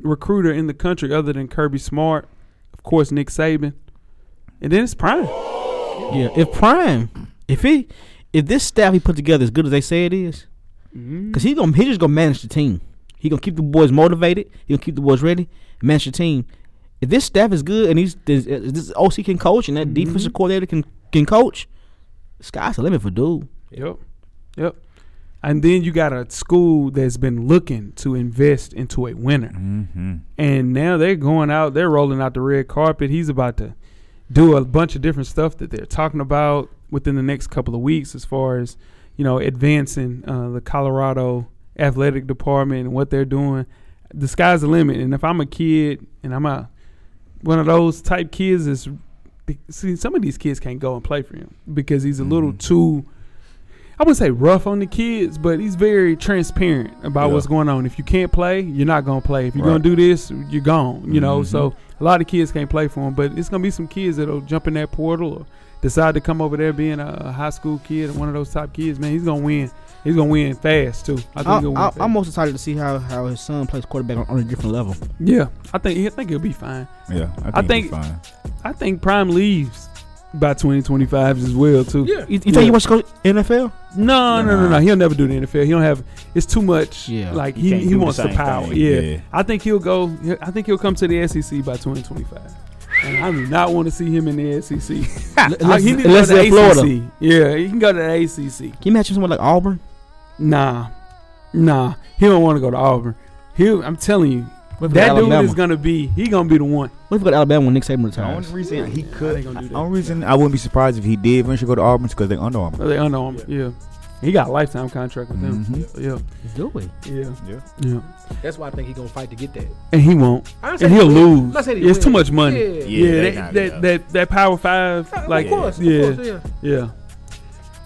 Speaker 5: recruiter in the country other than Kirby Smart, of course Nick Saban, and then it's Prime.
Speaker 7: Yeah, if Prime, if he, if this staff he put together is good as they say it is, because he gonna he just gonna manage the team. He gonna keep the boys motivated. He gonna keep the boys ready. Manage the team. If this staff is good and he's this, uh, this OC can coach and that
Speaker 5: Mm-hmm.
Speaker 7: defensive coordinator can can coach, sky's the limit for dude.
Speaker 5: Yep, yep. And then you got a school that's been looking to invest into a winner, and now they're going out. They're rolling out the red carpet. He's about to do a bunch of different stuff that they're talking about within the next couple of weeks as far as you know advancing uh, the colorado athletic department and what they're doing the sky's the limit and if i'm a kid and i'm a one of those type kids is see some of these kids can't go and play for him because he's a little too i wouldn't say rough on the kids but he's very transparent about
Speaker 8: Yeah.
Speaker 5: what's going on if you can't play you're not going to play if you're
Speaker 8: Right. Mm-hmm.
Speaker 5: going to do this you're gone you know so a lot of kids can't play for him but it's going to be some kids that'll jump in that portal or decide to come over there being a, a high school kid or one of those top kids man he's going to win he's going to win fast too i think
Speaker 7: I,
Speaker 5: he's going to win fast.
Speaker 7: am most excited to see how, how his son plays quarterback on, on a different level.
Speaker 5: yeah i think i think he'll be fine
Speaker 8: Yeah,
Speaker 5: I
Speaker 8: I
Speaker 5: think-
Speaker 8: think, he's fine.
Speaker 5: i think prime leaves by 2025 as well too
Speaker 6: Yeah,
Speaker 7: You, you think
Speaker 5: Yeah.
Speaker 7: he wants to coach NFL?
Speaker 5: No, no, no, no.
Speaker 8: Nah.
Speaker 5: He'll never do the NFL. He don't have. It's too much.
Speaker 7: Yeah.
Speaker 5: Like
Speaker 8: You
Speaker 5: he,
Speaker 8: can't
Speaker 5: he
Speaker 8: do the
Speaker 5: wants the
Speaker 8: same
Speaker 5: power.
Speaker 8: thing.
Speaker 5: Yeah.
Speaker 8: Yeah.
Speaker 5: I think he'll go. I think he'll come to the SEC by 2025. And I do not want to see him in the E SEC.
Speaker 7: unless
Speaker 5: he need to
Speaker 7: unless
Speaker 5: go to
Speaker 7: they're Florida.
Speaker 5: ACC. Yeah, he can go to the ACC.
Speaker 7: Can you imagine someone like Auburn?
Speaker 5: Nah, nah. He don't want to go to Auburn. He, I'm telling you,
Speaker 7: What if
Speaker 5: that
Speaker 7: we go to
Speaker 5: dude
Speaker 7: Alabama?
Speaker 5: is gonna be. He gonna be the one.
Speaker 7: What if we go to Alabama when Nick Saban
Speaker 8: The
Speaker 7: retires?
Speaker 8: only reason he
Speaker 5: they
Speaker 8: could,
Speaker 5: gonna do that.
Speaker 8: the only reason I wouldn't be surprised if he did eventually go to Auburn because they Under Armour.
Speaker 5: Are Uh, they Under Armour? Yeah. He got a lifetime contract with them. Yeah.
Speaker 7: Do it.
Speaker 5: Yeah.
Speaker 8: Yeah.
Speaker 5: Yeah.
Speaker 6: that's why I think he's gonna fight to get that.
Speaker 5: And he won't.
Speaker 6: I ain't
Speaker 5: and
Speaker 6: saying
Speaker 5: he'll
Speaker 6: he win.
Speaker 5: lose.
Speaker 6: I'm not saying he
Speaker 5: it's too
Speaker 6: win.
Speaker 5: much money.
Speaker 6: Yeah.
Speaker 5: Yeah,
Speaker 8: Yeah, they
Speaker 5: that,
Speaker 8: not
Speaker 5: that,
Speaker 8: enough.
Speaker 5: that that Power Five,
Speaker 6: Of
Speaker 5: like
Speaker 6: course, of
Speaker 5: yeah,
Speaker 6: course, yeah.
Speaker 5: yeah.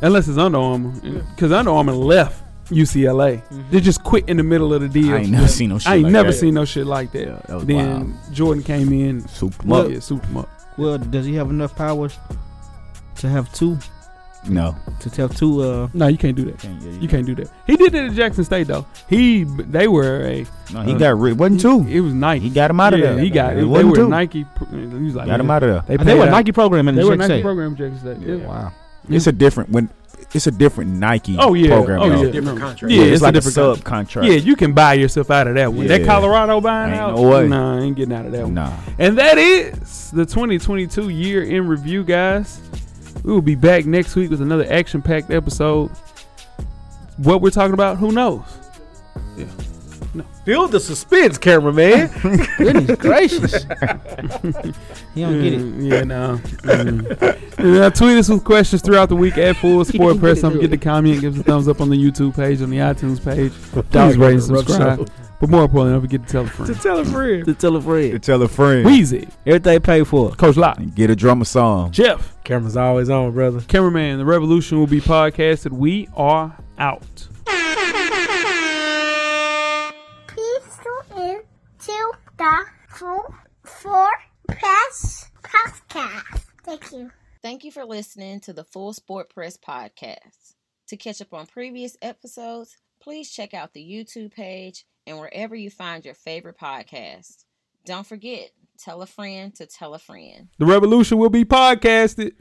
Speaker 5: Unless it's Under Armour, because Under Armour left UCLA. They just quit in the middle of the deal.
Speaker 8: I ain't never seen no shit.
Speaker 5: I ain't
Speaker 8: like
Speaker 5: never
Speaker 8: that. Oh,
Speaker 5: seen no shit like that.
Speaker 8: Yeah, that was
Speaker 5: then Jordan came in,
Speaker 8: Souped him
Speaker 5: well,
Speaker 8: up.
Speaker 5: yeah, super him up.
Speaker 7: Well, does he have enough power to have two
Speaker 8: No,
Speaker 7: to tell two? Uh,
Speaker 5: No, you can't do that.
Speaker 8: Can't- yeah,
Speaker 5: You can't do that. He did it at Jackson State though. He they were a
Speaker 8: No, he
Speaker 5: Uh,
Speaker 8: got rid. Wasn't two.
Speaker 5: It was Nike.
Speaker 8: He got him out of
Speaker 5: yeah,
Speaker 8: there.
Speaker 5: He got
Speaker 8: It
Speaker 5: they
Speaker 8: wasn't
Speaker 5: were
Speaker 8: two.
Speaker 5: Nike. pr- He was like,
Speaker 8: Got him
Speaker 5: man,
Speaker 8: out of there.
Speaker 5: They,
Speaker 7: they
Speaker 5: paid
Speaker 7: were
Speaker 5: out-
Speaker 7: Nike program and
Speaker 5: They were
Speaker 7: Jack
Speaker 5: Nike
Speaker 7: State.
Speaker 5: program at Jackson State. Yeah.
Speaker 7: Wow.
Speaker 8: It's a different when. It's a different Nike.
Speaker 5: Oh yeah.
Speaker 8: program.
Speaker 5: oh
Speaker 8: though.
Speaker 5: yeah.
Speaker 6: Different
Speaker 5: No.
Speaker 6: contract.
Speaker 5: Yeah,
Speaker 8: it's,
Speaker 5: it's a
Speaker 8: like a,
Speaker 5: different
Speaker 8: sub
Speaker 5: contract.
Speaker 8: contract.
Speaker 5: Yeah, you can buy yourself out of that one. That
Speaker 8: Yeah.
Speaker 5: Colorado buying
Speaker 8: Ain't
Speaker 5: out?
Speaker 8: no way.
Speaker 5: Nah, I ain't getting out of that one.
Speaker 8: Nah.
Speaker 5: And that is the 2022 year in review, guys. We will be back next week with another action-packed episode. What we're talking about, who knows?
Speaker 6: Build the suspense, cameraman.
Speaker 7: Goodness gracious. he don't get it.
Speaker 5: Mm, Yeah, no. Mm. And, uh, tweet us with questions throughout the week at Full Sport Press. Don't forget to comment, give us a thumbs up on the YouTube page, on the iTunes page. Please rate and subscribe. But more importantly, don't forget to tell a friend.
Speaker 6: Tell a friend.
Speaker 7: To tell a friend.
Speaker 8: Tell a friend.
Speaker 5: Wheezy,
Speaker 7: Everything paid for.
Speaker 5: Coach Lock,
Speaker 8: Get a drummer song.
Speaker 5: Jeff.
Speaker 6: Camera's always on, brother.
Speaker 5: Cameraman, the revolution will be podcasted. We are out.
Speaker 3: Please tune in to the full four press podcast. Thank you.
Speaker 4: Thank you Thank you for listening to the Full Sport Press podcast. To catch up on previous episodes, please check out the YouTube page and wherever you find your favorite podcasts. Don't forget, tell a friend to tell a friend.
Speaker 5: The revolution will be podcasted.